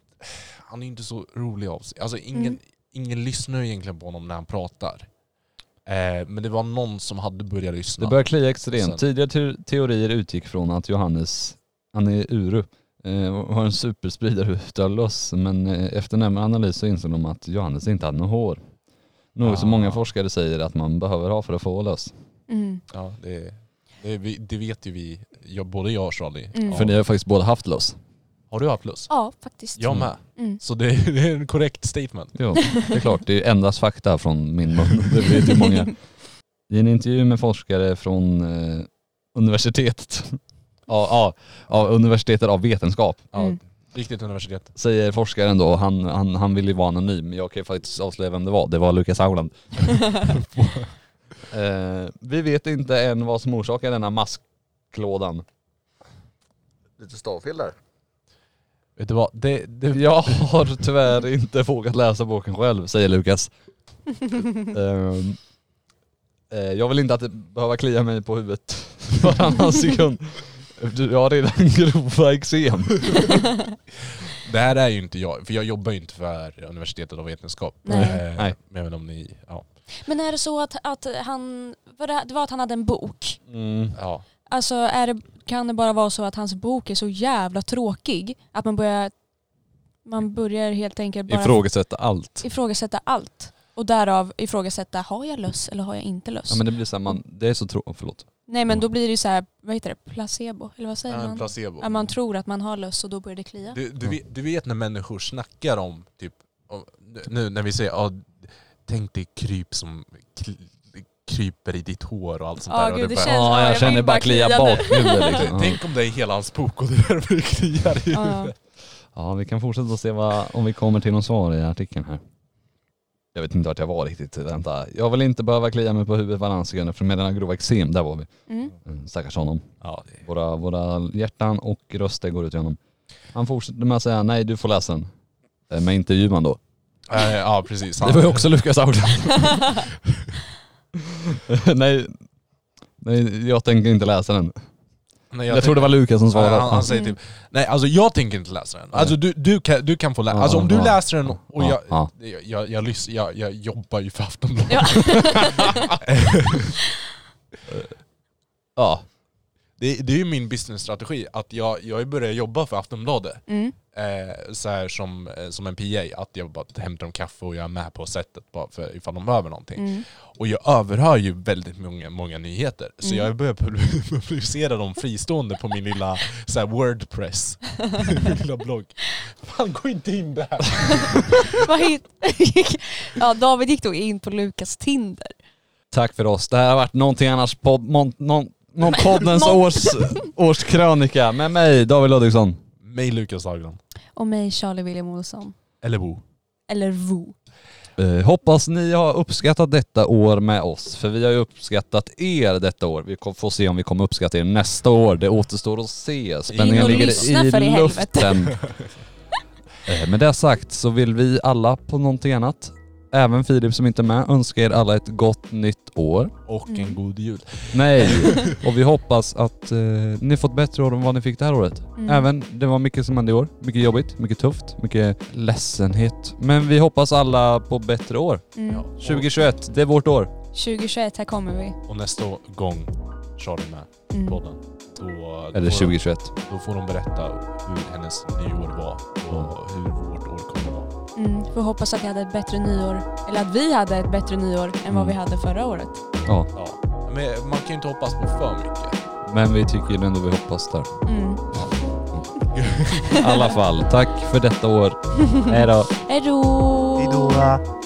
S2: han är ju inte så rolig av sig. Alltså ingen,
S5: Mm.
S2: ingen lyssnar ju egentligen på honom när han pratar. Eh, men det var någon som hade börjat lyssna.
S1: Det börjar klia extremt.
S2: Sen.
S1: Tidigare te- teorier utgick från att Johannes, Annie Uru, eh, var en superspridare utav löss. Men eh, efter närmare analys så insåg de att Johannes inte hade något hår. Något som
S2: Ah.
S1: många forskare säger att man behöver ha för att få löss.
S5: Mm.
S2: Ja, det, det, vi- det vet ju vi, jag, både jag och Charlie.
S5: Mm.
S2: Ja.
S1: För ni har faktiskt båda haft löss.
S2: Har du haft plus?
S3: Ja, faktiskt.
S2: Jag med.
S5: Mm.
S2: Så det, det är en korrekt statement.
S1: Jo, det är klart. Det är endast fakta från min mun. Det vet ju många. I en intervju med forskare från eh, universitetet, ja, ja, ja, universitetet av vetenskap,
S2: Ja,
S5: Mm.
S2: Riktigt universitet.
S1: säger forskaren då, han, han, han vill ju vara anonym, jag kan ju faktiskt avslöja vem det var, det var Lukas Howland. eh, vi vet inte än vad som orsakar denna masklådan.
S4: Lite stavfel där.
S2: Vet du vad? Det, det,
S1: Jag har tyvärr inte vågat läsa boken själv, säger Lukas. Ehm, eh, jag vill inte att det behöva klia mig på huvudet varannan sekund. Du, Jag har redan grova eksem.
S2: det här är ju inte jag, för jag jobbar ju inte för universitetet av vetenskap.
S3: Nej.
S2: Eh,
S1: Nej.
S2: Men även om ni, ja.
S3: Men är det så att, att han, var det, det var att han hade en bok.
S1: Mm.
S2: ja.
S3: Alltså är det, kan det bara vara så att hans bok är så jävla tråkig att man börjar, man börjar helt enkelt bara
S1: Ifrågasätta allt.
S3: ifrågasätta allt. Och därav ifrågasätta, har jag löss eller har jag inte löss?
S1: Ja men det blir så här, man, det är så tråkigt, förlåt.
S3: Nej men då blir det ju så här, vad heter det, placebo? Eller vad säger
S2: Ja, en
S3: man?
S2: placebo.
S3: Att man tror att man har löss och då börjar det klia.
S2: Du, du, vet, du vet när människor snackar om, typ, om, nu när vi säger ah, tänk dig kryp som kl- kryper i ditt hår och allt sånt
S5: Ja,
S2: där. och
S5: gud, det
S2: du bara,
S5: känns- Ja, jag vill bara klia nu.
S1: bakhuvudet liksom. Ja.
S2: Tänk om det är hela hans bok och det är därför det kliar i
S3: Ja, ja.
S2: huvudet.
S1: Ja, vi kan fortsätta och se vad, om vi kommer till någon svar i artikeln här. Jag vet inte vart jag var riktigt, vänta. Jag vill inte behöva klia mig på huvudet varannan sekund för med denna grova eksem, där var vi.
S3: Mm.
S1: Mm, Stackars honom.
S2: Ja, det,
S1: Våra, våra hjärtan och röster går ut genom. Han fortsätter med att säga nej du får läsa den. Eh, Med intervjuman då.
S2: Eh, ja precis.
S1: Det var ju också Lukas Augland. nej, nej, jag tänker inte läsa den.
S2: Nej,
S1: Jag, tror det var Lukas som svarade.
S2: han, han, säger typ, nej alltså jag tänker inte läsa den. Alltså du, du, kan, du kan få läsa,
S1: Ja,
S2: alltså om du
S1: ja.
S2: läser den och
S1: Ja,
S2: jag,
S1: ja.
S2: jag, jag, jag, lys- jag, jag jobbar ju för Aftonbladet.
S5: Ja.
S1: Ja.
S2: Det, det är ju min businessstrategi, att jag, jag börjar jobba för Aftonbladet.
S5: Mm.
S2: eh, så här som, eh, som en PA, att jag bara hämtar dem kaffe och jag är med på sättet bara för ifall de behöver någonting.
S5: Mm.
S2: Och jag överhör ju väldigt många, många nyheter, så
S5: Mm.
S2: jag börjar pub- publicera dem fristående på min lilla så här, Wordpress, min lilla blogg. Fan gå inte in där!
S5: Vad hit- ja, David gick då in på Lukas Tinder.
S1: Tack för oss. Det här har varit någonting annars podd, någon, någon, någon poddens års, årskrönika med mig David Ludvigsson.
S2: Mig Lukas Haglund.
S3: Och mig Charlie William Olsson.
S2: Eller Bo.
S3: Eller Vo.
S1: Eh, hoppas ni har uppskattat detta år med oss, för vi har ju uppskattat er detta år. Vi kom- får se om vi kommer uppskatta er nästa år. Det återstår att se.
S2: In
S1: Spänningen
S2: och
S1: ligger
S3: lyssna
S1: i
S3: för i
S1: luften. Eh, med det sagt så vill vi alla på någonting annat, även Filip som inte är med, önska er alla ett gott nytt år.
S2: Och en
S5: Mm.
S2: god jul.
S1: Nej, och vi hoppas att eh, ni fått bättre år än vad ni fick det här året.
S5: Mm.
S1: Även, det var mycket som hände i år. Mycket jobbigt, mycket tufft, mycket ledsenhet. Men vi hoppas alla på bättre år.
S5: Mm.
S2: Ja. Och,
S1: 2021, det är vårt år.
S5: 2021, här kommer vi.
S2: och nästa gång Charlie med i
S5: Mm.
S2: podden. Då,
S1: Eller
S2: då-
S1: 2021.
S2: Då får de berätta hur hennes nyår var och hur vårt år kommer att vara.
S5: Mm.
S3: Får hoppas att ni hade ett bättre nyår. Eller att vi hade ett bättre nyår än vad
S1: Mm.
S3: vi hade förra året.
S1: Ja.
S2: Ja. Men med, man kan ju inte hoppas på för mycket.
S1: Men vi tycker ju ändå vi hoppas där.
S5: Mm.
S1: I alla fall, tack för detta år. Hej då.
S3: Hej då!
S4: Hejdå!